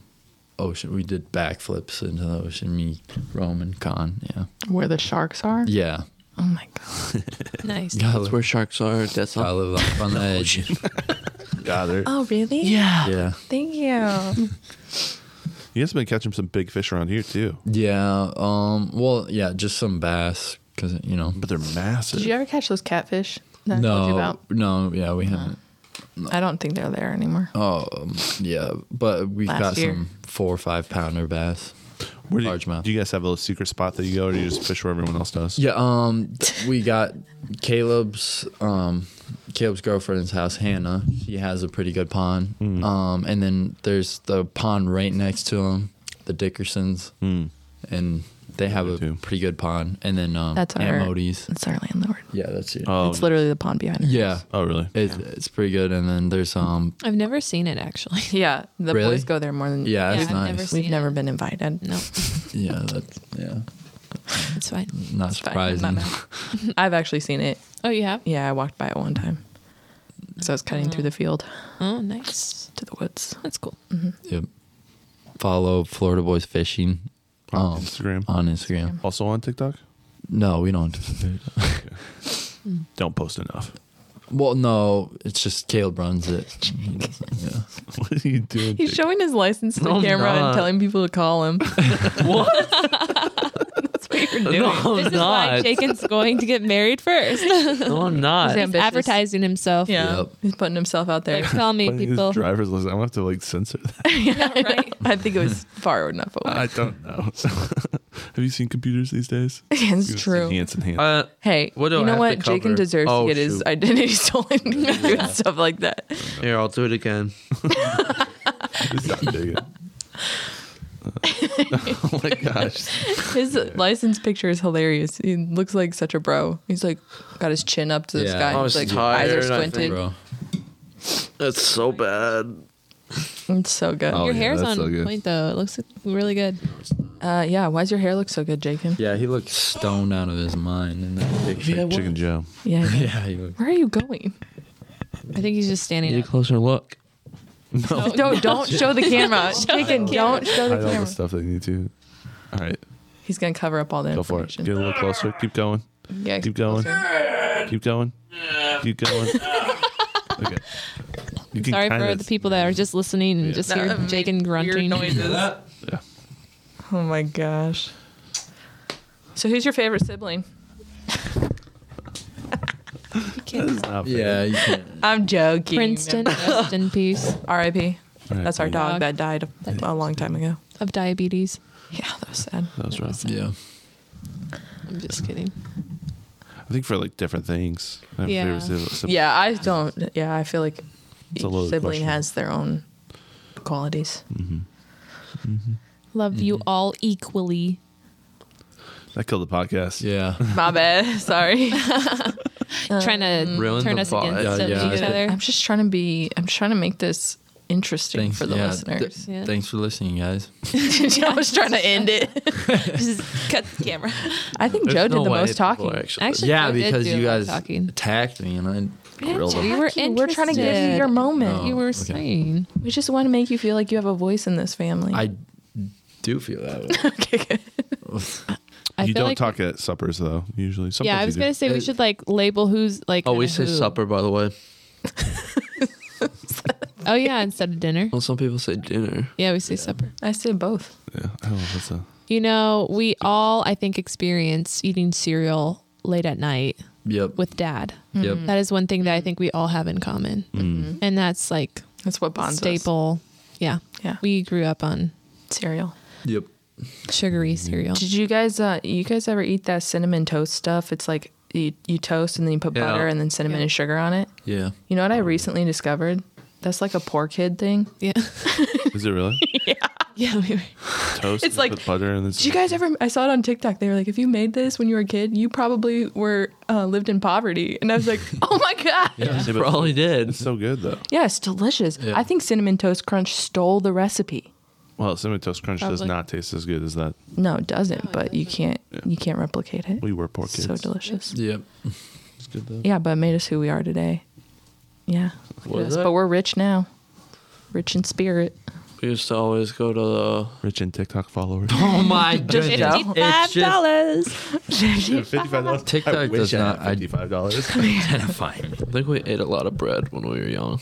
Speaker 5: ocean. We did backflips into the ocean. Me, Roman, Khan. Yeah,
Speaker 2: Where the sharks are?
Speaker 5: yeah.
Speaker 2: Oh my god.
Speaker 4: Nice.
Speaker 3: That's where sharks are. That's
Speaker 5: I
Speaker 3: all.
Speaker 5: live up on the edge. <laughs>
Speaker 1: God, they're-
Speaker 7: Oh, really?
Speaker 2: Yeah.
Speaker 5: Yeah.
Speaker 7: Thank you.
Speaker 1: You guys have been catching some big fish around here too,
Speaker 5: Yeah. Um. Well. Yeah. Just some bass, cause you know.
Speaker 1: but they're
Speaker 2: Did
Speaker 1: massive.
Speaker 2: you ever catch those catfish that I told you
Speaker 5: No.
Speaker 2: about?
Speaker 5: No. Yeah. We haven't.
Speaker 2: I don't think they're there anymore.
Speaker 5: Oh, um, yeah, but we've
Speaker 7: Last
Speaker 5: got
Speaker 7: year.
Speaker 5: some four or five pounder bass.
Speaker 1: Where do you,
Speaker 5: Largemouth.
Speaker 1: do you guys have a little secret spot that you go, or do you just fish where everyone else does?
Speaker 5: Yeah, um, th- we got Caleb's um, Caleb's girlfriend's house, Hannah. She has a pretty good pond. Um, and then there's the pond right next to him, the Dickersons, and they have a
Speaker 1: Too.
Speaker 5: pretty good pond. And then um,
Speaker 2: That's our-
Speaker 5: Aunt Modie's.
Speaker 2: It's our landlord.
Speaker 5: Yeah, that's it.
Speaker 1: Oh,
Speaker 2: it's literally the pond behind us.
Speaker 5: yeah,
Speaker 1: oh, really?
Speaker 5: it's it's pretty good. And then there's um,
Speaker 4: I've never seen it actually. <laughs>
Speaker 2: Yeah. The
Speaker 5: Really?
Speaker 2: boys go there more than
Speaker 5: yeah,
Speaker 4: Yeah,
Speaker 5: it's
Speaker 4: I've
Speaker 5: nice.
Speaker 4: never seen
Speaker 2: We've
Speaker 4: it.
Speaker 2: never been invited.
Speaker 4: No,
Speaker 5: yeah, that's yeah,
Speaker 4: it's fine.
Speaker 5: not
Speaker 2: It's fine.
Speaker 5: surprising.
Speaker 2: Not bad. <laughs> I've actually seen it.
Speaker 4: Oh, you have?
Speaker 2: Yeah, I walked by it one time. So I was cutting through the field
Speaker 4: Oh, nice.
Speaker 2: to the woods.
Speaker 4: That's cool.
Speaker 5: Yep. Follow Florida Boys Fishing
Speaker 1: On
Speaker 5: um,
Speaker 1: Instagram,
Speaker 5: on Instagram.
Speaker 1: also on TikTok.
Speaker 5: No, we don't. anticipate.
Speaker 1: Don't post enough.
Speaker 5: well, no, it's just Caleb runs it. yeah.
Speaker 1: <laughs> what are you doing?
Speaker 2: He's
Speaker 1: TikTok?
Speaker 2: showing his license to
Speaker 3: No,
Speaker 2: the
Speaker 3: I'm
Speaker 2: camera
Speaker 3: not.
Speaker 2: and telling people to call
Speaker 5: <laughs>
Speaker 2: him.
Speaker 3: What?
Speaker 2: That's what you're doing.
Speaker 3: No, I'm
Speaker 4: this
Speaker 3: not.
Speaker 4: is why Jaken's going to get married first. He's
Speaker 3: No,
Speaker 4: <laughs>
Speaker 3: I'm not.
Speaker 2: Sam- ambitious.
Speaker 4: advertising himself.
Speaker 2: Yeah.
Speaker 5: Yep.
Speaker 2: He's putting himself out there.
Speaker 4: Like, call me,
Speaker 1: Putting his
Speaker 4: people. <laughs>
Speaker 1: driver's license. I'm gonna have to like censor that.
Speaker 2: <laughs>
Speaker 4: right?
Speaker 2: I think it was far enough away.
Speaker 1: I don't know. <laughs> have you seen computers these days?
Speaker 2: <laughs> it's true.
Speaker 1: Enhance, enhance.
Speaker 3: Uh,
Speaker 2: Hey,
Speaker 3: What do
Speaker 2: you
Speaker 3: I
Speaker 2: know
Speaker 3: have
Speaker 2: what?
Speaker 3: to cover?
Speaker 2: Jacob deserves
Speaker 3: Oh,
Speaker 2: to get his
Speaker 3: shoot.
Speaker 2: identity <laughs> stolen and stuff like that.
Speaker 3: here, I'll do it again.
Speaker 1: Just stop digging.
Speaker 4: <laughs>
Speaker 1: <laughs> oh my <laughs> gosh.
Speaker 2: His license picture is hilarious. He looks like such a bro. He's like got his chin up to the
Speaker 5: Yeah.
Speaker 2: sky.
Speaker 5: I
Speaker 2: He's
Speaker 3: was
Speaker 2: like
Speaker 3: Oh, tired, I
Speaker 2: eyes are
Speaker 3: think,
Speaker 2: squinted.
Speaker 5: Bro.
Speaker 3: That's so bad.
Speaker 2: It's so good.
Speaker 1: Oh,
Speaker 4: Your
Speaker 1: yeah,
Speaker 4: hair's
Speaker 1: that's
Speaker 4: on
Speaker 1: so good.
Speaker 4: point though. It looks really good.
Speaker 2: Uh, yeah. Why does your hair look so good, Jacob?
Speaker 5: Yeah, he looks stoned out of his mind in that picture.
Speaker 1: Chick- Chicken Joe.
Speaker 2: Yeah.
Speaker 5: <laughs>
Speaker 2: <laughs>
Speaker 5: Yeah, he looks.
Speaker 2: Where are you going?
Speaker 4: I think he's just standing
Speaker 3: Need a
Speaker 4: up.
Speaker 3: closer look.
Speaker 2: don't don't show the camera. Jacob, don't show the
Speaker 1: Hide all
Speaker 2: camera.
Speaker 1: the stuff they need to. All right,
Speaker 2: He's gonna cover up all the
Speaker 1: go for it.
Speaker 2: information.
Speaker 1: Get a little closer. Keep going.
Speaker 2: Yeah.
Speaker 1: Keep going. Keep going. Keep
Speaker 4: <laughs>
Speaker 1: going. Okay. You can
Speaker 4: Sorry
Speaker 1: kinda-
Speaker 4: for the people that are just listening and just hear Jaken grunting.
Speaker 1: Yeah.
Speaker 2: Oh my gosh. So who's your favorite sibling?
Speaker 1: Not fair.
Speaker 5: Yeah, you can't.
Speaker 2: I'm joking.
Speaker 4: Princeton, rest in peace
Speaker 2: R.I.P.
Speaker 1: All right,
Speaker 2: That's our
Speaker 1: cool.
Speaker 2: dog,
Speaker 4: Dog.
Speaker 2: that died a, a long time ago.
Speaker 4: of diabetes.
Speaker 2: Yeah, that was sad.
Speaker 1: That was rough.
Speaker 5: Yeah.
Speaker 4: I'm just kidding.
Speaker 1: I think for like different things. I have a
Speaker 4: Yeah.
Speaker 1: favorite sibling- sibling.
Speaker 2: Yeah, I don't. Yeah, I feel like each
Speaker 1: a loaded
Speaker 2: sibling
Speaker 1: question.
Speaker 2: has their own qualities.
Speaker 4: Love you all equally.
Speaker 1: That killed the podcast.
Speaker 5: Yeah.
Speaker 2: My bad. <laughs> Sorry.
Speaker 4: Trying to
Speaker 3: Ruin
Speaker 4: turn
Speaker 3: the
Speaker 4: us
Speaker 3: vibe.
Speaker 4: against
Speaker 5: Yeah, yeah.
Speaker 4: each other. <laughs>
Speaker 2: I'm just trying to be. I'm trying to make this interesting
Speaker 5: Thanks
Speaker 2: for the
Speaker 5: yeah,
Speaker 2: listeners.
Speaker 5: th-
Speaker 4: Yeah.
Speaker 5: Thanks for listening, guys.
Speaker 2: <laughs> I was trying to end it.
Speaker 4: just cut the camera.
Speaker 2: <laughs> I think
Speaker 3: There's
Speaker 2: Joe did
Speaker 3: no
Speaker 2: the
Speaker 3: way
Speaker 2: most
Speaker 3: people are
Speaker 2: talking.
Speaker 3: Actually,
Speaker 4: <laughs> Actually,
Speaker 5: yeah,
Speaker 4: Joe did
Speaker 5: because
Speaker 4: do a
Speaker 5: you
Speaker 4: lot of
Speaker 5: guys
Speaker 4: talking.
Speaker 5: attacked me and I <laughs> grilled
Speaker 4: We
Speaker 5: them.
Speaker 4: were
Speaker 2: Jackie, we're trying to give you
Speaker 4: interested.
Speaker 2: your moment.
Speaker 5: No.
Speaker 4: You were
Speaker 5: Okay.
Speaker 4: saying
Speaker 2: <laughs> We just want to make you feel like you have a voice in this family.
Speaker 5: I do feel
Speaker 4: <laughs>
Speaker 5: that way.
Speaker 8: okay, good.
Speaker 4: I
Speaker 1: you
Speaker 4: feel
Speaker 1: don't
Speaker 4: like,
Speaker 1: talk at suppers though. Usually, Sometimes
Speaker 4: Yeah, I
Speaker 1: you
Speaker 4: was
Speaker 1: do.
Speaker 4: gonna say we
Speaker 5: Uh,
Speaker 4: should like label who's like.
Speaker 3: Oh, we say
Speaker 4: kinda who.
Speaker 3: supper, by the way.
Speaker 4: Oh yeah, instead of dinner.
Speaker 3: Well, some people say dinner.
Speaker 4: Yeah, we say supper.
Speaker 2: I say both.
Speaker 1: Yeah, I don't know. That's a
Speaker 4: You know, we all I think experience eating cereal late at night
Speaker 5: yep.
Speaker 4: with dad.
Speaker 3: <laughs>
Speaker 5: yep. Mm.
Speaker 4: That is one thing that I think we all have in common, and that's like
Speaker 2: That's what bonds us.
Speaker 4: staple. Yeah,
Speaker 2: Yeah.
Speaker 4: we grew up on
Speaker 2: Cereal.
Speaker 5: Yep.
Speaker 4: sugary
Speaker 5: Mm-hmm.
Speaker 4: cereal. <laughs>
Speaker 2: Did you guys uh you guys ever eat that cinnamon toast stuff? It's like you, you toast and then you put
Speaker 3: Yeah.
Speaker 2: butter and then cinnamon
Speaker 4: Yeah.
Speaker 2: and sugar on it.
Speaker 5: Yeah.
Speaker 2: You know what I recently discovered? That's like a poor kid thing.
Speaker 4: Yeah,
Speaker 1: is it really
Speaker 4: <laughs> yeah. We were,
Speaker 1: toast?
Speaker 2: It's
Speaker 1: and
Speaker 2: like-
Speaker 1: put butter and
Speaker 2: Did you guys ever? I saw it on TikTok. They were like, if you made this when you were a kid, you probably were uh, lived in poverty. And I was like, <laughs> oh my god. Yeah.
Speaker 1: Yeah, but
Speaker 3: Probably did.
Speaker 1: It's so good though.
Speaker 2: it's delicious.
Speaker 5: Yeah.
Speaker 2: I think cinnamon toast crunch stole the recipe.
Speaker 1: Well, cinnamon toast crunch does
Speaker 4: Probably.
Speaker 1: not taste as good as that.
Speaker 2: No, it doesn't. but you can't you can't replicate it.
Speaker 1: We were poor
Speaker 2: It's
Speaker 1: kids.
Speaker 2: so delicious.
Speaker 5: Yep.
Speaker 1: It's good though.
Speaker 2: Yeah, but it made us who we are today. Yeah.
Speaker 3: What is
Speaker 2: Yes,
Speaker 3: that?
Speaker 2: but we're rich now. Rich in spirit.
Speaker 3: We used to always go to the.
Speaker 1: Rich and TikTok <laughs> followers.
Speaker 5: Oh
Speaker 4: <laughs>
Speaker 5: my goodness. <laughs> It's just
Speaker 4: dollars.
Speaker 1: Fifty-five <laughs> dollars.
Speaker 5: TikTok
Speaker 1: I wish
Speaker 5: does
Speaker 1: I had
Speaker 5: not- I-
Speaker 1: Fifty-five dollars.
Speaker 5: identifying.
Speaker 3: I think we ate a lot of bread when we were young.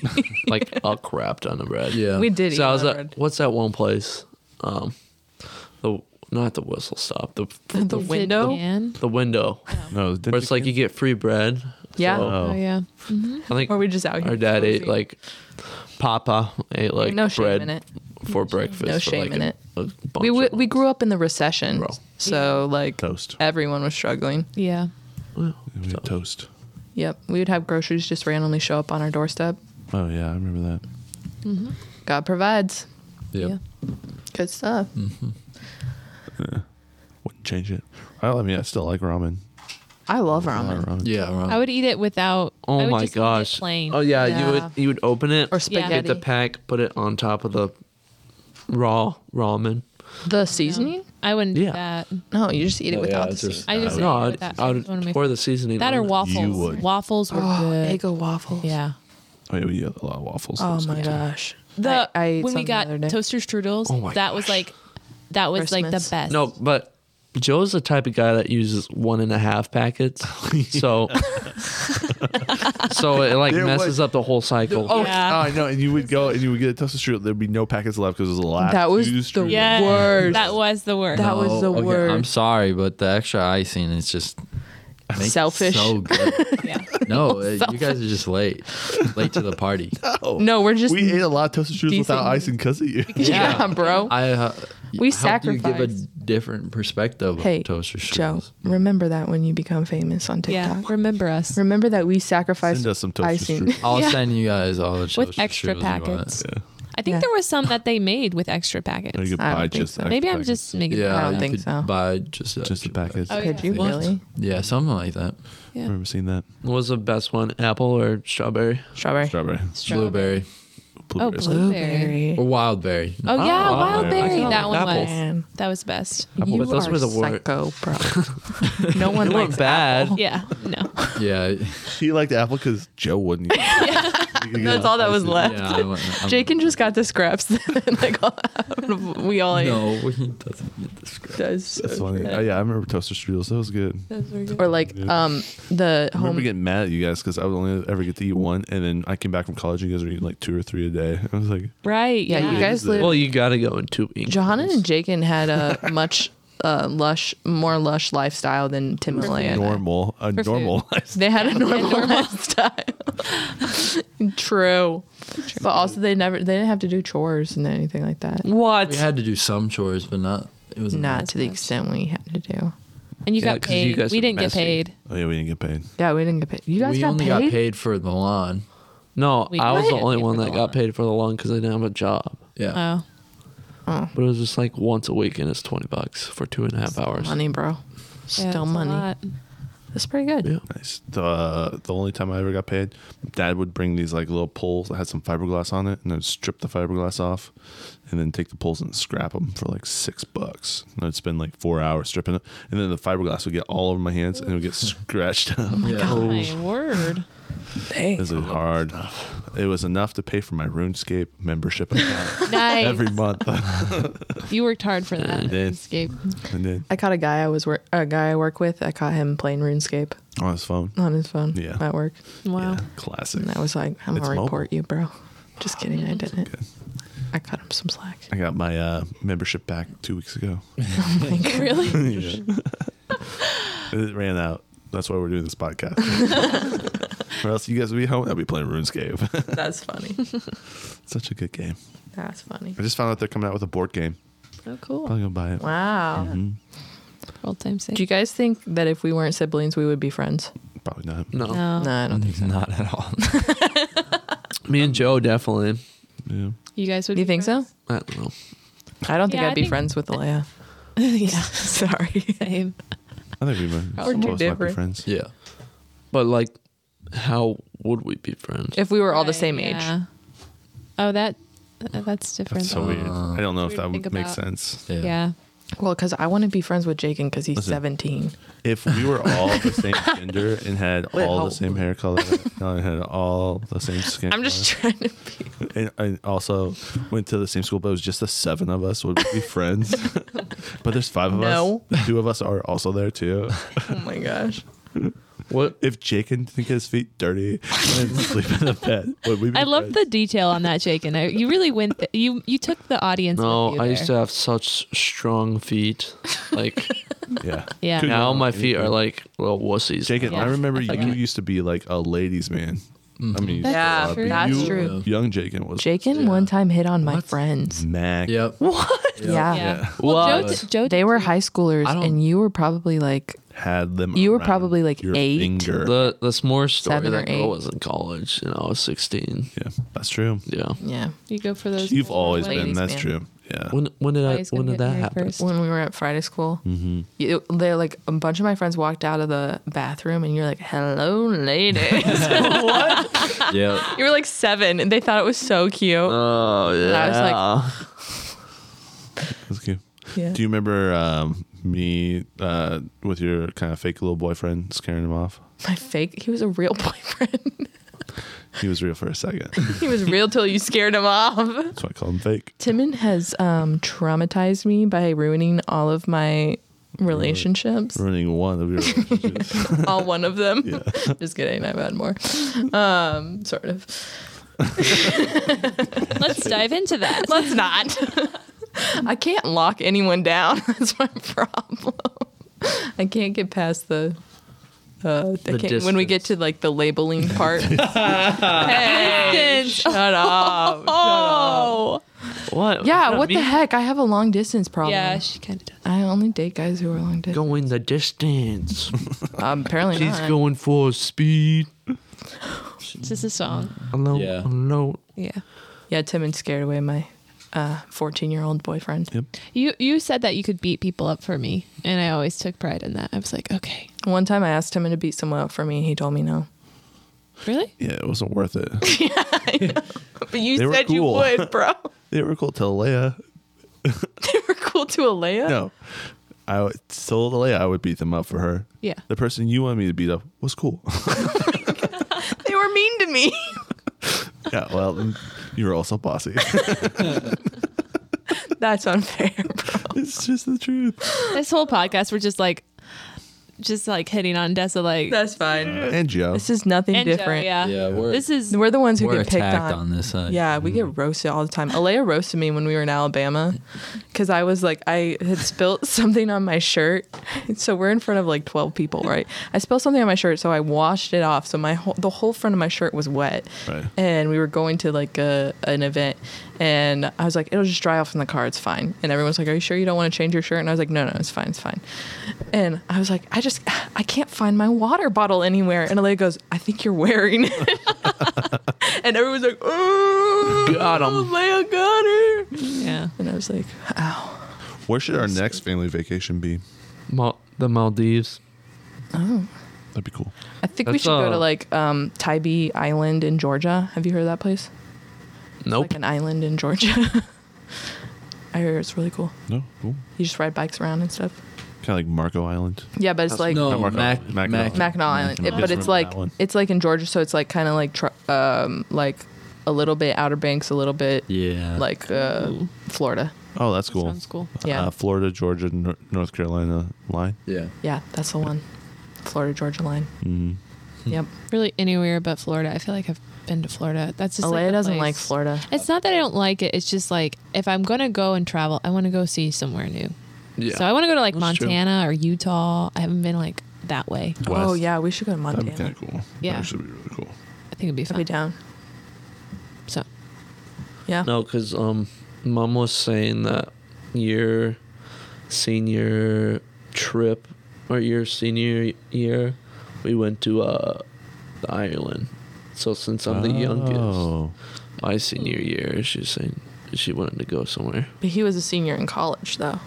Speaker 3: <laughs> like a crap ton of bread.
Speaker 5: Yeah.
Speaker 2: <laughs> We did eat
Speaker 3: So I was uh,
Speaker 2: that
Speaker 3: at
Speaker 2: bread.
Speaker 3: what's that one place? Um, the not the whistle stop the
Speaker 2: The, window.
Speaker 3: the window
Speaker 1: No, didn't
Speaker 3: where it's
Speaker 1: you-
Speaker 3: like you get free bread.
Speaker 2: Yeah.
Speaker 3: So
Speaker 4: Oh
Speaker 1: Oh.
Speaker 4: yeah.
Speaker 3: I think
Speaker 2: Or we just out here.
Speaker 3: our dad ate
Speaker 2: cozy.
Speaker 3: like Papa ate like
Speaker 2: no shame
Speaker 3: bread
Speaker 2: in it.
Speaker 3: for breakfast.
Speaker 2: No
Speaker 3: for,
Speaker 2: shame
Speaker 3: like,
Speaker 2: in
Speaker 3: a-
Speaker 2: it.
Speaker 3: a bunch
Speaker 2: We, we
Speaker 3: of
Speaker 2: we
Speaker 3: months.
Speaker 2: grew up in the recession,
Speaker 3: Bro.
Speaker 2: so like
Speaker 1: toast.
Speaker 2: everyone was struggling.
Speaker 4: Yeah.
Speaker 1: We had toast.
Speaker 2: Yep, we would have groceries just randomly show up on our doorstep.
Speaker 1: Oh yeah, I remember that.
Speaker 2: God provides.
Speaker 5: Yep.
Speaker 4: Yeah.
Speaker 2: Good stuff.
Speaker 3: Mm.
Speaker 1: Wouldn't change it. I mean, I still like ramen.
Speaker 2: I love
Speaker 1: I like
Speaker 2: ramen
Speaker 1: ramen.
Speaker 5: Yeah. Right.
Speaker 4: I would eat it without. I
Speaker 3: Oh
Speaker 4: would
Speaker 3: my
Speaker 4: just eat it
Speaker 3: gosh!
Speaker 4: Plain.
Speaker 3: Oh yeah,
Speaker 2: Yeah.
Speaker 3: you would you would open it
Speaker 2: or
Speaker 3: get
Speaker 2: spaghetti.
Speaker 3: the pack, put it on top of the raw ramen.
Speaker 2: The seasoning?
Speaker 4: I wouldn't
Speaker 3: Yeah.
Speaker 4: do that.
Speaker 2: No, you just eat it
Speaker 5: Oh,
Speaker 2: without
Speaker 5: yeah,
Speaker 2: the
Speaker 5: it's just-
Speaker 2: seasoning.
Speaker 4: I just ate
Speaker 5: No,
Speaker 4: it
Speaker 3: No,
Speaker 4: with
Speaker 3: I'd,
Speaker 4: that. That was one of
Speaker 3: I'd
Speaker 4: my
Speaker 3: pour the seasoning.
Speaker 4: That
Speaker 3: on
Speaker 4: or
Speaker 3: it.
Speaker 4: waffles.
Speaker 1: You would.
Speaker 4: Waffles were
Speaker 2: Oh, <gasps>
Speaker 4: good.
Speaker 2: Eggo waffles.
Speaker 4: Yeah.
Speaker 1: Oh yeah, we had a lot of waffles.
Speaker 2: Oh
Speaker 1: Those
Speaker 2: my
Speaker 1: good.
Speaker 2: gosh.
Speaker 4: The
Speaker 2: I- I ate
Speaker 4: when we
Speaker 2: some the
Speaker 4: got
Speaker 2: other day.
Speaker 4: toaster strudels,
Speaker 3: Oh my
Speaker 4: that was like that was like the
Speaker 2: Christmas.
Speaker 4: best.
Speaker 3: No, but Joe's the type of guy that uses one and a half packets. So, so it like
Speaker 1: There was-
Speaker 3: messes up the whole cycle.
Speaker 1: Oh,
Speaker 4: Yeah.
Speaker 1: I know. And you would go and you would get a toasted strudel. There'd be no packets left because it was the last.
Speaker 2: That was
Speaker 1: two
Speaker 2: the
Speaker 1: strudels.
Speaker 4: Yeah.
Speaker 2: Worst.
Speaker 4: That was the worst.
Speaker 2: That was the
Speaker 5: Oh, I'm
Speaker 2: worst.
Speaker 5: sorry, but the extra icing is just makes it
Speaker 2: Selfish. <laughs>
Speaker 5: So good.
Speaker 4: yeah.
Speaker 5: No, uh, you guys are just late, late to the party.
Speaker 2: <laughs> No, we're just
Speaker 1: We ate a lot of toasted strudels without
Speaker 2: decent.
Speaker 1: icing because of you. <laughs>
Speaker 2: yeah, bro.
Speaker 5: I uh,
Speaker 2: We
Speaker 5: how do You give a
Speaker 2: sacrificed.
Speaker 5: different perspective.
Speaker 2: Hey,
Speaker 5: of toaster
Speaker 2: Joe,
Speaker 5: strudels.
Speaker 2: remember that when you become famous on
Speaker 4: Yeah.
Speaker 2: TikTok.
Speaker 4: Remember us.
Speaker 2: Remember that we sacrificed
Speaker 1: Send us some toasted
Speaker 2: icing. <laughs>
Speaker 1: strudels.
Speaker 5: I'll
Speaker 4: Yeah.
Speaker 5: send you guys all the toaster
Speaker 4: With extra
Speaker 5: strudels you want.
Speaker 4: packets.
Speaker 1: Yeah.
Speaker 4: I think
Speaker 2: Yeah.
Speaker 4: there were some that they made with extra packets.
Speaker 1: Or Oh, you could
Speaker 2: I don't
Speaker 1: buy
Speaker 2: think
Speaker 1: just
Speaker 2: so.
Speaker 1: extra
Speaker 4: Maybe I'm
Speaker 1: packets.
Speaker 4: just making
Speaker 5: Yeah,
Speaker 2: I don't
Speaker 5: you
Speaker 2: think
Speaker 5: could
Speaker 2: so.
Speaker 5: buy
Speaker 1: just
Speaker 5: just
Speaker 1: the
Speaker 5: extra
Speaker 1: packets.
Speaker 4: Oh,
Speaker 1: I
Speaker 4: yeah.
Speaker 2: Could you
Speaker 5: What?
Speaker 2: really?
Speaker 5: Yeah, something like that.
Speaker 4: Yeah.
Speaker 1: remember seeing that
Speaker 3: What was the best one? Apple or strawberry?
Speaker 2: Strawberry.
Speaker 1: strawberry.
Speaker 5: Blueberry
Speaker 4: Oh,
Speaker 1: Blueberries.
Speaker 4: blueberry.
Speaker 5: or wild
Speaker 2: <laughs>
Speaker 5: berry.
Speaker 4: Oh, yeah,
Speaker 3: Oh,
Speaker 4: wild berry.
Speaker 1: yeah.
Speaker 4: That one
Speaker 3: Apples.
Speaker 4: was.
Speaker 2: Man,
Speaker 4: That
Speaker 2: <laughs>
Speaker 4: was best.
Speaker 3: Apple-
Speaker 2: you
Speaker 3: those
Speaker 2: are
Speaker 3: were the wor-
Speaker 2: psycho, <laughs> bro. no one
Speaker 3: They
Speaker 2: likes
Speaker 3: weren't bad.
Speaker 4: Yeah. No.
Speaker 5: Yeah,
Speaker 1: He liked apple because Joe wouldn't.
Speaker 2: <laughs>
Speaker 1: Eat
Speaker 2: That's all that was left.
Speaker 5: yeah. I'm, I'm,
Speaker 2: Jacob just got the scraps. <laughs> that, like all, out of- we all ate.
Speaker 5: No, <laughs> he doesn't get this. crap.
Speaker 2: Does-
Speaker 1: That's funny. Oh, yeah, I remember toaster strudels. That was good.
Speaker 2: or like um the
Speaker 1: I remember
Speaker 2: home
Speaker 1: getting mad at you guys because I would only ever get to eat one, and then I came back from college. and You guys were eating like two or three a day. I was like,
Speaker 4: Right.
Speaker 2: Yeah, you guys live
Speaker 3: Well, you gotta go in two increments.
Speaker 2: Johanna and Jacob had a much uh, lush, more lush lifestyle than Tim and Leia.
Speaker 1: normal, a
Speaker 4: food.
Speaker 1: normal. <laughs> life.
Speaker 2: They had a normal, <laughs> lifestyle. <laughs> True. But also they never they didn't have to do chores and anything like that.
Speaker 3: What?
Speaker 5: We had to do some chores, but not. It was
Speaker 2: Not to the extent we had to do.
Speaker 4: And you
Speaker 3: Yeah,
Speaker 4: got
Speaker 3: 'cause you
Speaker 4: paid.
Speaker 3: guys
Speaker 4: we
Speaker 3: are
Speaker 4: didn't
Speaker 3: messy.
Speaker 4: get paid.
Speaker 1: oh yeah, we didn't get paid.
Speaker 2: Yeah, we didn't get paid. You guys
Speaker 5: we
Speaker 2: got,
Speaker 5: only
Speaker 2: paid?
Speaker 5: got paid for the lawn.
Speaker 3: no,
Speaker 4: We
Speaker 3: I was the
Speaker 4: did.
Speaker 3: only
Speaker 4: Paid
Speaker 3: one
Speaker 4: for
Speaker 3: that
Speaker 4: the
Speaker 3: got
Speaker 4: lawn.
Speaker 3: paid for the lawn because I didn't have a job.
Speaker 5: Yeah.
Speaker 4: Oh.
Speaker 3: But it was just like once a week and it's twenty bucks for two and a half hours.
Speaker 2: Money, bro.
Speaker 4: Yeah,
Speaker 2: Still
Speaker 4: that's a
Speaker 2: money.
Speaker 4: lot.
Speaker 2: That's pretty good.
Speaker 3: Yeah.
Speaker 1: Nice. The the only time I ever got paid, Dad would bring these like little poles that had some fiberglass on it, and I'd strip the fiberglass off, and then take the poles and scrap them for like six bucks. And I'd spend like four hours stripping it, and then the fiberglass would get all over my hands and it would get scratched
Speaker 5: <laughs>
Speaker 2: Oh
Speaker 1: up.
Speaker 4: <laughs>
Speaker 5: Oh.
Speaker 4: My word.
Speaker 1: It was a hard. It was enough to pay for my RuneScape membership account
Speaker 4: Nice.
Speaker 1: every month. <laughs>
Speaker 4: you worked hard for that.
Speaker 1: I did.
Speaker 4: Escape.
Speaker 1: and then
Speaker 2: I caught a guy I was wor- a guy I work with. I caught him playing RuneScape
Speaker 1: on his phone.
Speaker 2: on his phone
Speaker 1: Yeah.
Speaker 2: at work,
Speaker 4: Wow.
Speaker 1: Yeah, classic.
Speaker 2: and I was like, "I'm
Speaker 1: It's
Speaker 2: gonna
Speaker 1: mobile.
Speaker 2: report you, bro." Just kidding, I didn't.
Speaker 1: good.
Speaker 2: I cut him some slack.
Speaker 1: I got my uh, membership back two weeks ago. <laughs>
Speaker 4: Really?
Speaker 1: It ran out. That's why we're doing this
Speaker 2: <laughs>
Speaker 1: podcast. or else you guys would be home. I'll be playing RuneScape.
Speaker 2: <laughs>
Speaker 1: <laughs>
Speaker 2: That's funny.
Speaker 1: Such a good game.
Speaker 2: That's funny.
Speaker 1: I just found out they're coming out with a board game.
Speaker 4: Oh, cool.
Speaker 1: Probably gonna buy it. Mm-hmm.
Speaker 2: Wow.
Speaker 4: World time safe.
Speaker 2: Do you guys think that if we weren't siblings, we would be friends?
Speaker 1: Probably not.
Speaker 3: No.
Speaker 4: No.
Speaker 2: No, I don't think.
Speaker 5: Not at all.
Speaker 3: Me and Joe definitely.
Speaker 1: Yeah.
Speaker 4: You guys would.
Speaker 2: You
Speaker 4: be
Speaker 2: think so?
Speaker 4: friends?
Speaker 3: I don't know.
Speaker 2: I don't think
Speaker 4: Yeah,
Speaker 2: I'd
Speaker 4: I
Speaker 2: be
Speaker 4: think-
Speaker 2: friends with <laughs> Leia.
Speaker 4: <laughs> yeah.
Speaker 2: Sorry.
Speaker 4: Same.
Speaker 1: I think we might.
Speaker 4: Probably.
Speaker 1: some of us might be
Speaker 2: Different.
Speaker 1: friends.
Speaker 5: Yeah.
Speaker 3: But like, how would we be friends?
Speaker 2: If we were all the
Speaker 4: Right,
Speaker 2: same age.
Speaker 4: yeah. Oh, that that's different.
Speaker 1: That's so
Speaker 5: Uh,
Speaker 1: weird. I don't know if
Speaker 4: Weird to
Speaker 1: that
Speaker 4: think
Speaker 1: would make
Speaker 4: about.
Speaker 1: sense.
Speaker 5: Yeah.
Speaker 4: yeah.
Speaker 2: Well, because I want to be friends with Jaken because he's
Speaker 1: Listen.
Speaker 2: 17.
Speaker 1: If we were all the
Speaker 2: <laughs>
Speaker 1: same gender and had
Speaker 2: Wait,
Speaker 1: all
Speaker 2: how-
Speaker 1: the same hair color and had all the same skin,
Speaker 2: I'm just trying to be.
Speaker 1: color, and, and also went to the same school, but it was just the seven of us would we be friends. but there's five of
Speaker 2: No.
Speaker 1: us. Two of us are also there too.
Speaker 2: Oh my gosh.
Speaker 3: What?
Speaker 1: If Jake didn't think his feet dirty and sleep in the bed, would we be
Speaker 4: I love the detail on that, Jake. And I, you really went. Th- you you took the audience. with
Speaker 3: No,
Speaker 4: you
Speaker 3: I
Speaker 4: there.
Speaker 3: used to have such strong feet.
Speaker 2: <laughs>
Speaker 3: Like
Speaker 1: the yeah.
Speaker 4: Yeah.
Speaker 1: Could-
Speaker 3: now, my feet are like little wussies.
Speaker 1: Jacob,
Speaker 4: Yeah.
Speaker 1: I remember
Speaker 4: I
Speaker 1: you
Speaker 4: forget.
Speaker 1: used to be like a ladies' man. I mean,
Speaker 4: That's
Speaker 2: Yeah,
Speaker 4: true.
Speaker 2: that's
Speaker 1: you-
Speaker 2: true.
Speaker 1: Young Jacob was
Speaker 2: Jaken one time hit on my friends.
Speaker 1: Mac.
Speaker 5: Yep.
Speaker 2: What? Yeah.
Speaker 4: Yeah.
Speaker 3: Well,
Speaker 4: Joe, t- Joe,
Speaker 2: They were high schoolers,
Speaker 5: I don't-
Speaker 2: and you were probably like,
Speaker 1: Had them.
Speaker 2: You were
Speaker 1: around
Speaker 2: probably, like,
Speaker 1: your
Speaker 2: eight.
Speaker 1: Finger.
Speaker 3: the the s'more story
Speaker 2: Seven or
Speaker 3: that girl
Speaker 2: eight.
Speaker 3: was in college, and I was sixteen.
Speaker 1: yeah, that's true.
Speaker 3: Yeah.
Speaker 2: yeah.
Speaker 4: you go for those.
Speaker 1: You've always
Speaker 4: ladies.
Speaker 1: been. That's
Speaker 2: man.
Speaker 1: true. Yeah.
Speaker 3: When when did I
Speaker 4: Always gonna
Speaker 3: when did
Speaker 4: get
Speaker 3: that
Speaker 4: married
Speaker 3: happen?
Speaker 4: first.
Speaker 2: When we were at Friday school, you, they're like a bunch of my friends walked out of the bathroom, and you're like, "Hello, ladies."
Speaker 5: Yeah.
Speaker 2: <laughs> you were like seven, and they thought it was so cute.
Speaker 3: Oh yeah.
Speaker 2: I was like-
Speaker 1: That's cute.
Speaker 2: Yeah.
Speaker 1: Do you remember um, me uh, with your kind of fake little boyfriend scaring him off?
Speaker 2: my fake. He was a real <laughs> boyfriend.
Speaker 1: He was real for a
Speaker 4: <laughs>
Speaker 1: second.
Speaker 2: he was real till you scared him off.
Speaker 1: That's why I call him fake.
Speaker 2: Timon has um, traumatized me by ruining all of my relationships.
Speaker 1: Ruining one of your relationships.
Speaker 4: <laughs>
Speaker 2: all one of them. <laughs> Just kidding. I've had more. Um, sort of.
Speaker 4: Let's dive into that.
Speaker 2: Let's not. <laughs> I can't lock anyone down. <laughs> That's my problem. I can't get past the. Uh, I can't, when we get to like
Speaker 1: <laughs>
Speaker 2: the labeling part. hey, shut up. Shut up.
Speaker 3: what?
Speaker 2: Yeah,
Speaker 3: Not
Speaker 2: what
Speaker 3: me.
Speaker 2: the heck? I have a long distance problem.
Speaker 4: yeah, she kind of does.
Speaker 2: I only date guys who are long distance.
Speaker 3: Going
Speaker 2: <laughs>
Speaker 3: the distance.
Speaker 2: Um, apparently
Speaker 3: She's
Speaker 2: not.
Speaker 3: going full speed.
Speaker 4: Is this a song?
Speaker 3: Hello.
Speaker 5: Yeah.
Speaker 3: Hello.
Speaker 4: Yeah.
Speaker 2: Yeah, Timon scared away my uh, 14 year old boyfriend.
Speaker 4: You you said that you could beat people up for me, and I always took pride in that. I was like, okay,
Speaker 2: One time I asked Timon to beat someone up for me and he told me no.
Speaker 4: really?
Speaker 1: Yeah, it wasn't worth it.
Speaker 2: But you
Speaker 1: They were
Speaker 2: said you
Speaker 1: cool.
Speaker 2: would, bro.
Speaker 1: They were cool till Leia.
Speaker 2: they were <laughs> cool to Alea.
Speaker 1: No, I w- told Leia I would beat them up for her.
Speaker 4: Yeah.
Speaker 1: The person you wanted me to beat up was cool. <laughs>
Speaker 2: They were mean to <laughs> me.
Speaker 1: yeah, well, you were also
Speaker 4: <laughs>
Speaker 1: bossy.
Speaker 2: That's unfair, bro.
Speaker 1: <laughs> it's just the truth.
Speaker 4: This whole podcast, we're just like, just like hitting on Dessa, like
Speaker 2: That's fine.
Speaker 1: And Joe.
Speaker 2: This is nothing
Speaker 4: and Joe,
Speaker 2: different.
Speaker 4: yeah.
Speaker 5: Yeah. We're,
Speaker 4: This is
Speaker 2: We're the ones who
Speaker 5: we're
Speaker 2: get picked
Speaker 5: attacked
Speaker 2: on.
Speaker 5: on. this side.
Speaker 2: Yeah, we get roasted all the time. Alea roasted me when we were in Alabama because I was like, I had spilt <laughs> something on my shirt. So we're in front of like 12 people, right? I spilled something on my shirt, so I washed it off. So my whole, the whole front of my shirt was wet.
Speaker 1: Right.
Speaker 2: And we were going to like a, an event, and I was like, it'll just dry off in the car. It's fine. And everyone's like, Are you sure you don't want to change your shirt? And I was like, No, no, it's fine. It's fine. And I was like, I just, I can't find my water bottle anywhere. And Alea goes, I think you're wearing it. And everyone's like, oh,
Speaker 3: Got 'em.
Speaker 2: Leia got her.
Speaker 4: yeah.
Speaker 2: And I was like, ow.
Speaker 1: Where should our next family vacation be?
Speaker 3: Mal- the Maldives.
Speaker 1: That'd be cool.
Speaker 2: I think we
Speaker 3: That's,
Speaker 2: should go to
Speaker 3: uh,
Speaker 2: like um, Tybee Island in Georgia. Have you heard of that place?
Speaker 3: Nope.
Speaker 2: Like an island in Georgia. <laughs> I hear it's really cool.
Speaker 1: No, cool.
Speaker 2: You just ride bikes around and stuff.
Speaker 1: Kind of like Marco Island.
Speaker 2: Yeah, but it's like
Speaker 5: no,
Speaker 1: Not Marco
Speaker 5: Mac,
Speaker 1: Island, Mackinac
Speaker 5: Mac-
Speaker 2: Mackinac Island,
Speaker 1: Mackinac
Speaker 2: It- but
Speaker 1: Island.
Speaker 2: it's like
Speaker 1: That one.
Speaker 2: it's like in Georgia, so it's like kind of like tr- um like a little bit Outer Banks, a little bit
Speaker 5: Yeah.
Speaker 2: like uh, Florida.
Speaker 1: Oh, that's cool.
Speaker 4: Sounds cool.
Speaker 2: Yeah,
Speaker 1: Uh, Florida, Georgia, Nor- North Carolina line.
Speaker 5: yeah.
Speaker 2: yeah, that's the one. Florida Georgia line.
Speaker 1: Mm.
Speaker 2: Yep.
Speaker 4: Really anywhere but Florida. I feel like I've been to Florida. That's just
Speaker 2: Alea
Speaker 4: the
Speaker 2: doesn't
Speaker 4: place.
Speaker 2: like Florida.
Speaker 4: It's not that I don't like it. It's just like if I'm gonna go and travel, I want to go see somewhere new.
Speaker 3: Yeah.
Speaker 4: So I want to go to like
Speaker 3: That's true.
Speaker 4: Montana or Utah. I haven't been like that way.
Speaker 2: Oh
Speaker 1: West.
Speaker 2: yeah, we should go to
Speaker 1: That'd be
Speaker 2: Montana.
Speaker 1: kind of cool.
Speaker 4: Yeah.
Speaker 1: That should be really cool.
Speaker 4: I think it'd be
Speaker 2: I'd
Speaker 4: fun.
Speaker 2: be down.
Speaker 4: So
Speaker 2: Yeah.
Speaker 3: No, because um, mom was saying that your senior trip or your senior year, we went to uh, Ireland. So since I'm the youngest,
Speaker 1: Oh.
Speaker 3: my senior year, she's saying she wanted to go somewhere.
Speaker 2: But he was a senior in college though,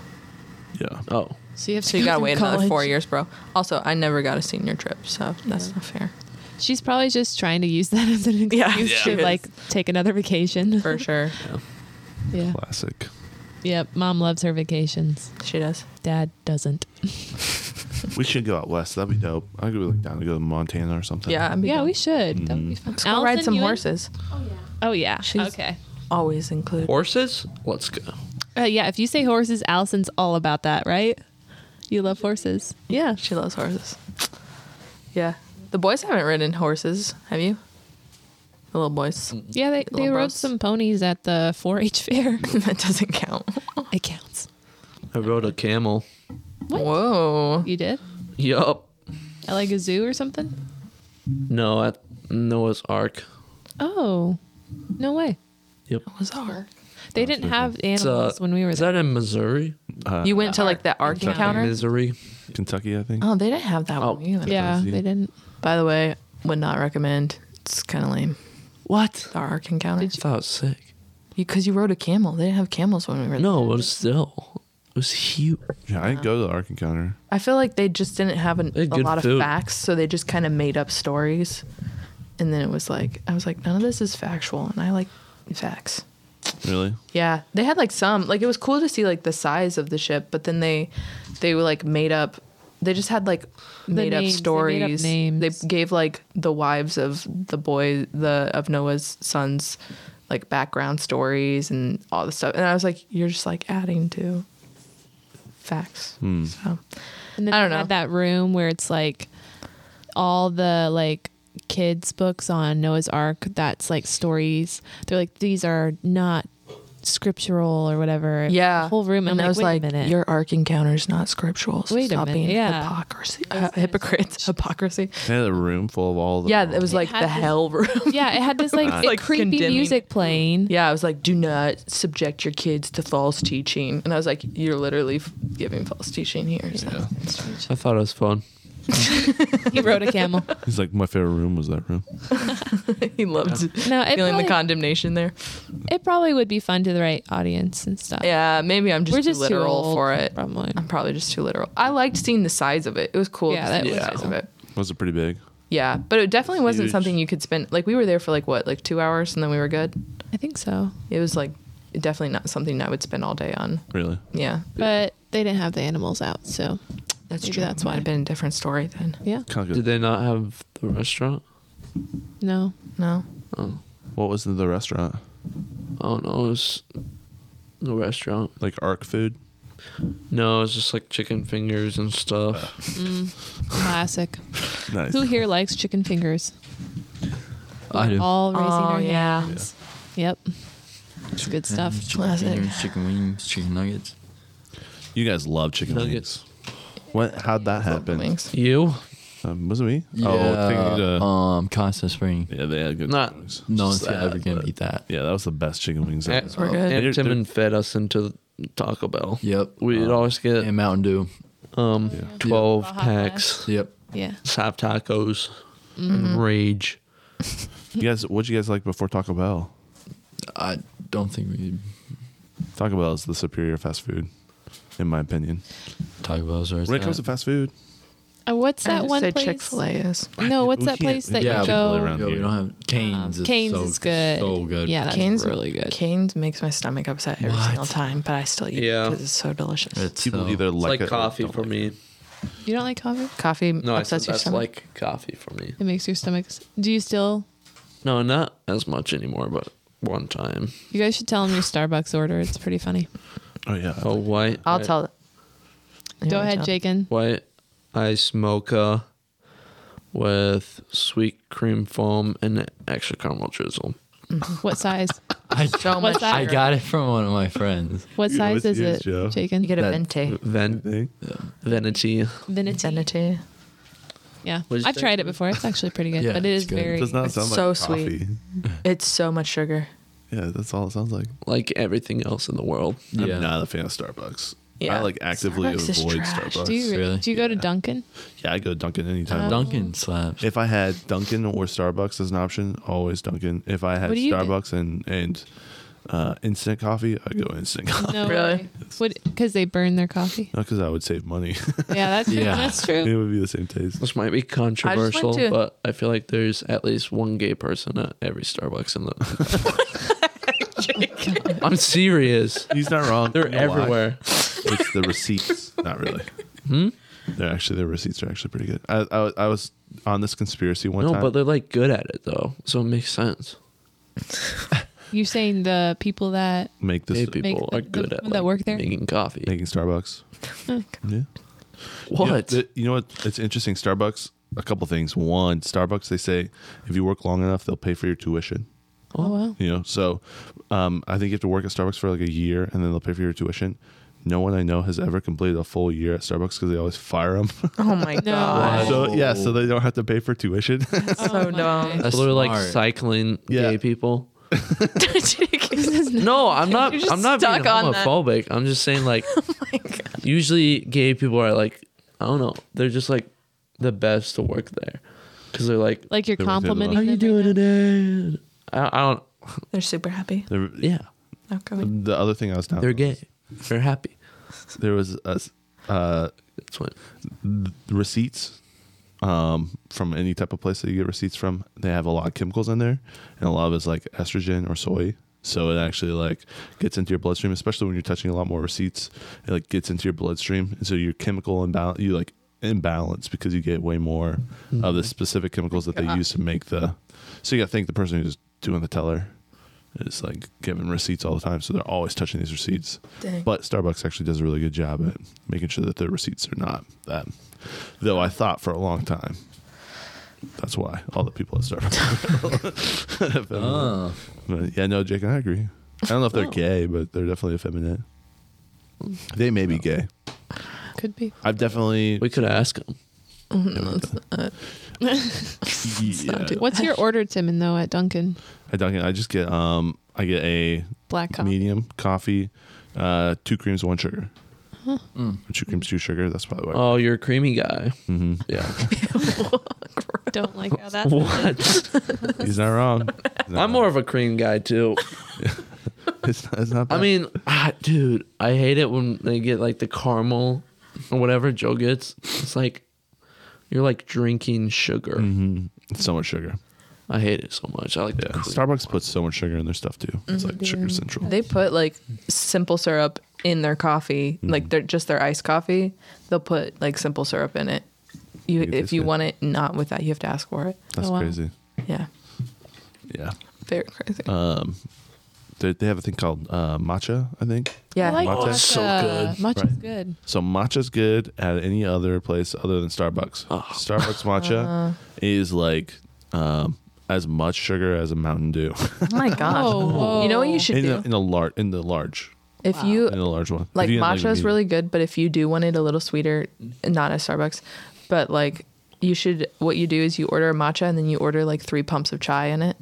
Speaker 1: Yeah.
Speaker 3: Oh,
Speaker 4: so you have to
Speaker 2: so you gotta
Speaker 4: go through
Speaker 2: wait another four
Speaker 4: college.
Speaker 2: years, bro. Also, I never got a senior trip, so that's not fair
Speaker 4: She's probably just trying to use that <laughs> as an excuse
Speaker 2: Yeah, she
Speaker 4: to
Speaker 2: is.
Speaker 4: like take another vacation.
Speaker 2: for sure.
Speaker 4: <laughs> yeah.
Speaker 1: Classic.
Speaker 4: Yep. Mom loves her vacations.
Speaker 2: She does.
Speaker 4: Dad doesn't.
Speaker 1: We should go out west. That'd be dope. I'd go like down to go to Montana or something.
Speaker 2: Yeah, I'd be
Speaker 4: Yeah,
Speaker 2: down.
Speaker 4: we should. That would be
Speaker 1: Mm.
Speaker 4: fun.
Speaker 2: Let's go ride
Speaker 4: Allison,
Speaker 2: some
Speaker 4: you in?
Speaker 2: horses.
Speaker 6: Oh yeah.
Speaker 4: Oh yeah.
Speaker 2: She's-
Speaker 4: okay.
Speaker 2: Always include.
Speaker 3: horses? Let's go.
Speaker 4: Uh, yeah. If you say horses, Allison's all about that, right? You love horses.
Speaker 2: Yeah, she loves horses. Yeah. The boys haven't ridden horses, have you? The little boys. <laughs>
Speaker 4: Yeah, they, they
Speaker 2: Little
Speaker 4: rode
Speaker 2: bros.
Speaker 4: some ponies at the 4-H fair. <laughs>
Speaker 2: that doesn't count.
Speaker 4: it counts.
Speaker 3: I rode a camel.
Speaker 4: What?
Speaker 2: Whoa.
Speaker 4: You did?
Speaker 3: Yup.
Speaker 4: At like a zoo or something?
Speaker 3: No, at Noah's Ark.
Speaker 4: Oh, no way.
Speaker 3: Yep.
Speaker 2: was hard.
Speaker 4: They didn't have
Speaker 3: It's, uh,
Speaker 4: animals when we were
Speaker 3: Is
Speaker 4: there.
Speaker 3: that in Missouri?
Speaker 1: Uh,
Speaker 2: You went to like the arc
Speaker 4: Kentucky.
Speaker 2: encounter?
Speaker 3: Missouri.
Speaker 1: Kentucky, I think.
Speaker 2: Oh, they didn't have that
Speaker 3: Oh.
Speaker 2: one. We went.
Speaker 4: yeah,
Speaker 1: crazy.
Speaker 4: they didn't.
Speaker 2: By the way, would not recommend. It's kind of lame.
Speaker 3: What?
Speaker 2: The arc encounter.
Speaker 3: I thought it was sick.
Speaker 2: Because you, rode a camel. They didn't have camels when we were
Speaker 3: No,
Speaker 2: there.
Speaker 3: it was still. It was huge.
Speaker 1: Yeah, I didn't go to the Ark Encounter.
Speaker 2: I feel like they just didn't have an,
Speaker 3: They
Speaker 2: a
Speaker 3: had good
Speaker 2: lot
Speaker 3: food.
Speaker 2: of facts, so they just kind of made up stories. And then it was like, I was like, none of this is factual, and I like facts.
Speaker 1: Really?
Speaker 2: Yeah, they had like some like it was cool to see like the size of the ship, but then they they were like made up. They just had like made
Speaker 4: names, they made up
Speaker 2: up stories.
Speaker 4: names.
Speaker 2: They gave like the wives of the boy the of Noah's sons like background stories and all the stuff. And I was like, you're just like adding to facts. So
Speaker 4: And then
Speaker 2: I
Speaker 4: I
Speaker 2: don't
Speaker 4: do
Speaker 2: know.
Speaker 4: Had that room where it's like all the like kids books on Noah's Ark. That's like stories. They're like these are not scriptural or whatever.
Speaker 2: yeah,
Speaker 4: The whole room.
Speaker 2: And
Speaker 4: I'm
Speaker 2: I was like,
Speaker 4: wait a minute.
Speaker 2: your arc encounter is not scriptural. So
Speaker 4: Wait a
Speaker 2: stop
Speaker 4: minute,
Speaker 2: being
Speaker 4: yeah.
Speaker 2: hypocrisy, uh, hypocrite, hypocrisy.
Speaker 1: They had a room full of all the.
Speaker 2: Yeah, it was like
Speaker 4: had
Speaker 2: the
Speaker 4: this-
Speaker 2: hell room.
Speaker 4: yeah,
Speaker 2: <laughs>
Speaker 4: it had this like,
Speaker 2: It's, like,
Speaker 4: creepy
Speaker 2: condemning.
Speaker 4: music playing.
Speaker 2: Yeah, I was like, do not subject your kids to false teaching. And I was like, you're literally f- giving false teaching here. So.
Speaker 3: I thought it was fun.
Speaker 4: <laughs> He rode a
Speaker 2: <laughs>
Speaker 4: camel.
Speaker 1: He's like, my favorite room was that room.
Speaker 2: <laughs> he loved
Speaker 4: No,
Speaker 2: <laughs>
Speaker 4: it
Speaker 2: feeling
Speaker 4: probably,
Speaker 2: the condemnation there.
Speaker 4: it probably would be fun to the right audience and stuff.
Speaker 2: Yeah, maybe I'm just,
Speaker 4: We're
Speaker 2: too
Speaker 4: just too
Speaker 2: literal
Speaker 4: old,
Speaker 2: for it. Um,
Speaker 4: probably.
Speaker 2: I'm probably just too literal. I liked seeing the size of it. It was cool
Speaker 4: Yeah,
Speaker 2: to
Speaker 4: that
Speaker 2: see the
Speaker 4: was
Speaker 2: size
Speaker 4: cool.
Speaker 2: of it.
Speaker 1: Was it pretty big?
Speaker 2: Yeah, but it definitely wasn't
Speaker 1: huge.
Speaker 2: something you could spend. Like, we were there for like what, like two hours and then we were good?
Speaker 4: I think so.
Speaker 2: It was like definitely not something I would spend all day on.
Speaker 1: Really?
Speaker 2: Yeah,
Speaker 4: But they didn't have the animals out, so
Speaker 2: that's
Speaker 4: Maybe
Speaker 2: true.
Speaker 4: that's why.
Speaker 2: Might have been a different story then.
Speaker 4: yeah.
Speaker 1: Kind of
Speaker 3: Did
Speaker 1: good.
Speaker 3: they not have the restaurant?
Speaker 4: No.
Speaker 2: No.
Speaker 3: Oh,
Speaker 1: What was in the restaurant?
Speaker 3: I don't know. It was the restaurant.
Speaker 1: Like Ark food?
Speaker 3: No, it was just like chicken fingers and stuff.
Speaker 4: Classic.
Speaker 1: Nice.
Speaker 4: Who here likes chicken fingers?
Speaker 5: I do.
Speaker 4: All
Speaker 2: Oh,
Speaker 4: raising our
Speaker 2: yeah.
Speaker 4: hands. Yep. It's good
Speaker 5: Yeah,
Speaker 4: stuff.
Speaker 5: Chicken
Speaker 2: Classic.
Speaker 5: fingers, chicken wings, chicken nuggets.
Speaker 1: You guys love chicken
Speaker 3: Nuggets.
Speaker 1: wings. What? How'd that happen?
Speaker 2: Wings.
Speaker 3: You?
Speaker 1: Um, was it me?
Speaker 5: Yeah,
Speaker 1: thank you to-
Speaker 5: um, Constant Spring.
Speaker 1: yeah, they had good.
Speaker 3: Not-
Speaker 1: chicken wings.
Speaker 5: No one's
Speaker 3: Sad,
Speaker 5: ever gonna
Speaker 3: but-
Speaker 5: eat that.
Speaker 1: Yeah, that was the best chicken wings.
Speaker 3: Aunt,
Speaker 1: ever.
Speaker 2: We're good.
Speaker 3: Aunt
Speaker 1: They're- Oh.
Speaker 3: Timon fed us into Taco Bell.
Speaker 5: Yep.
Speaker 3: We'd
Speaker 5: Um,
Speaker 3: always get
Speaker 5: and Mountain Dew.
Speaker 3: um
Speaker 1: Yeah.
Speaker 3: twelve
Speaker 4: Baja
Speaker 3: packs,
Speaker 5: Yep.
Speaker 4: Yeah.
Speaker 3: soft tacos,
Speaker 2: Mm-hmm.
Speaker 3: and rage.
Speaker 1: You guys, what'd you guys like before Taco Bell?
Speaker 5: I don't think we
Speaker 1: Taco Bell is the superior fast food, in my opinion.
Speaker 5: talk about those.
Speaker 1: When it comes to fast food,
Speaker 4: Uh, what's
Speaker 2: I
Speaker 4: that
Speaker 2: just
Speaker 4: one
Speaker 2: said
Speaker 4: place?
Speaker 2: Chick Fil A is.
Speaker 4: No, what's
Speaker 1: We
Speaker 4: that
Speaker 1: can't-
Speaker 4: place that
Speaker 1: we
Speaker 5: Yeah,
Speaker 1: can't
Speaker 4: you
Speaker 1: Chick-fil-A
Speaker 4: go?
Speaker 1: around
Speaker 5: Yeah, we
Speaker 1: here.
Speaker 5: don't have Canes.
Speaker 2: Uh,
Speaker 4: Um,
Speaker 5: is
Speaker 4: Cane's
Speaker 5: so,
Speaker 4: is good.
Speaker 5: So good.
Speaker 4: Yeah, that's
Speaker 2: Cane's-
Speaker 4: really good.
Speaker 2: Canes makes my stomach upset every
Speaker 5: What?
Speaker 2: single time, but I still eat
Speaker 3: Yeah.
Speaker 2: it because it's so delicious.
Speaker 5: It's um,
Speaker 1: People
Speaker 5: so-
Speaker 1: either
Speaker 3: It's
Speaker 1: like,
Speaker 3: like,
Speaker 1: it or
Speaker 3: coffee
Speaker 1: don't
Speaker 3: for
Speaker 1: like
Speaker 3: me.
Speaker 4: You don't like coffee?
Speaker 2: Coffee
Speaker 3: No, I said
Speaker 2: upsets your
Speaker 3: that's
Speaker 2: stomach.
Speaker 3: like coffee for me.
Speaker 4: It makes your stomach. s- Do you still?
Speaker 3: No, not as much anymore, but one time.
Speaker 4: You guys should tell them your Starbucks order. It's pretty funny.
Speaker 1: it. Oh yeah.
Speaker 3: Oh, white.
Speaker 2: I'll
Speaker 3: I-
Speaker 2: tell. You
Speaker 4: Go
Speaker 2: wanna
Speaker 4: ahead,
Speaker 2: tell?
Speaker 4: Jacob.
Speaker 3: White ice mocha with sweet cream foam and extra caramel drizzle.
Speaker 4: What
Speaker 5: <laughs>
Speaker 4: size?
Speaker 5: I,
Speaker 2: So much.
Speaker 4: What's that?
Speaker 5: I got it from one of my friends.
Speaker 4: What
Speaker 1: You know,
Speaker 4: size
Speaker 1: it's
Speaker 4: is
Speaker 1: yours,
Speaker 4: it,
Speaker 1: Joe.
Speaker 4: Jacob?
Speaker 2: You get a
Speaker 5: That-
Speaker 2: venti.
Speaker 3: Ven-
Speaker 1: Thing.
Speaker 3: Veneti.
Speaker 4: Vinity.
Speaker 2: Venti.
Speaker 4: Yeah,
Speaker 3: What'd you
Speaker 4: I've
Speaker 3: think?
Speaker 4: tried it before. It's actually pretty good,
Speaker 5: Yeah,
Speaker 4: but it
Speaker 5: it's
Speaker 4: is
Speaker 5: good. It
Speaker 1: It
Speaker 4: very.
Speaker 1: does not
Speaker 2: It's
Speaker 1: sound
Speaker 2: so
Speaker 1: like
Speaker 2: sweet.
Speaker 1: coffee.
Speaker 2: It's so much sugar.
Speaker 1: Yeah, that's all it sounds like.
Speaker 3: Like everything else in the world.
Speaker 5: Yeah.
Speaker 1: I'm not a fan of Starbucks.
Speaker 2: Yeah.
Speaker 1: I like actively
Speaker 2: Starbucks is
Speaker 1: avoid
Speaker 2: trash.
Speaker 1: Starbucks.
Speaker 4: do you re-
Speaker 5: Really? Oh.
Speaker 4: do you go to Dunkin'?
Speaker 1: yeah, I go Dunkin' anytime.
Speaker 5: Dunkin' slaps.
Speaker 1: if I had Dunkin' or Starbucks as an option, always Dunkin'. If I had
Speaker 4: What do you do?
Speaker 1: Starbucks and and uh, instant coffee, I go instant
Speaker 4: <laughs>
Speaker 1: coffee <laughs>
Speaker 4: No,
Speaker 2: Really?
Speaker 4: way. Would because they burn their coffee.
Speaker 1: because I would save money.
Speaker 4: <laughs> Yeah, that's
Speaker 5: Yeah.
Speaker 4: that's
Speaker 1: it
Speaker 4: true.
Speaker 1: would be the same taste.
Speaker 3: This might be controversial,
Speaker 2: to-
Speaker 3: but I feel like there's at least one gay person at every Starbucks in the. I'm serious.
Speaker 1: He's not wrong.
Speaker 3: They're
Speaker 1: You know why?
Speaker 3: everywhere. Hmm?
Speaker 1: It's the receipts, not really. They're actually their receipts are actually pretty good. I I, I was on this conspiracy one
Speaker 3: No,
Speaker 1: time.
Speaker 3: but they're like good at it though, so it makes sense.
Speaker 4: You're saying the people that
Speaker 1: make this
Speaker 3: Gay people
Speaker 4: the-
Speaker 3: are good
Speaker 4: the-
Speaker 3: at
Speaker 4: that
Speaker 3: like,
Speaker 4: work there?
Speaker 3: making coffee.
Speaker 1: making Starbucks. yeah. You know,
Speaker 3: what?
Speaker 1: th- you know what? It's interesting. Starbucks. A couple things. One, Starbucks. They say if you work long enough, they'll pay for your tuition.
Speaker 4: oh wow,
Speaker 1: You know, so um, I think you have to work at Starbucks for like a year, and then they'll pay for your tuition. No one I know has ever completed a full year at Starbucks because they always fire them.
Speaker 2: <laughs> Oh my god.
Speaker 1: <laughs> so yeah, so they don't have to pay for tuition. <laughs>
Speaker 4: Oh,
Speaker 2: so dumb.
Speaker 4: <laughs>
Speaker 5: That's
Speaker 3: so they're like
Speaker 5: smart.
Speaker 3: cycling
Speaker 1: Yeah.
Speaker 3: gay people.
Speaker 4: <laughs>
Speaker 2: <laughs>
Speaker 3: No, I'm not.
Speaker 2: You're just
Speaker 3: I'm not being
Speaker 2: stuck on that. Oh
Speaker 3: homophobic. I'm just
Speaker 2: <laughs>
Speaker 3: saying like, usually gay people are like, I don't know. They're just like the best to work there because they're like,
Speaker 4: like you're
Speaker 1: They work there, they're like,
Speaker 4: complimenting.
Speaker 3: how you
Speaker 4: them right
Speaker 3: doing today? I, I don't.
Speaker 2: They're super happy.
Speaker 1: They're-
Speaker 3: Yeah,
Speaker 2: Okay.
Speaker 1: the other thing I was down.
Speaker 3: they're gay. They're happy.
Speaker 1: There was a s- uh,
Speaker 3: That's what.
Speaker 1: receipts um, from any type of place that you get receipts from. They have a lot of chemicals in there, and a lot of it's like estrogen or soy. So it actually like gets into your bloodstream, especially when you're touching a lot more receipts. It like gets into your bloodstream, and so your chemical imbalance, you like imbalance because you get way more of
Speaker 3: Mm-hmm.
Speaker 1: the specific chemicals that they use to make the. So you got to think the person who's doing the teller is like giving receipts all the time, so they're always touching these receipts.
Speaker 2: Dang.
Speaker 1: But Starbucks actually does a really good job at making sure that their receipts are not that. Though I thought for a long time. That's why all the people at Starbucks. <laughs> are effeminate.
Speaker 5: Oh.
Speaker 1: But yeah, no, Jake, I agree. I don't know if they're
Speaker 3: Oh.
Speaker 1: gay, but they're definitely effeminate. They may be gay.
Speaker 4: now? Could be.
Speaker 1: I've definitely.
Speaker 3: We could ask them.
Speaker 1: yeah.
Speaker 4: What's your order, Timon? Though at Dunkin',
Speaker 1: I Dunkin', I just get um, I get a
Speaker 4: black coffee.
Speaker 1: medium coffee, uh, two creams, one sugar. Two creams, two sugar. That's probably why.
Speaker 3: Oh, you're a creamy guy. <laughs>
Speaker 1: hmm
Speaker 3: Yeah.
Speaker 4: <laughs>
Speaker 2: <laughs>
Speaker 4: Don't like how that's
Speaker 3: what?
Speaker 1: He's not
Speaker 3: <laughs>
Speaker 1: wrong. He's not
Speaker 3: I'm
Speaker 1: wrong.
Speaker 3: more of a cream guy too.
Speaker 1: It's not, it's not bad.
Speaker 3: I mean, ah, dude, I hate it when they get like the caramel or whatever Joe gets. It's like you're like drinking sugar.
Speaker 1: Mhm. It's so much sugar.
Speaker 3: I hate it so much. I like
Speaker 1: Yeah.
Speaker 3: the cream.
Speaker 1: Starbucks puts so much sugar in their stuff too. It's like sugar central.
Speaker 2: Mm-hmm. They put like simple syrup in their coffee, like they're just their iced coffee. They'll put like simple syrup in it. You,
Speaker 1: Maybe
Speaker 2: if
Speaker 1: this
Speaker 2: you
Speaker 1: way.
Speaker 2: want it not with that, you have to ask for it.
Speaker 1: That's
Speaker 4: Oh, wow.
Speaker 1: crazy.
Speaker 2: Yeah,
Speaker 1: Yeah.
Speaker 2: very crazy.
Speaker 1: Um, they, they have a thing called uh, matcha, I think.
Speaker 2: yeah,
Speaker 4: I like
Speaker 1: Matcha.
Speaker 4: matcha.
Speaker 1: So
Speaker 4: good. Matcha's good.
Speaker 1: So matcha's good at any other place other than Starbucks. Starbucks
Speaker 2: Uh-huh.
Speaker 1: matcha is like um, as much sugar as a Mountain Dew
Speaker 2: oh my god.
Speaker 4: whoa.
Speaker 2: You know what you should
Speaker 1: in
Speaker 2: do
Speaker 1: the in the large in the large
Speaker 2: if you
Speaker 1: in the large one. If
Speaker 2: like
Speaker 1: you didn't
Speaker 2: matcha is
Speaker 1: medium-
Speaker 2: really good, but if you do want it a little sweeter, not at Starbucks, but like you should what you do is you order a matcha and then you order like three pumps of chai in it,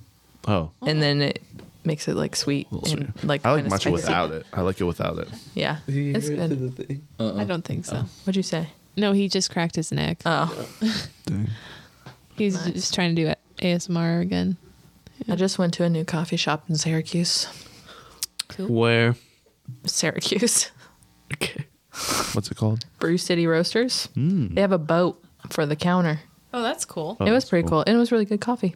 Speaker 1: oh.
Speaker 2: and then it makes it like sweet
Speaker 1: a little
Speaker 2: and
Speaker 1: sweet.
Speaker 2: like
Speaker 1: I like
Speaker 2: kinda
Speaker 1: matcha
Speaker 2: spicy.
Speaker 1: without it. I like it without it.
Speaker 2: Yeah, it's good.
Speaker 4: I don't think so.
Speaker 2: What'd you say?
Speaker 4: No, he just cracked his neck.
Speaker 2: Oh,
Speaker 4: He's just trying to do it ASMR again.
Speaker 2: I just went to a new coffee shop in Syracuse.
Speaker 3: Where?
Speaker 2: Syracuse, <laughs>
Speaker 3: Okay.
Speaker 1: What's it called?
Speaker 2: Brew City Roasters. They have a boat. for the counter.
Speaker 4: Oh, that's cool.
Speaker 1: Hmm. Oh,
Speaker 2: it was
Speaker 1: that's
Speaker 2: pretty
Speaker 1: cool.
Speaker 2: cool. and it was really good coffee,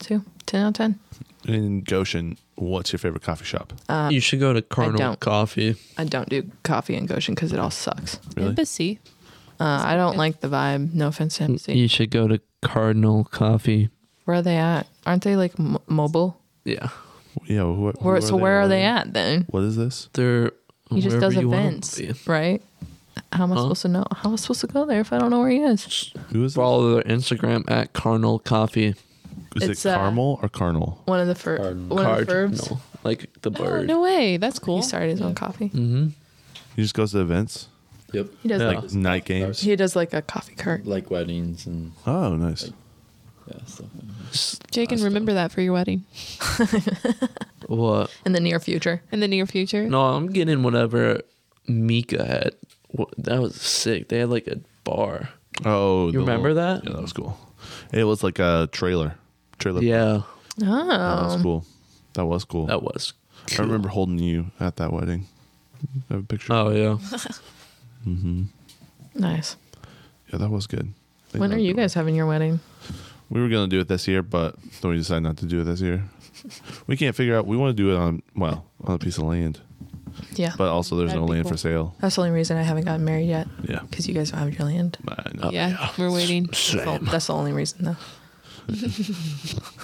Speaker 2: too. Ten out of ten.
Speaker 1: In Goshen, what's your favorite coffee shop?
Speaker 2: Uh,
Speaker 3: you should go to Carnival
Speaker 2: don't.
Speaker 3: Coffee.
Speaker 2: I don't do coffee in Goshen because it all sucks.
Speaker 1: Really?
Speaker 4: Embassy.
Speaker 2: Uh, I don't like the vibe. No offense to MC.
Speaker 3: You should go to Cardinal Coffee.
Speaker 2: Where are they at? Aren't they like m- mobile?
Speaker 3: Yeah,
Speaker 1: Yeah. Who, who
Speaker 2: Where, so where are they
Speaker 1: What-
Speaker 2: at then?
Speaker 1: What is this?
Speaker 3: they're.
Speaker 2: He just
Speaker 3: wherever
Speaker 2: does
Speaker 3: you wanna
Speaker 2: events,
Speaker 3: be.
Speaker 2: right? How am I
Speaker 3: Huh?
Speaker 2: supposed to know? How am I supposed to go there if I don't know where he is?
Speaker 1: Who is it?
Speaker 3: Follow their Instagram at Carnal Coffee.
Speaker 1: Is
Speaker 2: It's,
Speaker 1: it
Speaker 2: uh,
Speaker 1: Carmel or Carnal?
Speaker 2: One of the fir- one of the firms.
Speaker 3: Cardinal, like the
Speaker 4: Oh,
Speaker 3: bird.
Speaker 4: no way. That's cool.
Speaker 2: He started his own coffee.
Speaker 3: Mm-hmm.
Speaker 1: He just goes to events,
Speaker 5: Yep.
Speaker 2: He does
Speaker 3: Yeah.
Speaker 2: like
Speaker 1: like night games.
Speaker 2: he does like a coffee cart.
Speaker 5: Like weddings and
Speaker 1: Oh, nice.
Speaker 5: yeah, stuff.
Speaker 4: Jake, and remember that for your wedding
Speaker 3: What?
Speaker 2: in the near future.
Speaker 4: in the near future.
Speaker 3: No, I'm getting whatever Mika had. What, that was sick. They had like a bar.
Speaker 1: Oh,
Speaker 3: You
Speaker 1: the
Speaker 3: remember that?
Speaker 1: Yeah, that was cool. It was like a trailer. Trailer.
Speaker 3: Yeah,
Speaker 1: That
Speaker 2: Oh,
Speaker 1: was cool. That was cool.
Speaker 3: that was.
Speaker 1: I remember holding you at that wedding. I have a picture. Mm-hmm.
Speaker 3: Oh
Speaker 2: <laughs>
Speaker 3: yeah.
Speaker 2: nice.
Speaker 1: Yeah, that was good. They
Speaker 2: When
Speaker 1: did
Speaker 2: are
Speaker 1: a
Speaker 2: you
Speaker 1: good
Speaker 2: guys having your wedding?
Speaker 1: one. We were gonna do it this year, but then we decided not to do it this year. we can't figure out. We want to do it on well on a piece of land,
Speaker 2: Yeah,
Speaker 1: but also there's
Speaker 4: That'd
Speaker 1: no
Speaker 4: be
Speaker 1: land
Speaker 4: cool.
Speaker 1: for sale.
Speaker 2: that's the only reason I haven't gotten married yet
Speaker 1: Yeah.
Speaker 2: because you guys don't have your land.
Speaker 1: I know.
Speaker 4: yeah, we're
Speaker 2: <laughs>
Speaker 4: waiting.
Speaker 2: That's the- That's the only reason though.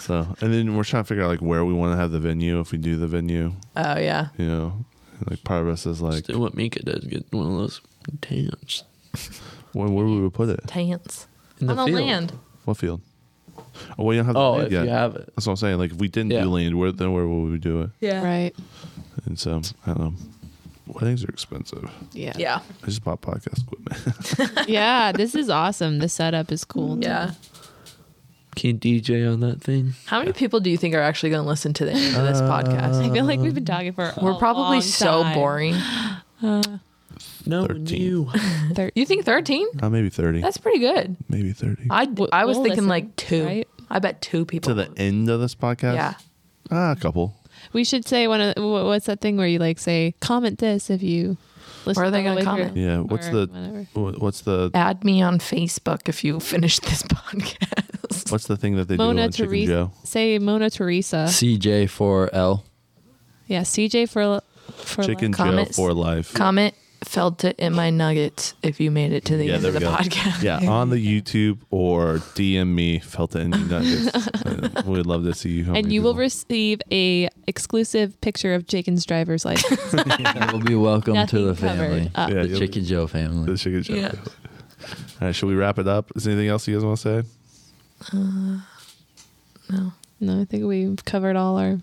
Speaker 1: So and then we're trying to figure out like where we want to have the venue if we do the venue.
Speaker 2: Oh yeah,
Speaker 1: You know, like part of us is like
Speaker 3: Just do what Mika did. Get one of those tans
Speaker 1: where, where we would put it.
Speaker 2: tants
Speaker 3: in
Speaker 2: on the
Speaker 3: field.
Speaker 2: land.
Speaker 1: What field? Oh, well, you don't have the
Speaker 3: Oh,
Speaker 1: land
Speaker 3: if
Speaker 1: yet.
Speaker 3: you have it.
Speaker 1: That's what I'm saying. Like if we didn't
Speaker 3: Yeah.
Speaker 1: do land, where then where would we do it?
Speaker 2: Yeah,
Speaker 4: Right.
Speaker 1: And so I don't know. Weddings are expensive.
Speaker 4: Yeah.
Speaker 2: yeah,
Speaker 1: I just bought podcast equipment. <laughs>
Speaker 4: Yeah, This is awesome. The setup is cool.
Speaker 2: yeah.
Speaker 3: Can you DJ on that thing?
Speaker 2: How many people do you think are actually going to listen to the end of this
Speaker 1: Uh,
Speaker 2: podcast?
Speaker 4: I feel like we've been talking for. a
Speaker 2: We're probably
Speaker 4: long
Speaker 2: so
Speaker 4: time.
Speaker 2: boring.
Speaker 3: No,
Speaker 1: 13.
Speaker 3: you.
Speaker 4: Thir-
Speaker 2: You think thirteen?
Speaker 1: uh, maybe thirty.
Speaker 2: That's pretty good.
Speaker 1: maybe thirty.
Speaker 2: I I was
Speaker 4: we'll
Speaker 2: thinking
Speaker 4: listen,
Speaker 2: like two.
Speaker 4: right?
Speaker 2: I bet two
Speaker 1: to
Speaker 2: people.
Speaker 1: the end of this podcast.
Speaker 2: yeah.
Speaker 1: Ah, a couple.
Speaker 4: We should say one of wh- what's that thing where you like say comment this if you listen.
Speaker 2: Where are they
Speaker 4: all the
Speaker 2: gonna
Speaker 4: way through,"
Speaker 2: comment?
Speaker 1: Yeah. What's
Speaker 4: or
Speaker 1: the
Speaker 4: whatever.
Speaker 1: wh- what's the
Speaker 2: Add me on Facebook if you <laughs> finish this podcast.
Speaker 1: what's the thing that they do
Speaker 4: Mona
Speaker 1: on Chicken
Speaker 4: Teresa?
Speaker 1: Joe?
Speaker 4: Say Mona Teresa.
Speaker 5: CJ4L.
Speaker 4: Yeah, CJ for for
Speaker 1: Chicken
Speaker 4: life.
Speaker 1: Joe
Speaker 2: Comments?
Speaker 1: for life.
Speaker 2: Comment felt it in my nuggets if you made it to the
Speaker 1: Yeah,
Speaker 2: end
Speaker 1: there
Speaker 2: of the
Speaker 1: we go.
Speaker 2: podcast.
Speaker 1: yeah, on the YouTube or DM me, Felta and Nuggets. Uh, We'd love to see you. how
Speaker 4: and
Speaker 1: many
Speaker 4: you will
Speaker 1: people-
Speaker 4: receive a exclusive picture of Jaken's driver's license.
Speaker 1: <laughs>
Speaker 5: you will be welcome to
Speaker 4: Nothing
Speaker 5: the
Speaker 4: covered
Speaker 5: family.
Speaker 4: up.
Speaker 1: Yeah,
Speaker 5: the
Speaker 1: you'll-
Speaker 5: Chicken Joe
Speaker 1: the <laughs>
Speaker 5: family.
Speaker 1: Chicken Joe.
Speaker 2: Yeah.
Speaker 1: All right, should we wrap it up? Is there anything else you guys want to say?
Speaker 4: no, I think we've covered all our.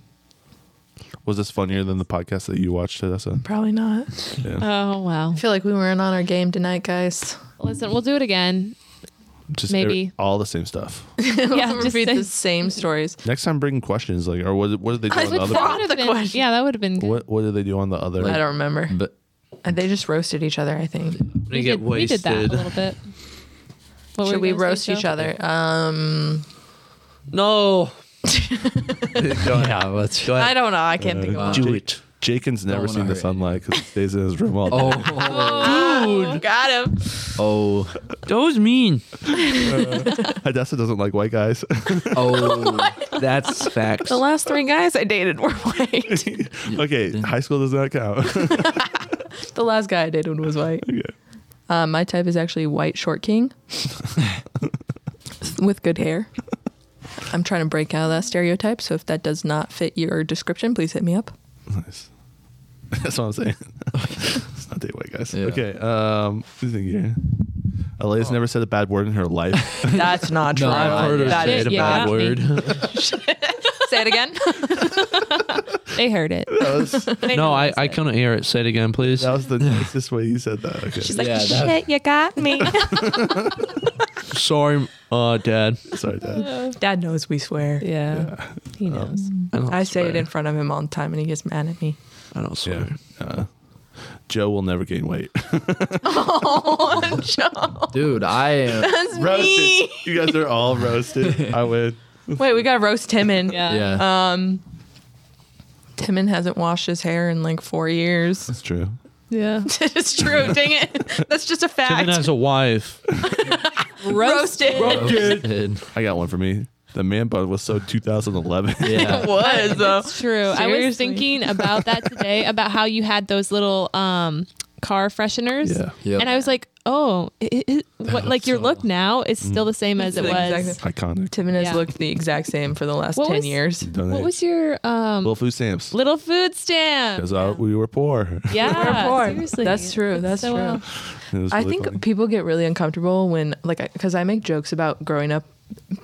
Speaker 1: Was this funnier than the podcast that you watched, Tessa?
Speaker 2: <laughs> Probably not.
Speaker 1: Yeah.
Speaker 4: Oh wow!
Speaker 2: I feel like we weren't on our game tonight, guys. <laughs>
Speaker 4: Listen, we'll do it again.
Speaker 1: Just
Speaker 4: maybe.
Speaker 1: every- all the same stuff.
Speaker 4: yeah, just
Speaker 2: repeat
Speaker 4: say-
Speaker 2: the same stories.
Speaker 1: Next time, bring questions like, or what? What did they do on
Speaker 2: I
Speaker 1: the
Speaker 2: would
Speaker 1: other?
Speaker 2: fuck-
Speaker 4: That would've
Speaker 2: the
Speaker 4: been-
Speaker 2: question.
Speaker 4: Yeah, that would have been good.
Speaker 1: What What did they do on the other?
Speaker 2: I don't remember.
Speaker 5: But
Speaker 2: And They just roasted each other, I think.
Speaker 3: They get
Speaker 4: did, we did
Speaker 3: wasted.
Speaker 4: that a little bit.
Speaker 2: <laughs>
Speaker 4: What were
Speaker 2: Should
Speaker 4: you
Speaker 2: we
Speaker 4: gonna say,
Speaker 2: roast each
Speaker 4: Joe?
Speaker 2: other? Um,
Speaker 3: No.
Speaker 5: yeah, let's
Speaker 3: Go
Speaker 2: I
Speaker 3: ahead.
Speaker 2: don't know. I can't think of one.
Speaker 3: do it.
Speaker 1: Jaken's uh, never
Speaker 5: wanna
Speaker 1: seen the
Speaker 5: hurt
Speaker 1: sunlight because he stays in his room all day. <laughs>
Speaker 5: Oh,
Speaker 2: Ah. <laughs> Got him.
Speaker 5: oh,
Speaker 3: That was mean.
Speaker 1: Hadassah doesn't like white
Speaker 3: <laughs>
Speaker 1: guys.
Speaker 5: oh. That's facts.
Speaker 2: The last three guys I dated were <laughs>
Speaker 5: <laughs>
Speaker 2: white.
Speaker 1: <laughs> okay, high school does not count. <laughs>
Speaker 2: the last guy I dated was white.
Speaker 1: Okay.
Speaker 2: Uh, my type is actually white short
Speaker 5: <laughs>
Speaker 2: king with good hair. I'm trying to break out of that stereotype, so if that does not fit your description, please hit me up.
Speaker 1: Nice. <laughs> That's what I'm saying. <laughs> Let's not date white guys.
Speaker 5: Yeah.
Speaker 1: Okay. Um, who's in here? Elena's never said a bad word in her life.
Speaker 2: <laughs> That's not
Speaker 5: No, I've heard her
Speaker 2: That
Speaker 5: say
Speaker 2: is
Speaker 5: it a
Speaker 4: yeah,
Speaker 5: bad
Speaker 4: got me.
Speaker 5: word.
Speaker 2: Say it again.
Speaker 4: They
Speaker 2: <laughs>
Speaker 4: heard it.
Speaker 1: that, was, that
Speaker 3: <laughs> No, I, I couldn't hear it. Say it again, please.
Speaker 1: was the nicest way you said that. Okay.
Speaker 4: She's like,
Speaker 5: Yeah, that-
Speaker 4: shit, you got
Speaker 2: <laughs>
Speaker 4: me.
Speaker 3: Sorry, uh, Dad.
Speaker 1: Sorry,
Speaker 4: <laughs>
Speaker 1: Dad.
Speaker 2: Dad knows we swear.
Speaker 4: yeah, Um, he knows.
Speaker 3: I, don't
Speaker 2: I say it
Speaker 3: swear.
Speaker 2: in front of him all the time, and he gets mad <laughs> at me.
Speaker 3: I don't swear.
Speaker 1: Yeah. Uh, Joe will never gain weight.
Speaker 2: Oh,
Speaker 5: Dude, I
Speaker 1: <laughs>
Speaker 5: am.
Speaker 1: roasted. You guys are all roasted. I win.
Speaker 2: Wait, we gotta roast Timon.
Speaker 4: Yeah.
Speaker 5: Yeah.
Speaker 2: Timon hasn't washed his hair in like four years.
Speaker 1: That's true.
Speaker 4: yeah. <laughs>
Speaker 2: it's true. Dang it. That's just a fact.
Speaker 3: Timon has a wife.
Speaker 4: Roasted.
Speaker 1: I got one for me. The man bun was so 2011.
Speaker 2: <laughs>
Speaker 5: Yeah.
Speaker 2: was though.
Speaker 4: It's true. I
Speaker 2: Seriously.
Speaker 4: was thinking about that today about how you had those little um car fresheners.
Speaker 1: Yeah.
Speaker 5: Yep.
Speaker 4: And I was like, "Oh, it, it, what like your
Speaker 5: so.
Speaker 4: look now is still the same as it was."
Speaker 2: Exactly.
Speaker 1: Iconic.
Speaker 2: Tim and has
Speaker 4: Yeah.
Speaker 2: looked the exact same for the last
Speaker 4: What
Speaker 2: ten
Speaker 4: was-
Speaker 2: years.
Speaker 4: What
Speaker 1: Donate.
Speaker 4: was your um
Speaker 1: Little food stamps.
Speaker 4: little food stamp?
Speaker 1: Because uh, we were poor. <laughs>
Speaker 4: Yeah,
Speaker 2: We're poor.
Speaker 4: seriously.
Speaker 2: That's true.
Speaker 4: It's
Speaker 2: That's
Speaker 4: so,
Speaker 2: true.
Speaker 4: uh,
Speaker 1: It was
Speaker 2: I
Speaker 1: really
Speaker 2: think
Speaker 1: funny.
Speaker 2: people get really uncomfortable when, like, because I make jokes about growing up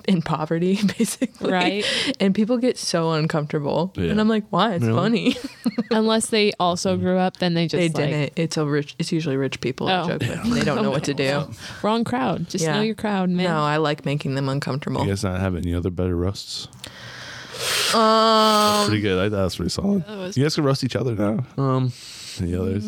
Speaker 2: in poverty, <laughs> basically,
Speaker 4: Right.
Speaker 2: And people get so uncomfortable,
Speaker 1: Yeah.
Speaker 2: and I'm like, why? It's
Speaker 3: Really?
Speaker 2: funny. <laughs>
Speaker 4: Unless they also grew up, then they just
Speaker 2: they
Speaker 4: like,
Speaker 2: didn't. It's a rich. It's usually rich people. I
Speaker 4: <laughs> Oh.
Speaker 2: joke with. They don't know what to do.
Speaker 4: wrong crowd. Just
Speaker 2: Yeah.
Speaker 4: know your crowd, man.
Speaker 2: No, I like making them uncomfortable.
Speaker 1: You guys not have any other better roasts?
Speaker 2: Um,
Speaker 1: Pretty good. I thought that was pretty solid. You guys can roast each other now.
Speaker 3: Um,
Speaker 1: Any others?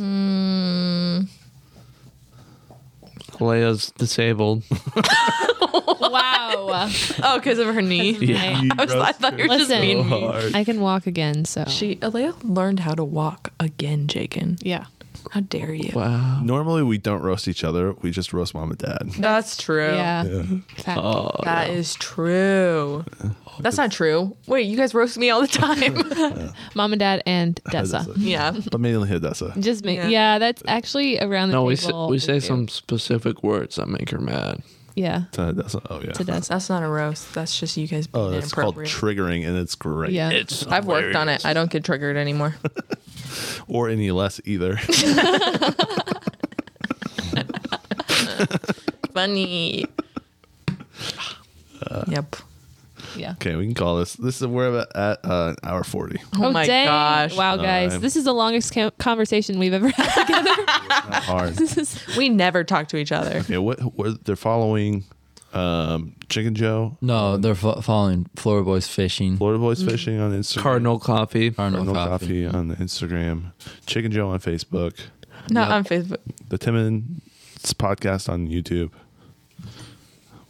Speaker 3: Leia's disabled.
Speaker 4: <laughs>
Speaker 3: <laughs>
Speaker 4: wow.
Speaker 2: oh, because of her knee.
Speaker 4: Yeah.
Speaker 1: You
Speaker 2: I, was, I <laughs>
Speaker 1: roast
Speaker 2: thought you were just
Speaker 4: Listen.
Speaker 2: being
Speaker 1: so
Speaker 2: mean.
Speaker 1: hard.
Speaker 4: I can walk again, so
Speaker 2: She Alea learned how to walk again, Jakin.
Speaker 4: yeah.
Speaker 2: How dare you?
Speaker 3: Wow.
Speaker 1: Normally we don't roast each other. We just roast mom and dad.
Speaker 2: That's true.
Speaker 4: Yeah. Fact.
Speaker 3: Oh.
Speaker 2: That is true. That's not true. Wait, you guys roast me all the time. <laughs>
Speaker 4: Mom and dad
Speaker 1: <laughs>
Speaker 4: and
Speaker 1: Odessa.
Speaker 4: Dessa.
Speaker 2: yeah.
Speaker 1: But mainly Hidessa.
Speaker 4: Just me.
Speaker 2: Yeah.
Speaker 4: Yeah. that's actually around the
Speaker 3: No,
Speaker 4: table.
Speaker 3: we say, we say
Speaker 4: do.
Speaker 3: some specific words that make her mad.
Speaker 4: Yeah.
Speaker 1: Hidessa. Oh yeah.
Speaker 4: To Dessa.
Speaker 2: That's not a roast. That's just you guys being
Speaker 1: Oh, that's called
Speaker 2: inappropriate.
Speaker 1: triggering, and it's great.
Speaker 4: Yeah.
Speaker 2: I've worked on it. I don't get triggered anymore.
Speaker 1: Or any less either.
Speaker 2: Funny. yep.
Speaker 4: Yeah.
Speaker 1: okay, we can call this. This is we're at uh, hour forty.
Speaker 2: Oh, my
Speaker 4: dang.
Speaker 2: gosh.
Speaker 4: Wow, guys.
Speaker 1: I'm-
Speaker 4: this is the longest co- conversation we've ever <laughs> had together.
Speaker 1: Hard.
Speaker 4: this is
Speaker 2: We never talk to each other.
Speaker 1: Yeah, what, what they're following um, Chicken Joe,
Speaker 5: No, they're fo- following Florida Boys Fishing,
Speaker 1: Florida Boys Fishing on Instagram,
Speaker 3: Cardinal coffee.
Speaker 5: Arnold,
Speaker 1: Arnold Coffee
Speaker 5: Coffee.
Speaker 1: on Instagram, Chicken Joe on Facebook,
Speaker 2: Not on Facebook.
Speaker 1: the Timmins podcast on YouTube.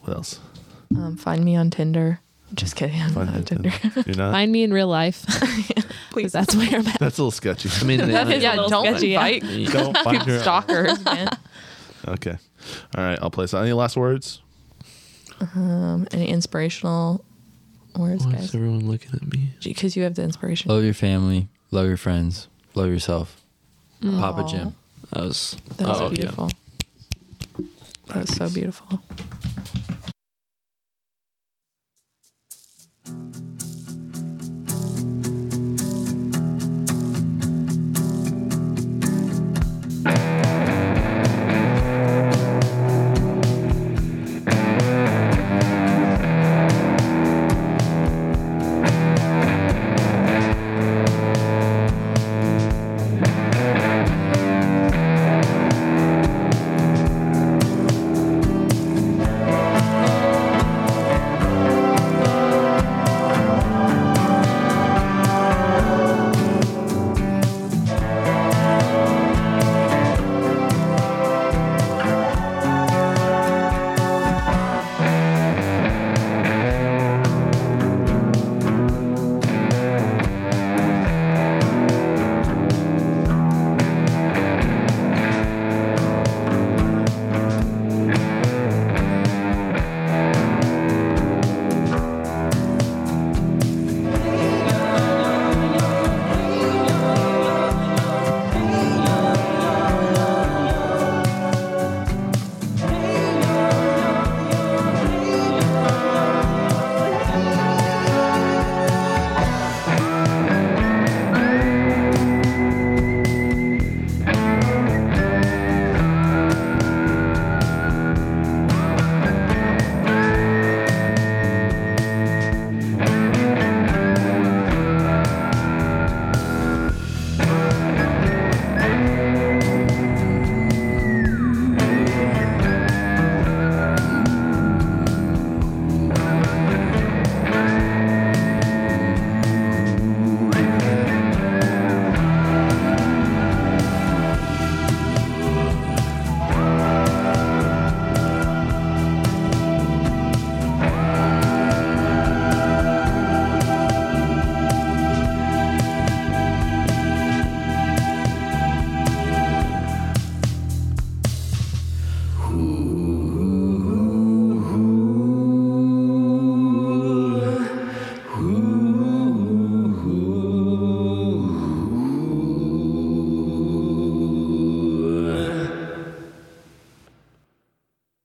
Speaker 1: What else?
Speaker 2: Um, find me on Tinder. Just kidding. I'm not on Uh, Tinder. <laughs>
Speaker 1: You're not.
Speaker 4: find me in real life. Please. That's where I'm at.
Speaker 1: That's a little sketchy.
Speaker 3: I mean,
Speaker 2: <laughs>
Speaker 4: That is
Speaker 3: yeah,
Speaker 4: a little
Speaker 2: don't
Speaker 4: sketchy, yeah.
Speaker 2: invite
Speaker 1: <laughs> Don't find her.
Speaker 2: stalkers, man.
Speaker 1: Okay. All right. I'll place. Any last words?
Speaker 2: Um, any inspirational words,
Speaker 3: <laughs> why is
Speaker 2: guys?
Speaker 3: everyone looking at me?
Speaker 2: Because you have the inspiration.
Speaker 3: Oh,
Speaker 5: Love your family, love your friends, love yourself. Papa
Speaker 2: Aw.
Speaker 5: Jim.
Speaker 3: That was,
Speaker 2: That was
Speaker 3: oh, yeah.
Speaker 2: beautiful. That was so beautiful.